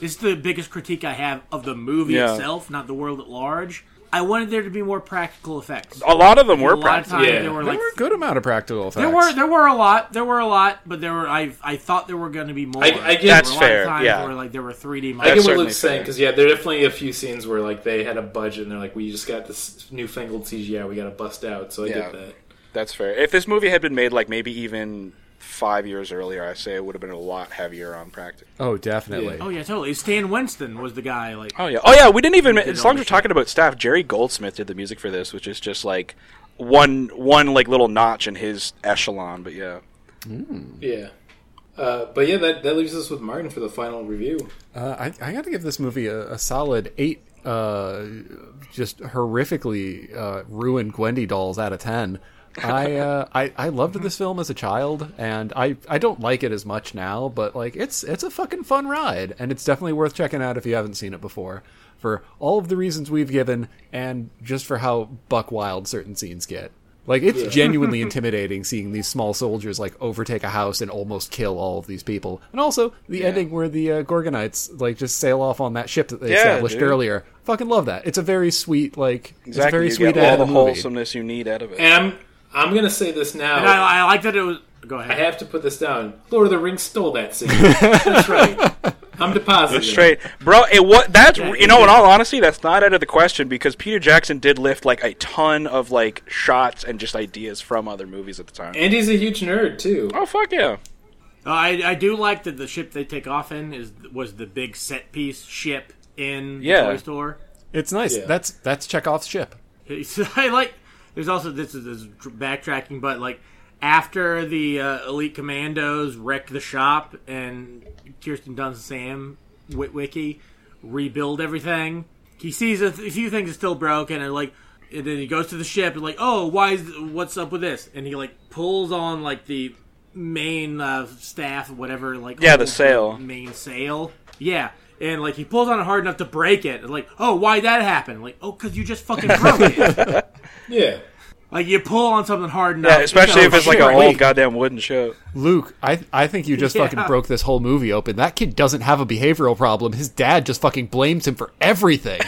Speaker 4: this is the biggest critique I have of the movie
Speaker 5: Yeah.
Speaker 4: itself, not the world at large. I wanted there to be more practical effects.
Speaker 5: a lot of them
Speaker 4: a
Speaker 5: Oh, were
Speaker 4: lot of
Speaker 5: practical
Speaker 4: times
Speaker 3: Yeah.
Speaker 4: there were
Speaker 1: There
Speaker 4: like
Speaker 1: were a good amount of practical effects.
Speaker 4: There were there were a lot. There were a lot, but there were I I thought there were going to be more.
Speaker 3: I- I get-
Speaker 4: There were
Speaker 5: That's
Speaker 4: a lot
Speaker 5: fair,
Speaker 4: Of times
Speaker 5: yeah.
Speaker 4: Where like there were 3D
Speaker 3: I get
Speaker 4: models.
Speaker 3: what
Speaker 5: certainly
Speaker 3: Luke's saying
Speaker 5: fair.
Speaker 3: because yeah, there are definitely a few scenes where like they had a budget and they're like, we just got this newfangled CGI, we gotta bust out. So I
Speaker 5: Yeah.
Speaker 3: get that.
Speaker 5: That's fair. If this movie had been made like maybe even five years earlier, I say it would have been a lot heavier on practice.
Speaker 1: Oh, definitely.
Speaker 4: Oh yeah, totally. Stan Winston was the guy. Like
Speaker 5: Oh yeah. Oh yeah. We didn't even. as long as
Speaker 4: all
Speaker 5: we're
Speaker 4: the
Speaker 5: talking about staff, Jerry Goldsmith did the music for this, which is just like one one like little notch in his echelon. But yeah.
Speaker 3: Yeah. Uh, but yeah, that, that leaves us with Martin for the final review.
Speaker 1: Uh, I, I got to give this movie a, a solid eight uh, just horrifically uh, ruined Gwendy dolls out of ten. I, uh, I I loved this film as a child, and I, I don't like it as much now, but like it's it's a fucking fun ride, and it's definitely worth checking out if you haven't seen it before, for all of the reasons we've given, and just for how buck wild certain scenes get. Like it's [LAUGHS] genuinely intimidating seeing these small soldiers like overtake a house and almost kill all of these people, and also the ending where the uh, Gorgonites like just sail off on that ship that they
Speaker 5: Yeah,
Speaker 1: established
Speaker 5: dude.
Speaker 1: earlier. Fucking love that. It's a very sweet like it's a
Speaker 5: Exactly.
Speaker 1: very
Speaker 5: you
Speaker 1: sweet
Speaker 5: get all
Speaker 1: end
Speaker 5: the
Speaker 1: of the movie.
Speaker 5: wholesomeness you need out of it.
Speaker 3: And I'm I'm gonna say this now.
Speaker 4: And I, I like that it was. Go
Speaker 3: I
Speaker 4: ahead.
Speaker 3: have to put this down. Lord of the Rings stole that
Speaker 5: [LAUGHS]
Speaker 3: scene. That's right. I'm depositing. it.
Speaker 5: Straight, bro. It what that's you know. In all honesty, that's not out of the question because Peter Jackson did lift like a ton of like shots and just ideas from other movies at the time.
Speaker 3: And he's a huge nerd too.
Speaker 5: oh fuck yeah!
Speaker 4: Uh, I, I do like that the ship they take off in is was the big set piece ship in
Speaker 5: Yeah.
Speaker 4: the toy store.
Speaker 1: It's nice.
Speaker 3: Yeah.
Speaker 1: That's that's Chekhov's ship.
Speaker 4: It's- [LAUGHS] I like. There's also this is, this is backtracking, but like after the uh, elite commandos wreck the shop and Kirsten Dunst and Sam Witwicky rebuild everything, he sees a, th- a few things are still broken, and like and then he goes to the ship and like, oh, why is what's up with this? And he like pulls on like the main uh, staff, whatever, like
Speaker 5: Yeah, the
Speaker 4: holds
Speaker 5: sail.
Speaker 4: main sail. Yeah. And like he pulls on it hard enough to break it, and like, oh, why that happened? Like, oh, cause you just fucking broke it.
Speaker 5: [LAUGHS]
Speaker 3: Yeah.
Speaker 4: Like you pull on something hard enough,
Speaker 5: Yeah, Uh, especially
Speaker 4: you
Speaker 5: if it's like
Speaker 4: shit,
Speaker 5: an old
Speaker 4: wait.
Speaker 5: goddamn wooden ship.
Speaker 1: Luke, I I think you just fucking
Speaker 4: Yeah.
Speaker 1: broke this whole movie open. That kid doesn't have a behavioral problem. His dad just fucking blames him for everything.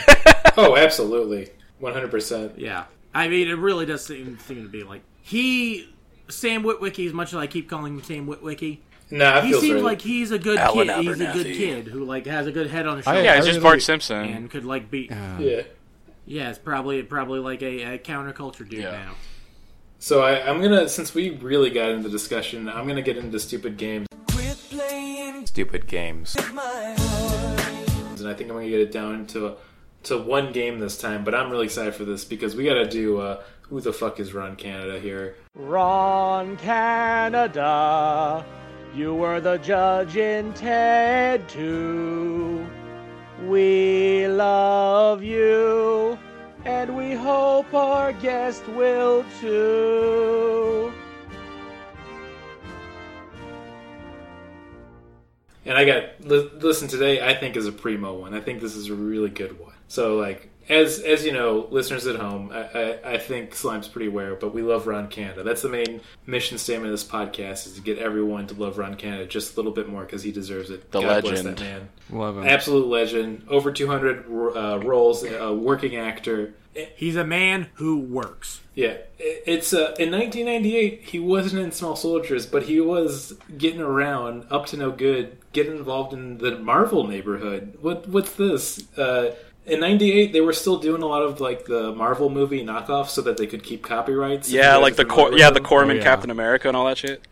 Speaker 3: Oh, absolutely. 100%.
Speaker 4: Yeah, I mean, it really does seem, seem to be like he, Sam Witwicky, as much as I keep calling him Sam Witwicky,
Speaker 3: Nah, it
Speaker 4: he
Speaker 3: feels
Speaker 4: seems
Speaker 3: right.
Speaker 4: like he's a good
Speaker 5: Alan
Speaker 4: kid. He's a good
Speaker 5: Abernathy.
Speaker 4: kid who like has a good head on his shoulders
Speaker 5: Yeah,
Speaker 1: I
Speaker 5: it's
Speaker 1: really
Speaker 5: just Bart
Speaker 1: like-
Speaker 5: Simpson.
Speaker 4: and could like be. Yeah,
Speaker 3: yeah.
Speaker 4: it's probably probably like a, a counterculture dude
Speaker 5: Yeah.
Speaker 4: now.
Speaker 3: So I, I'm gonna, since we really got into discussion, I'm gonna get into stupid games,
Speaker 6: Stupid games.
Speaker 3: and I think I'm gonna get it down to to one game this time. But I'm really excited for this because we gotta do uh, who the fuck is Ron Canada here.
Speaker 4: Ron Canada, you were the judge in Ted 2. We love you, and we hope our guest will too.
Speaker 3: And I got li- listen today. I think is a primo one. I think this is a really good one. So like as as you know, listeners at home, I, I, I think Slime's pretty aware, but we love Ron Canada. That's the main mission statement of this podcast is to get everyone to love Ron Canada just a little bit more because he deserves it.
Speaker 5: The
Speaker 3: God bless
Speaker 5: legend.
Speaker 3: that man.
Speaker 1: Love him.
Speaker 3: Absolute legend. Over 200 ro- uh, roles. A working actor.
Speaker 4: He's a man who works.
Speaker 3: Yeah, It- it's uh, in 1998. He wasn't in Small Soldiers, but he was getting around, up to no good, getting involved in the Marvel neighborhood. What what's this? Uh, in 98 they were still doing a lot of like the marvel movie knockoffs so that they could keep copyrights
Speaker 5: Yeah, like the cor- yeah the
Speaker 1: Oh,
Speaker 5: corpsman
Speaker 1: yeah.
Speaker 5: Captain America and all that shit.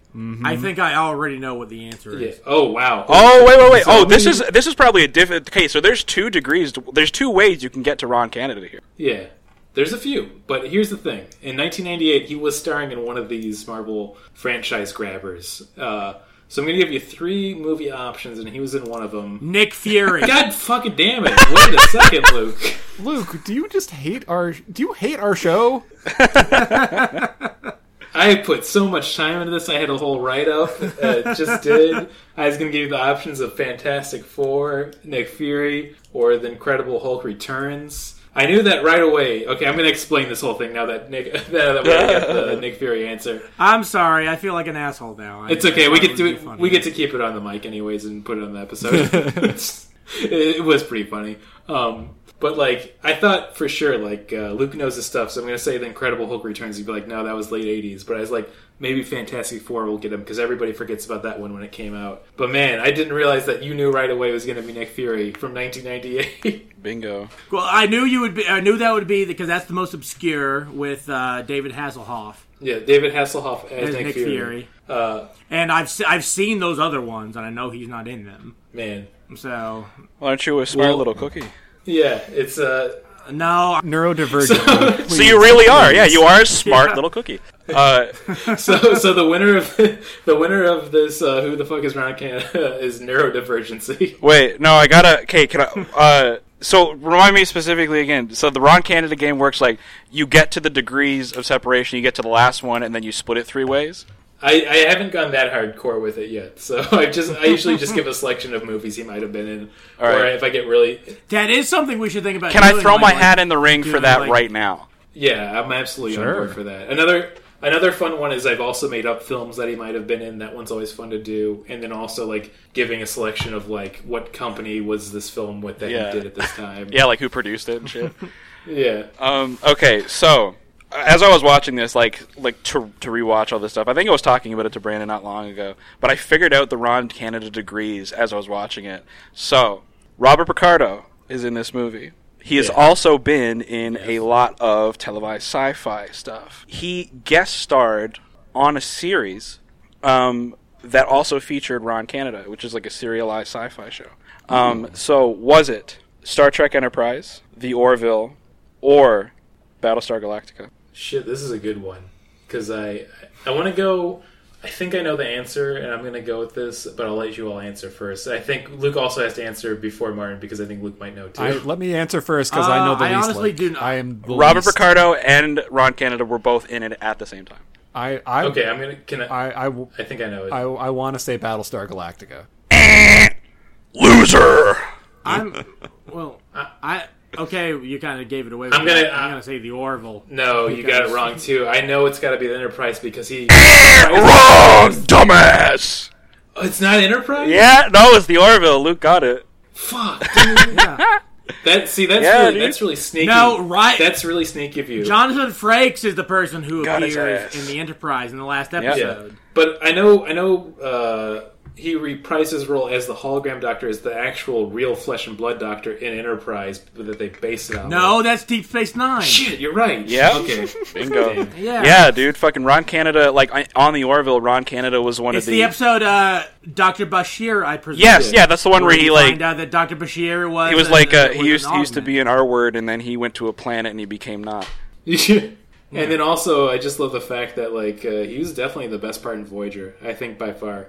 Speaker 4: I think I already know what the answer is.
Speaker 3: Mm-hmm. yeah. oh wow
Speaker 5: Oh wait wait wait! Oh, this
Speaker 3: we-
Speaker 5: is this is probably a different. Okay, so there's two degrees. to- There's two ways you can get to Ron Canada here.
Speaker 3: Yeah, there's a few, but here's the thing: in 1998, he was starring in one of these Marvel franchise grabbers. Uh, so I'm gonna give you three movie options, and he was in one of them.
Speaker 4: Nick Fury.
Speaker 3: [LAUGHS] God fucking damn it! Wait a second, Luke.
Speaker 1: Luke, do you just hate our do you hate our show?
Speaker 3: I put so much time into this. I had a whole write up. Uh, just did. I was gonna give you the options of Fantastic Four, Nick Fury, or The Incredible Hulk Returns. I knew that right away. Okay, I'm gonna explain this whole thing now that Nick [LAUGHS] now that we got the Nick Fury answer.
Speaker 4: I'm sorry, I feel like an asshole now. I-
Speaker 3: It's okay. We
Speaker 4: I
Speaker 3: get
Speaker 4: thought it
Speaker 3: to
Speaker 4: would be funny.
Speaker 3: we get to keep it on the mic anyways and put it on the
Speaker 4: [LAUGHS]
Speaker 3: episode. [LAUGHS] it was pretty funny. Um, but like I thought for sure, like uh, Luke knows his stuff, so I'm gonna say the Incredible Hulk returns. You'd be like, no, that was late '80s. But I was like, maybe Fantastic Four will get him because everybody forgets about that one when it came out. But man, I didn't realize that you knew right away it was gonna be Nick Fury from 1998.
Speaker 5: Bingo.
Speaker 4: Well, I knew you would be. I knew that would be because that's the most obscure with uh, David Hasselhoff
Speaker 3: [LAUGHS] yeah, David Hasselhoff as
Speaker 4: as
Speaker 3: Nick,
Speaker 4: Nick
Speaker 3: Fury.
Speaker 4: Fury.
Speaker 3: Uh,
Speaker 4: and I've se- I've seen those other ones, and I know he's not in them.
Speaker 3: man,
Speaker 4: So
Speaker 5: Aren't you a smart
Speaker 3: Well-
Speaker 5: little cookie?
Speaker 3: yeah, it's uh,
Speaker 4: no, [LAUGHS]
Speaker 1: Neurodivergent. Luke,
Speaker 5: So you really are. Yeah, you are a [LAUGHS] smart little cookie. Uh,
Speaker 3: so so the winner of [LAUGHS] the winner of this uh, [LAUGHS] who the fuck is Ron Canada is neurodivergency.
Speaker 5: wait, no, I gotta. Okay, can I? Uh, so remind me specifically again. So the Ron Canada game works like you get to the degrees of separation, you get to the last one, and then you split it three ways.
Speaker 3: I, I haven't gone that hardcore with it yet, so [LAUGHS] I just I usually just give a selection of movies he might have been in,
Speaker 5: All
Speaker 3: or
Speaker 5: right.
Speaker 3: if I get really
Speaker 4: That is something we should think about.
Speaker 5: Can I
Speaker 4: doing,
Speaker 5: throw
Speaker 4: like-
Speaker 5: my
Speaker 4: like-
Speaker 5: hat in the ring for
Speaker 4: doing,
Speaker 5: that
Speaker 4: like-
Speaker 5: right now?
Speaker 3: yeah I'm absolutely on board for that. Another another fun one is I've also made up films that he might have been in. That one's always fun to do, and then also like giving a selection of like what company was this film with that
Speaker 5: Yeah.
Speaker 3: he did at this time.
Speaker 5: Yeah, like who produced it and shit.
Speaker 3: yeah.
Speaker 5: Um, okay, so as I was watching this, like like to to rewatch all this stuff, I think I was talking about it to Brandon not long ago, but I figured out the Ron Canada degrees as I was watching it. So Robert Picardo is in this movie. He has also been in a lot of televised sci-fi stuff. He guest starred on a series um, that also featured Ron Canada, which is like a serialized sci-fi show. Um, so was it Star Trek Enterprise, The Orville, or Battlestar Galactica?
Speaker 3: Shit, this is a good one because I I want to go. I think I know the answer, and I'm gonna go with this, but I'll let you all answer first. I think Luke also has to answer before Martin because I think Luke might know
Speaker 1: [LAUGHS]
Speaker 3: too.
Speaker 1: I, let me answer first because I know
Speaker 4: Uh,
Speaker 1: the
Speaker 4: I
Speaker 1: least.
Speaker 4: honestly
Speaker 1: like,
Speaker 4: do not-
Speaker 1: I am the
Speaker 5: Robert
Speaker 1: least.
Speaker 5: Picardo and Ron Canada were both in it at the same time.
Speaker 1: I, I,
Speaker 3: okay, I'm gonna. Can I? I,
Speaker 1: I, I, w-
Speaker 3: think I know it.
Speaker 1: I, I want to say Battlestar Galactica.
Speaker 5: Loser.
Speaker 4: I'm well. I, I okay. You kind of gave it away.
Speaker 3: I'm
Speaker 4: with
Speaker 3: gonna-
Speaker 4: that. I'm
Speaker 3: uh,
Speaker 4: gonna say the Orville.
Speaker 3: no, you got it
Speaker 4: Because-
Speaker 3: wrong too. I know it's got to be the Enterprise because he.
Speaker 5: Wrong, dumbass.
Speaker 3: [LAUGHS] It's not Enterprise.
Speaker 5: Yeah, no, it's the Orville. Luke got it.
Speaker 3: Fuck. dude. That see that's
Speaker 5: Yeah,
Speaker 3: really
Speaker 5: dude.
Speaker 3: that's really sneaky.
Speaker 4: No, right.
Speaker 3: That's really sneaky of you.
Speaker 4: Jonathan Frakes is the person who
Speaker 5: Got his
Speaker 4: appears
Speaker 5: ass.
Speaker 4: in the Enterprise in the last
Speaker 3: Yeah,
Speaker 4: episode.
Speaker 3: but I know, I know, uh, he reprises his role as the hologram doctor, as the actual real flesh and blood doctor in Enterprise that they base it on.
Speaker 4: No, that's Deep Space Nine.
Speaker 3: shit, you're right.
Speaker 5: Yeah.
Speaker 3: okay.
Speaker 5: Bingo.
Speaker 4: Yeah.
Speaker 5: yeah, dude. Fucking Ron Canada. Like I- on the Orville, Ron Canada was one
Speaker 4: It's
Speaker 5: of
Speaker 4: the, episode uh, Dr. Bashir, I presume.
Speaker 5: Yes, yeah, that's the one where
Speaker 4: you
Speaker 5: he like
Speaker 4: find out that Dr. Bashir was
Speaker 5: he was
Speaker 4: an-
Speaker 5: like uh,
Speaker 4: was
Speaker 5: he used
Speaker 4: an
Speaker 5: he used to
Speaker 4: augment.
Speaker 5: be an R word and then he went to a planet and he became not.
Speaker 3: [LAUGHS] and then also, I just love the fact that like uh, he was definitely the best part in Voyager. I think by far.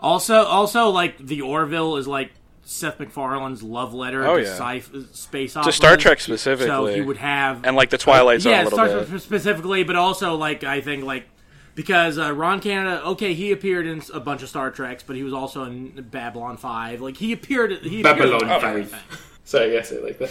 Speaker 4: Also, also like the Orville is like Seth MacFarlane's love letter
Speaker 5: Oh,
Speaker 4: to
Speaker 5: yeah.
Speaker 4: sci- space
Speaker 5: To
Speaker 4: operas.
Speaker 5: Star Trek
Speaker 4: So
Speaker 5: specifically,
Speaker 4: he would have
Speaker 5: and like the Twilight Zone
Speaker 4: yeah,
Speaker 5: a little
Speaker 4: Star
Speaker 5: bit.
Speaker 4: Trek specifically, but also like I think like because uh, Ron Canada, okay, he appeared in a bunch of Star Treks, but he was also in Babylon Five. Like he appeared, he appeared
Speaker 3: Babylon
Speaker 4: in
Speaker 3: Five. [LAUGHS]
Speaker 4: everything.
Speaker 3: Sorry, I guess I like that.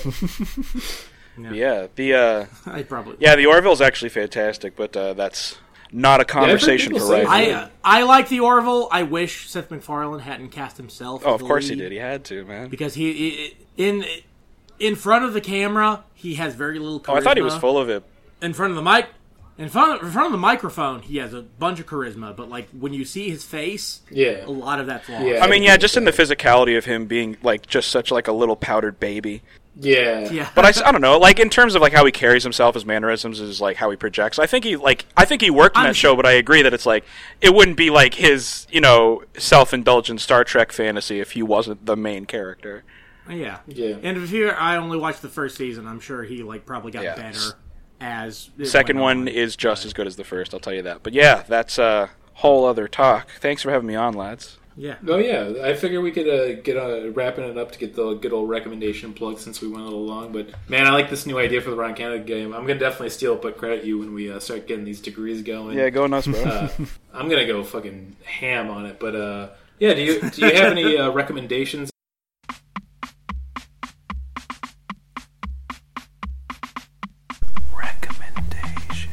Speaker 5: Yeah, the uh,
Speaker 4: I probably
Speaker 5: yeah the Orville's actually fantastic, but uh, that's not a conversation
Speaker 3: people
Speaker 5: for
Speaker 3: say
Speaker 5: right.
Speaker 3: that.
Speaker 4: I uh, I like the Orville. I wish Seth MacFarlane hadn't cast himself.
Speaker 5: oh,
Speaker 4: as
Speaker 5: of
Speaker 4: the
Speaker 5: course he
Speaker 4: lead,
Speaker 5: did. He had to, man.
Speaker 4: because he, he in in front of the camera he has very little. Charisma.
Speaker 5: Oh, I thought he was full of it.
Speaker 4: in front of the mic. In front, of, in front of the microphone, he has a bunch of charisma, but like when you see his face,
Speaker 3: Yeah.
Speaker 4: a lot of that's lost.
Speaker 3: Yeah.
Speaker 5: I mean, yeah, just in the physicality of him being like just such like a little powdered baby.
Speaker 3: Yeah.
Speaker 4: yeah.
Speaker 5: But I, s- I don't know, like in terms of like how he carries himself, his mannerisms is like how he projects. I think he like I think he worked in
Speaker 4: I'm-
Speaker 5: that show, but I agree that it's like it wouldn't be like his you know self indulgent Star Trek fantasy if he wasn't the main character.
Speaker 4: [LAUGHS] Yeah.
Speaker 3: Yeah.
Speaker 4: And if you I only watched the first season, I'm sure he like probably got
Speaker 5: Yeah.
Speaker 4: better as it
Speaker 5: Second
Speaker 4: went
Speaker 5: one
Speaker 4: on.
Speaker 5: is just as good as the first, I'll tell you that. But yeah, that's a whole other talk. Thanks for having me on, lads.
Speaker 4: yeah.
Speaker 3: Oh yeah, I figure we could uh, get uh, wrapping it up to get the good old recommendation plug since we went a little long. But man, I like this new idea for the Ron Canada game. I'm gonna definitely steal it, but credit you when we uh, start getting these degrees going.
Speaker 5: Yeah, go nuts, bro.
Speaker 3: Uh, [LAUGHS] I'm gonna go fucking ham on it. But uh, yeah, do you do you have any uh, recommendations?
Speaker 6: Recommendation.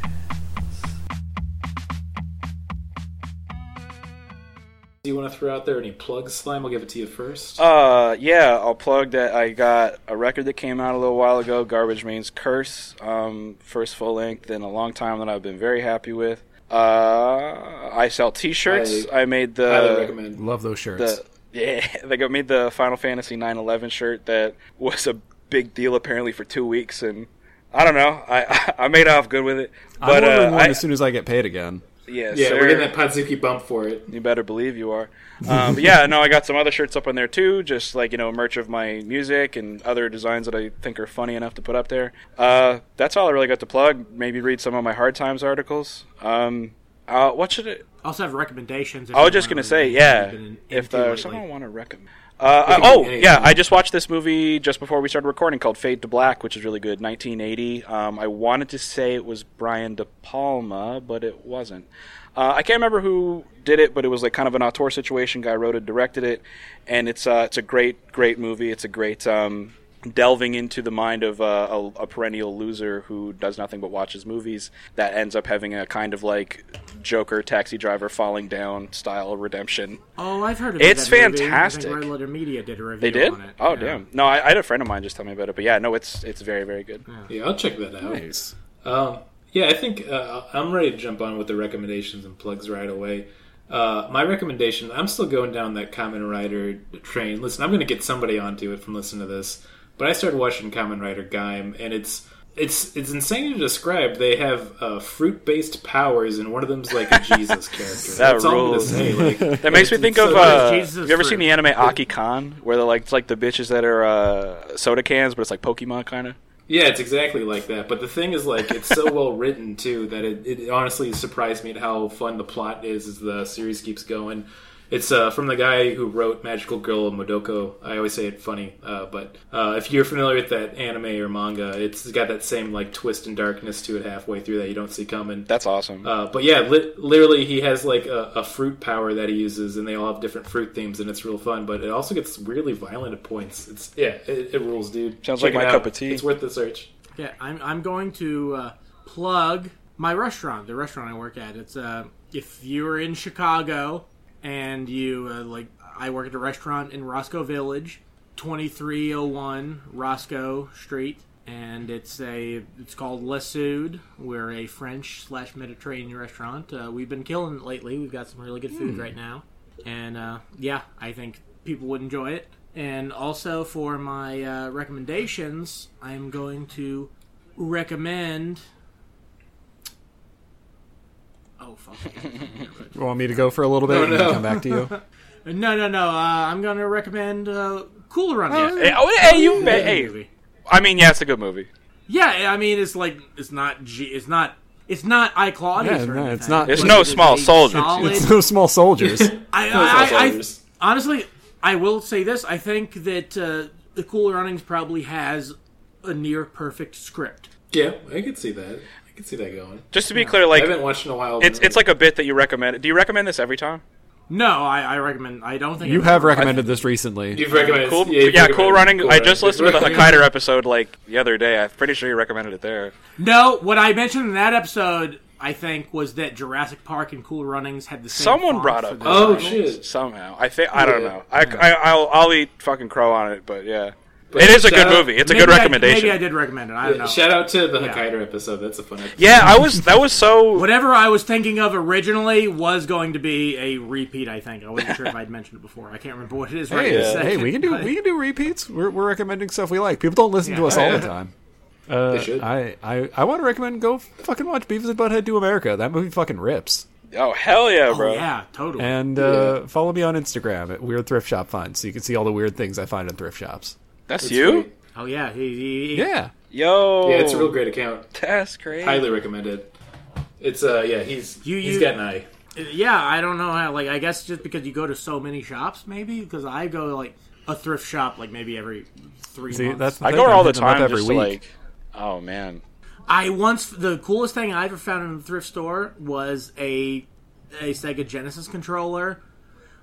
Speaker 3: Do you want to throw out there any plugs, slime? I'll give it to you first.
Speaker 5: Uh, yeah, I'll plug that I got a record that came out a little while ago, Garbage Man's Curse, um, first full length in a long time that I've been very happy with. Uh, I sell T-shirts. I, made the
Speaker 3: Highly recommend.
Speaker 1: Love those shirts.
Speaker 5: the [LAUGHS] yeah, they got made the Final Fantasy 9/11 shirt that was a big deal apparently for two weeks, and I don't know, I [LAUGHS] I made off good with it. But
Speaker 1: I'm ordering
Speaker 5: uh,
Speaker 1: one
Speaker 5: I,
Speaker 1: as soon as I get paid again.
Speaker 5: yeah,
Speaker 3: Yeah,
Speaker 5: sir.
Speaker 3: we're getting that Podzuki bump for it.
Speaker 5: You better believe you are. Um,
Speaker 4: [LAUGHS]
Speaker 5: but yeah, no, I got some other shirts up on there too, just like you know, merch of my music and other designs that I think are funny enough to put up there. Uh, that's all I really got to plug. Maybe read some of my Hard Times articles. Um, uh, what should it?
Speaker 4: I also have recommendations. if
Speaker 5: I
Speaker 4: you
Speaker 5: was just
Speaker 4: wanna
Speaker 5: gonna say,
Speaker 4: read what
Speaker 5: yeah,
Speaker 4: you've been
Speaker 5: if
Speaker 4: into
Speaker 5: uh,
Speaker 4: lately.
Speaker 5: someone want to recommend. Uh, I-
Speaker 3: could be
Speaker 5: oh
Speaker 3: anything.
Speaker 5: yeah, I just watched this movie just before we started recording called Fade to Black, which is really good. 1980. Um, I wanted to say it was Brian De Palma, but it wasn't. Uh, I can't remember who did it, but it was like kind of an auteur situation. Guy wrote it, directed it, and it's uh, it's a great great movie. It's a great um, delving into the mind of uh, a, a perennial loser who does nothing but watches movies that ends up having a kind of like Joker taxi driver falling down style redemption.
Speaker 4: Oh, I've heard of
Speaker 5: It's
Speaker 4: that movie. I
Speaker 5: fantastic.
Speaker 4: think Red Letter Media did a review
Speaker 5: They did?
Speaker 4: on it.
Speaker 5: Oh
Speaker 4: Yeah.
Speaker 5: damn! No, I, I had a friend of mine just tell me about it, but yeah, no, it's it's very very good.
Speaker 3: Yeah, I'll check that out.
Speaker 1: Nice.
Speaker 3: Um, yeah, I think uh, I'm ready to jump on with the recommendations and plugs right away. Uh, my recommendation, I'm still going down that Common Rider train. Listen, I'm going to get somebody onto it from listening to this, but I started watching Common Rider Gaim, and it's it's it's insane to describe. They have uh, fruit based powers, and one of them's like a
Speaker 5: [LAUGHS]
Speaker 3: Jesus character.
Speaker 5: That
Speaker 3: That's all I'm going to
Speaker 5: rules.
Speaker 3: say. Like,
Speaker 5: [LAUGHS] That makes me think of
Speaker 3: so-
Speaker 5: uh,
Speaker 4: Jesus
Speaker 5: you ever
Speaker 4: fruit.
Speaker 5: seen the anime Aki Khan, where they're like it's like the bitches that are uh, soda cans, but it's like Pokemon kind of.
Speaker 3: Yeah, it's exactly like that. But the thing is, like, it's so well written too that it, it honestly surprised me at how fun the plot is as the series keeps going. It's uh, from the guy who wrote Magical Girl Modoko. I always say it funny, uh, but uh, if you're familiar with that anime or manga, it's got that same like twist and darkness to it halfway through that you don't see coming.
Speaker 5: That's awesome.
Speaker 3: Uh, but yeah, li- literally, he has like a, a fruit power that he uses, and they all have different fruit themes, and it's real fun. But it also gets weirdly violent at points. It's yeah, it, it rules, dude.
Speaker 5: Sounds
Speaker 3: Check
Speaker 5: like
Speaker 3: it
Speaker 5: my
Speaker 3: out.
Speaker 5: cup of tea.
Speaker 3: It's worth the search.
Speaker 4: Yeah, I'm, I'm going to uh, plug my restaurant, the restaurant I work at. It's uh, if you're in Chicago and you uh, like, I work at a restaurant in Roscoe Village, 2301 Roscoe Street, and it's a it's called Le Soude. We're a French slash Mediterranean restaurant. Uh, we've been killing it lately. We've got some really good food right now, and uh, yeah, I think people would enjoy it. And also for my uh, recommendations, I'm going to recommend. Oh fuck! [LAUGHS]
Speaker 1: You want me to go for a little bit and then
Speaker 3: no.
Speaker 1: come back to
Speaker 5: [LAUGHS]
Speaker 1: you?
Speaker 4: no, no, no. Uh, I'm going to recommend uh, Cool Run.
Speaker 5: hey, oh, hey, you, hey,
Speaker 4: movie.
Speaker 5: I mean, yeah, it's a good movie.
Speaker 4: Yeah, I mean it's like it's not G, it's not it's not I
Speaker 1: Yeah,
Speaker 4: Claudius.
Speaker 1: [LAUGHS]
Speaker 4: or
Speaker 1: no,
Speaker 4: anything,
Speaker 1: it's not-
Speaker 5: It's
Speaker 4: but
Speaker 5: no
Speaker 4: it is
Speaker 5: Small
Speaker 4: a
Speaker 5: Soldiers.
Speaker 4: solid-
Speaker 1: It's no small soldiers.
Speaker 4: I,
Speaker 3: Those
Speaker 4: I, I, I,
Speaker 3: outsiders.
Speaker 4: honestly, I will say this. I think that uh, the Cool Runnings probably has a near perfect script.
Speaker 3: Yeah, I could see that. I could see that going.
Speaker 5: Just to be clear, like
Speaker 3: I haven't watched in a while.
Speaker 5: it's it's like a bit that you recommend. Do you recommend this every time?
Speaker 4: No, I, I recommend. I don't think
Speaker 1: You
Speaker 4: I've
Speaker 1: have
Speaker 4: ever-
Speaker 1: recommended this recently.
Speaker 3: you've recommended.
Speaker 5: Cool,
Speaker 3: yeah,
Speaker 5: yeah,
Speaker 3: you've recommended
Speaker 5: cool running. I just
Speaker 3: Running.
Speaker 5: listened
Speaker 3: [LAUGHS]
Speaker 5: to the Hikider episode like the other day. I'm pretty sure you recommended it there.
Speaker 4: No, what I mentioned in that episode, I think, was that Jurassic Park and Cool Runnings had the same.
Speaker 5: Someone
Speaker 4: font
Speaker 5: brought
Speaker 4: for
Speaker 5: up.
Speaker 4: the-
Speaker 3: Oh shit!
Speaker 5: somehow. I think I don't
Speaker 3: Yeah.
Speaker 5: know. I, I I'll, I'll eat fucking crow on it, but yeah, it is a good
Speaker 3: shout out-
Speaker 5: movie. It's a
Speaker 4: Maybe
Speaker 5: good
Speaker 4: I-
Speaker 5: recommendation.
Speaker 4: maybe I did recommend it. I don't know.
Speaker 3: Shout out to the Hokkaido episode. That's a fun episode.
Speaker 5: Yeah, I was that
Speaker 4: [LAUGHS]
Speaker 5: was so.
Speaker 4: Whatever I was thinking of originally was going to be a repeat. I think I wasn't sure if I'd [LAUGHS] mentioned it before. I can't remember what it is right
Speaker 1: Hey,
Speaker 4: this
Speaker 1: uh, hey,
Speaker 4: second,
Speaker 1: we can do
Speaker 4: but-
Speaker 1: we can do repeats. We're, we're recommending stuff we like. People don't listen to us all the time. Uh,
Speaker 3: should.
Speaker 1: I, I I want to recommend go fucking watch Beavis and Butthead Do America. That movie fucking rips.
Speaker 5: Oh hell yeah, bro!
Speaker 4: Yeah, totally.
Speaker 1: And uh, follow me on Instagram at Weird Thrift Shop Finds so you can see all the weird things I find in thrift shops.
Speaker 5: That's, you,
Speaker 3: great.
Speaker 4: oh yeah, he, he, he-
Speaker 1: Yeah.
Speaker 5: yo.
Speaker 3: Yeah, it's a real great account.
Speaker 5: That's crazy.
Speaker 3: Highly recommended. It's uh yeah he's
Speaker 4: You-
Speaker 3: he's
Speaker 4: you-
Speaker 3: got an eye.
Speaker 4: Yeah, I don't know how. Like, I guess just because you go to so many shops, maybe because I go to, like a thrift shop like maybe every three
Speaker 1: See,
Speaker 4: months.
Speaker 1: that's the
Speaker 5: I
Speaker 1: thing.
Speaker 5: go
Speaker 1: I'm
Speaker 5: all the
Speaker 1: hitting them up
Speaker 5: time
Speaker 1: every
Speaker 5: just to,
Speaker 1: week.
Speaker 5: like. Oh man,
Speaker 4: I once the coolest thing I ever found in a thrift store was a a Sega Genesis controller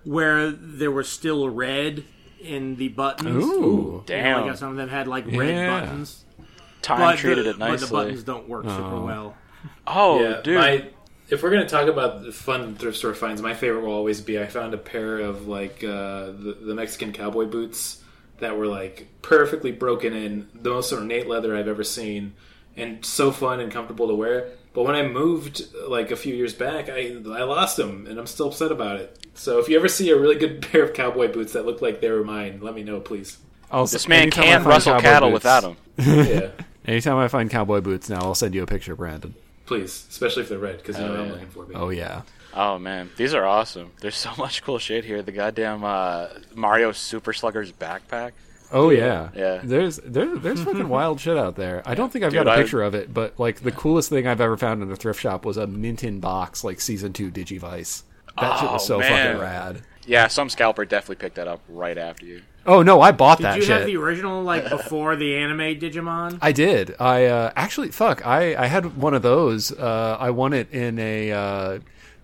Speaker 4: where there was still red in the buttons.
Speaker 1: Ooh.
Speaker 4: You know,
Speaker 5: damn.
Speaker 4: like some of them had like red
Speaker 1: Yeah.
Speaker 4: buttons,
Speaker 5: Time
Speaker 4: but
Speaker 5: treated
Speaker 4: the,
Speaker 5: it
Speaker 4: but the
Speaker 5: nicely.
Speaker 4: buttons don't work super well.
Speaker 5: oh
Speaker 3: Yeah,
Speaker 5: dude,
Speaker 3: my if we're gonna talk about the fun thrift store finds, my favorite will always be I found a pair of like uh, the, the Mexican cowboy boots that were like perfectly broken in, the most ornate leather I've ever seen, and so fun and comfortable to wear. But when I moved like a few years back, I I lost them, and I'm still upset about it. So if you ever see a really good [LAUGHS] pair of cowboy boots that look like they were mine, let me know, please.
Speaker 1: Also,
Speaker 5: this man
Speaker 1: anytime I
Speaker 5: can't
Speaker 1: find
Speaker 5: rustle
Speaker 1: cowboy
Speaker 5: cattle
Speaker 1: boots-
Speaker 5: without him.
Speaker 3: Yeah,
Speaker 1: Anytime I find cowboy boots now, I'll send you a picture, Brandon.
Speaker 3: please, especially if they're red, because you know what I'm
Speaker 5: yeah.
Speaker 3: looking for. Baby.
Speaker 1: Oh yeah.
Speaker 5: Oh man, these are awesome. There's so [LAUGHS] much cool shit here. The goddamn uh, Mario Super Slugger's backpack.
Speaker 1: Oh yeah.
Speaker 5: Yeah.
Speaker 1: There's there,
Speaker 5: [LAUGHS]
Speaker 1: there's fucking wild shit out there. I don't think I've
Speaker 5: Dude,
Speaker 1: got a
Speaker 5: I-
Speaker 1: picture of it, but like the coolest thing I've ever found in a thrift shop was a mint in box like season two Digivice. That shit was
Speaker 5: Oh,
Speaker 1: so
Speaker 5: man.
Speaker 1: fucking rad.
Speaker 5: Yeah, some scalper definitely picked that up right after you.
Speaker 1: Oh no, I bought that
Speaker 4: Did you
Speaker 1: shit.
Speaker 4: have the original like before the anime Digimon?
Speaker 1: I did. I uh, actually fuck. I, I had one of those. Uh, I won it in a uh,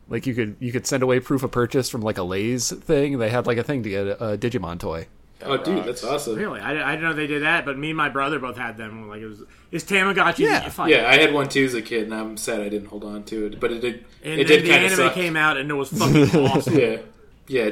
Speaker 1: like you could you could send away proof of purchase from like a Lay's thing. They had like a thing to get a, a Digimon toy.
Speaker 3: Oh, dude, that's awesome.
Speaker 4: Really, I, I didn't know they did that, but me and my brother both had them. Like it was, it's Tamagotchi.
Speaker 1: Yeah.
Speaker 3: Yeah, I had one too as a kid, and I'm sad I didn't hold on to it, but it did.
Speaker 4: And
Speaker 3: it
Speaker 4: then
Speaker 3: did
Speaker 4: the
Speaker 3: kind of
Speaker 4: anime
Speaker 3: suck.
Speaker 4: came out, and it
Speaker 1: [LAUGHS]
Speaker 4: was fucking awesome.
Speaker 3: Yeah, yeah.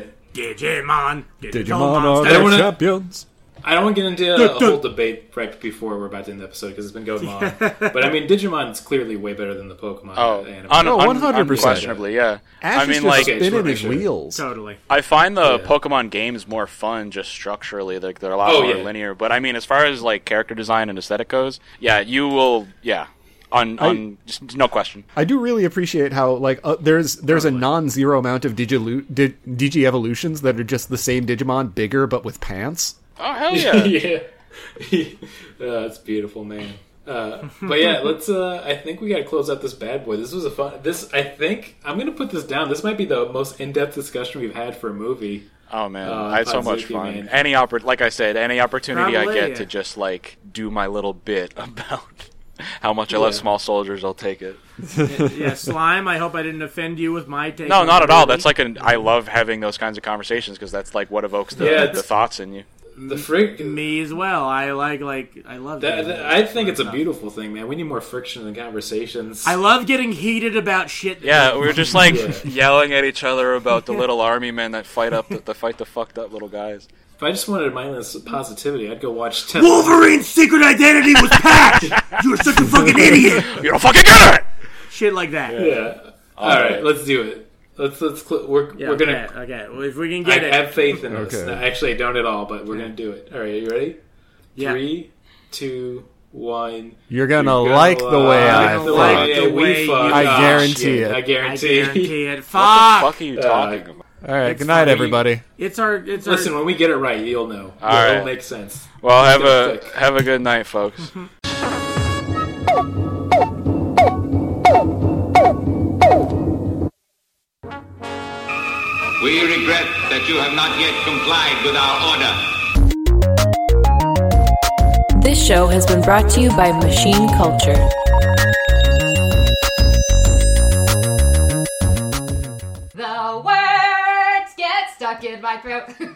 Speaker 4: Digimon,
Speaker 1: Digimon are
Speaker 3: I don't
Speaker 1: the
Speaker 3: wanna-
Speaker 1: champions.
Speaker 3: I don't want to get into a whole debate right before we're about to end the episode because it's been going
Speaker 4: [LAUGHS]
Speaker 3: long. but I mean, Digimon's clearly way better than the Pokemon.
Speaker 5: Oh,
Speaker 3: anime.
Speaker 5: un-
Speaker 1: No,
Speaker 5: un-
Speaker 1: 100%.
Speaker 5: Unquestionably, yeah.
Speaker 1: Ash
Speaker 5: I mean,
Speaker 1: is
Speaker 5: like,
Speaker 1: just
Speaker 3: Okay, just
Speaker 1: spinning
Speaker 3: wanna make
Speaker 1: his
Speaker 3: sure.
Speaker 1: wheels.
Speaker 4: totally.
Speaker 5: I find the
Speaker 3: Yeah.
Speaker 5: Pokemon games more fun just structurally. Like they're a lot
Speaker 3: Oh,
Speaker 5: more
Speaker 3: yeah.
Speaker 5: linear. But I mean, as far as like character design and aesthetic goes, yeah, you will. Yeah, on on just no question.
Speaker 1: I do really appreciate how like uh, there's there's a non-zero amount of Digilu- Dig- Digi evolutions that are just the same Digimon, bigger but with pants.
Speaker 5: Oh hell yeah!
Speaker 3: [LAUGHS] yeah, oh, that's beautiful, man. Uh, but yeah, let's. Uh, I think we got to close out this bad boy. This was a fun. This I think I'm gonna put this down. This might be the most in-depth discussion we've had for a movie.
Speaker 5: [LAUGHS] oh man,
Speaker 3: Uh,
Speaker 5: I had so much
Speaker 3: Pazzuki,
Speaker 5: fun.
Speaker 3: man.
Speaker 5: Any oppor- like I said, any opportunity I
Speaker 4: Probably,
Speaker 5: get
Speaker 4: yeah.
Speaker 5: to just like do my little bit [LAUGHS] about how much I love
Speaker 3: Yeah.
Speaker 5: small soldiers, I'll take it.
Speaker 4: yeah, slime. I hope I didn't offend you with my take.
Speaker 5: No,
Speaker 4: on
Speaker 5: not
Speaker 4: the
Speaker 5: at all.
Speaker 4: movie.
Speaker 5: That's like an. I love having those kinds of conversations because that's like what evokes the,
Speaker 3: Yeah, it's-
Speaker 5: the thoughts in you.
Speaker 3: The frick.
Speaker 4: me as well. I like like I love
Speaker 3: That,
Speaker 4: that.
Speaker 3: that- I think it's a beautiful thing, man. We need more friction in conversations.
Speaker 4: I love getting heated about shit.
Speaker 5: Yeah, we were just like
Speaker 3: Yeah.
Speaker 5: [LAUGHS] yelling at each other about the little army men that fight up that fight the fucked up little guys.
Speaker 3: if I just wanted mindless positivity, I'd go watch. Ten-
Speaker 4: Wolverine's secret identity
Speaker 3: [LAUGHS]
Speaker 4: was patched. You're such a fucking idiot.
Speaker 5: You don't fucking get it.
Speaker 4: Shit like that. Yeah,
Speaker 3: Yeah. All right, let's do it. Let's let's. Cl- we're we're gonna.
Speaker 4: okay. okay. Well, if we can
Speaker 3: I
Speaker 4: get it.
Speaker 3: have faith in us.
Speaker 1: Okay.
Speaker 3: No, actually, I don't at all, but we're gonna do it. All right, you ready?
Speaker 4: yeah.
Speaker 3: Three, two, one.
Speaker 1: You're gonna
Speaker 3: You're gonna
Speaker 1: like the way I
Speaker 4: like the
Speaker 1: fuck.
Speaker 4: way-
Speaker 3: Yeah, we
Speaker 4: way you-
Speaker 3: fuck.
Speaker 4: I
Speaker 3: Ah,
Speaker 1: guarantee
Speaker 3: shit,
Speaker 1: it.
Speaker 3: I
Speaker 4: I
Speaker 3: guarantee. [LAUGHS]
Speaker 4: guarantee it.
Speaker 5: What the
Speaker 4: Fuck.
Speaker 5: fuck are
Speaker 3: Uh,
Speaker 5: you talking about?
Speaker 1: All right,
Speaker 4: It's
Speaker 1: good night,
Speaker 4: fine.
Speaker 1: everybody.
Speaker 4: It's our. It's our.
Speaker 3: Listen, when we get it right, you'll know.
Speaker 5: All
Speaker 3: it'll
Speaker 5: right.
Speaker 3: make sense.
Speaker 5: Well, have
Speaker 3: gonna
Speaker 5: a
Speaker 3: click.
Speaker 5: have a good night, folks.
Speaker 7: We regret that you have not yet complied with our order.
Speaker 8: This show has been brought to you by Machine Culture.
Speaker 9: The words get stuck in my throat.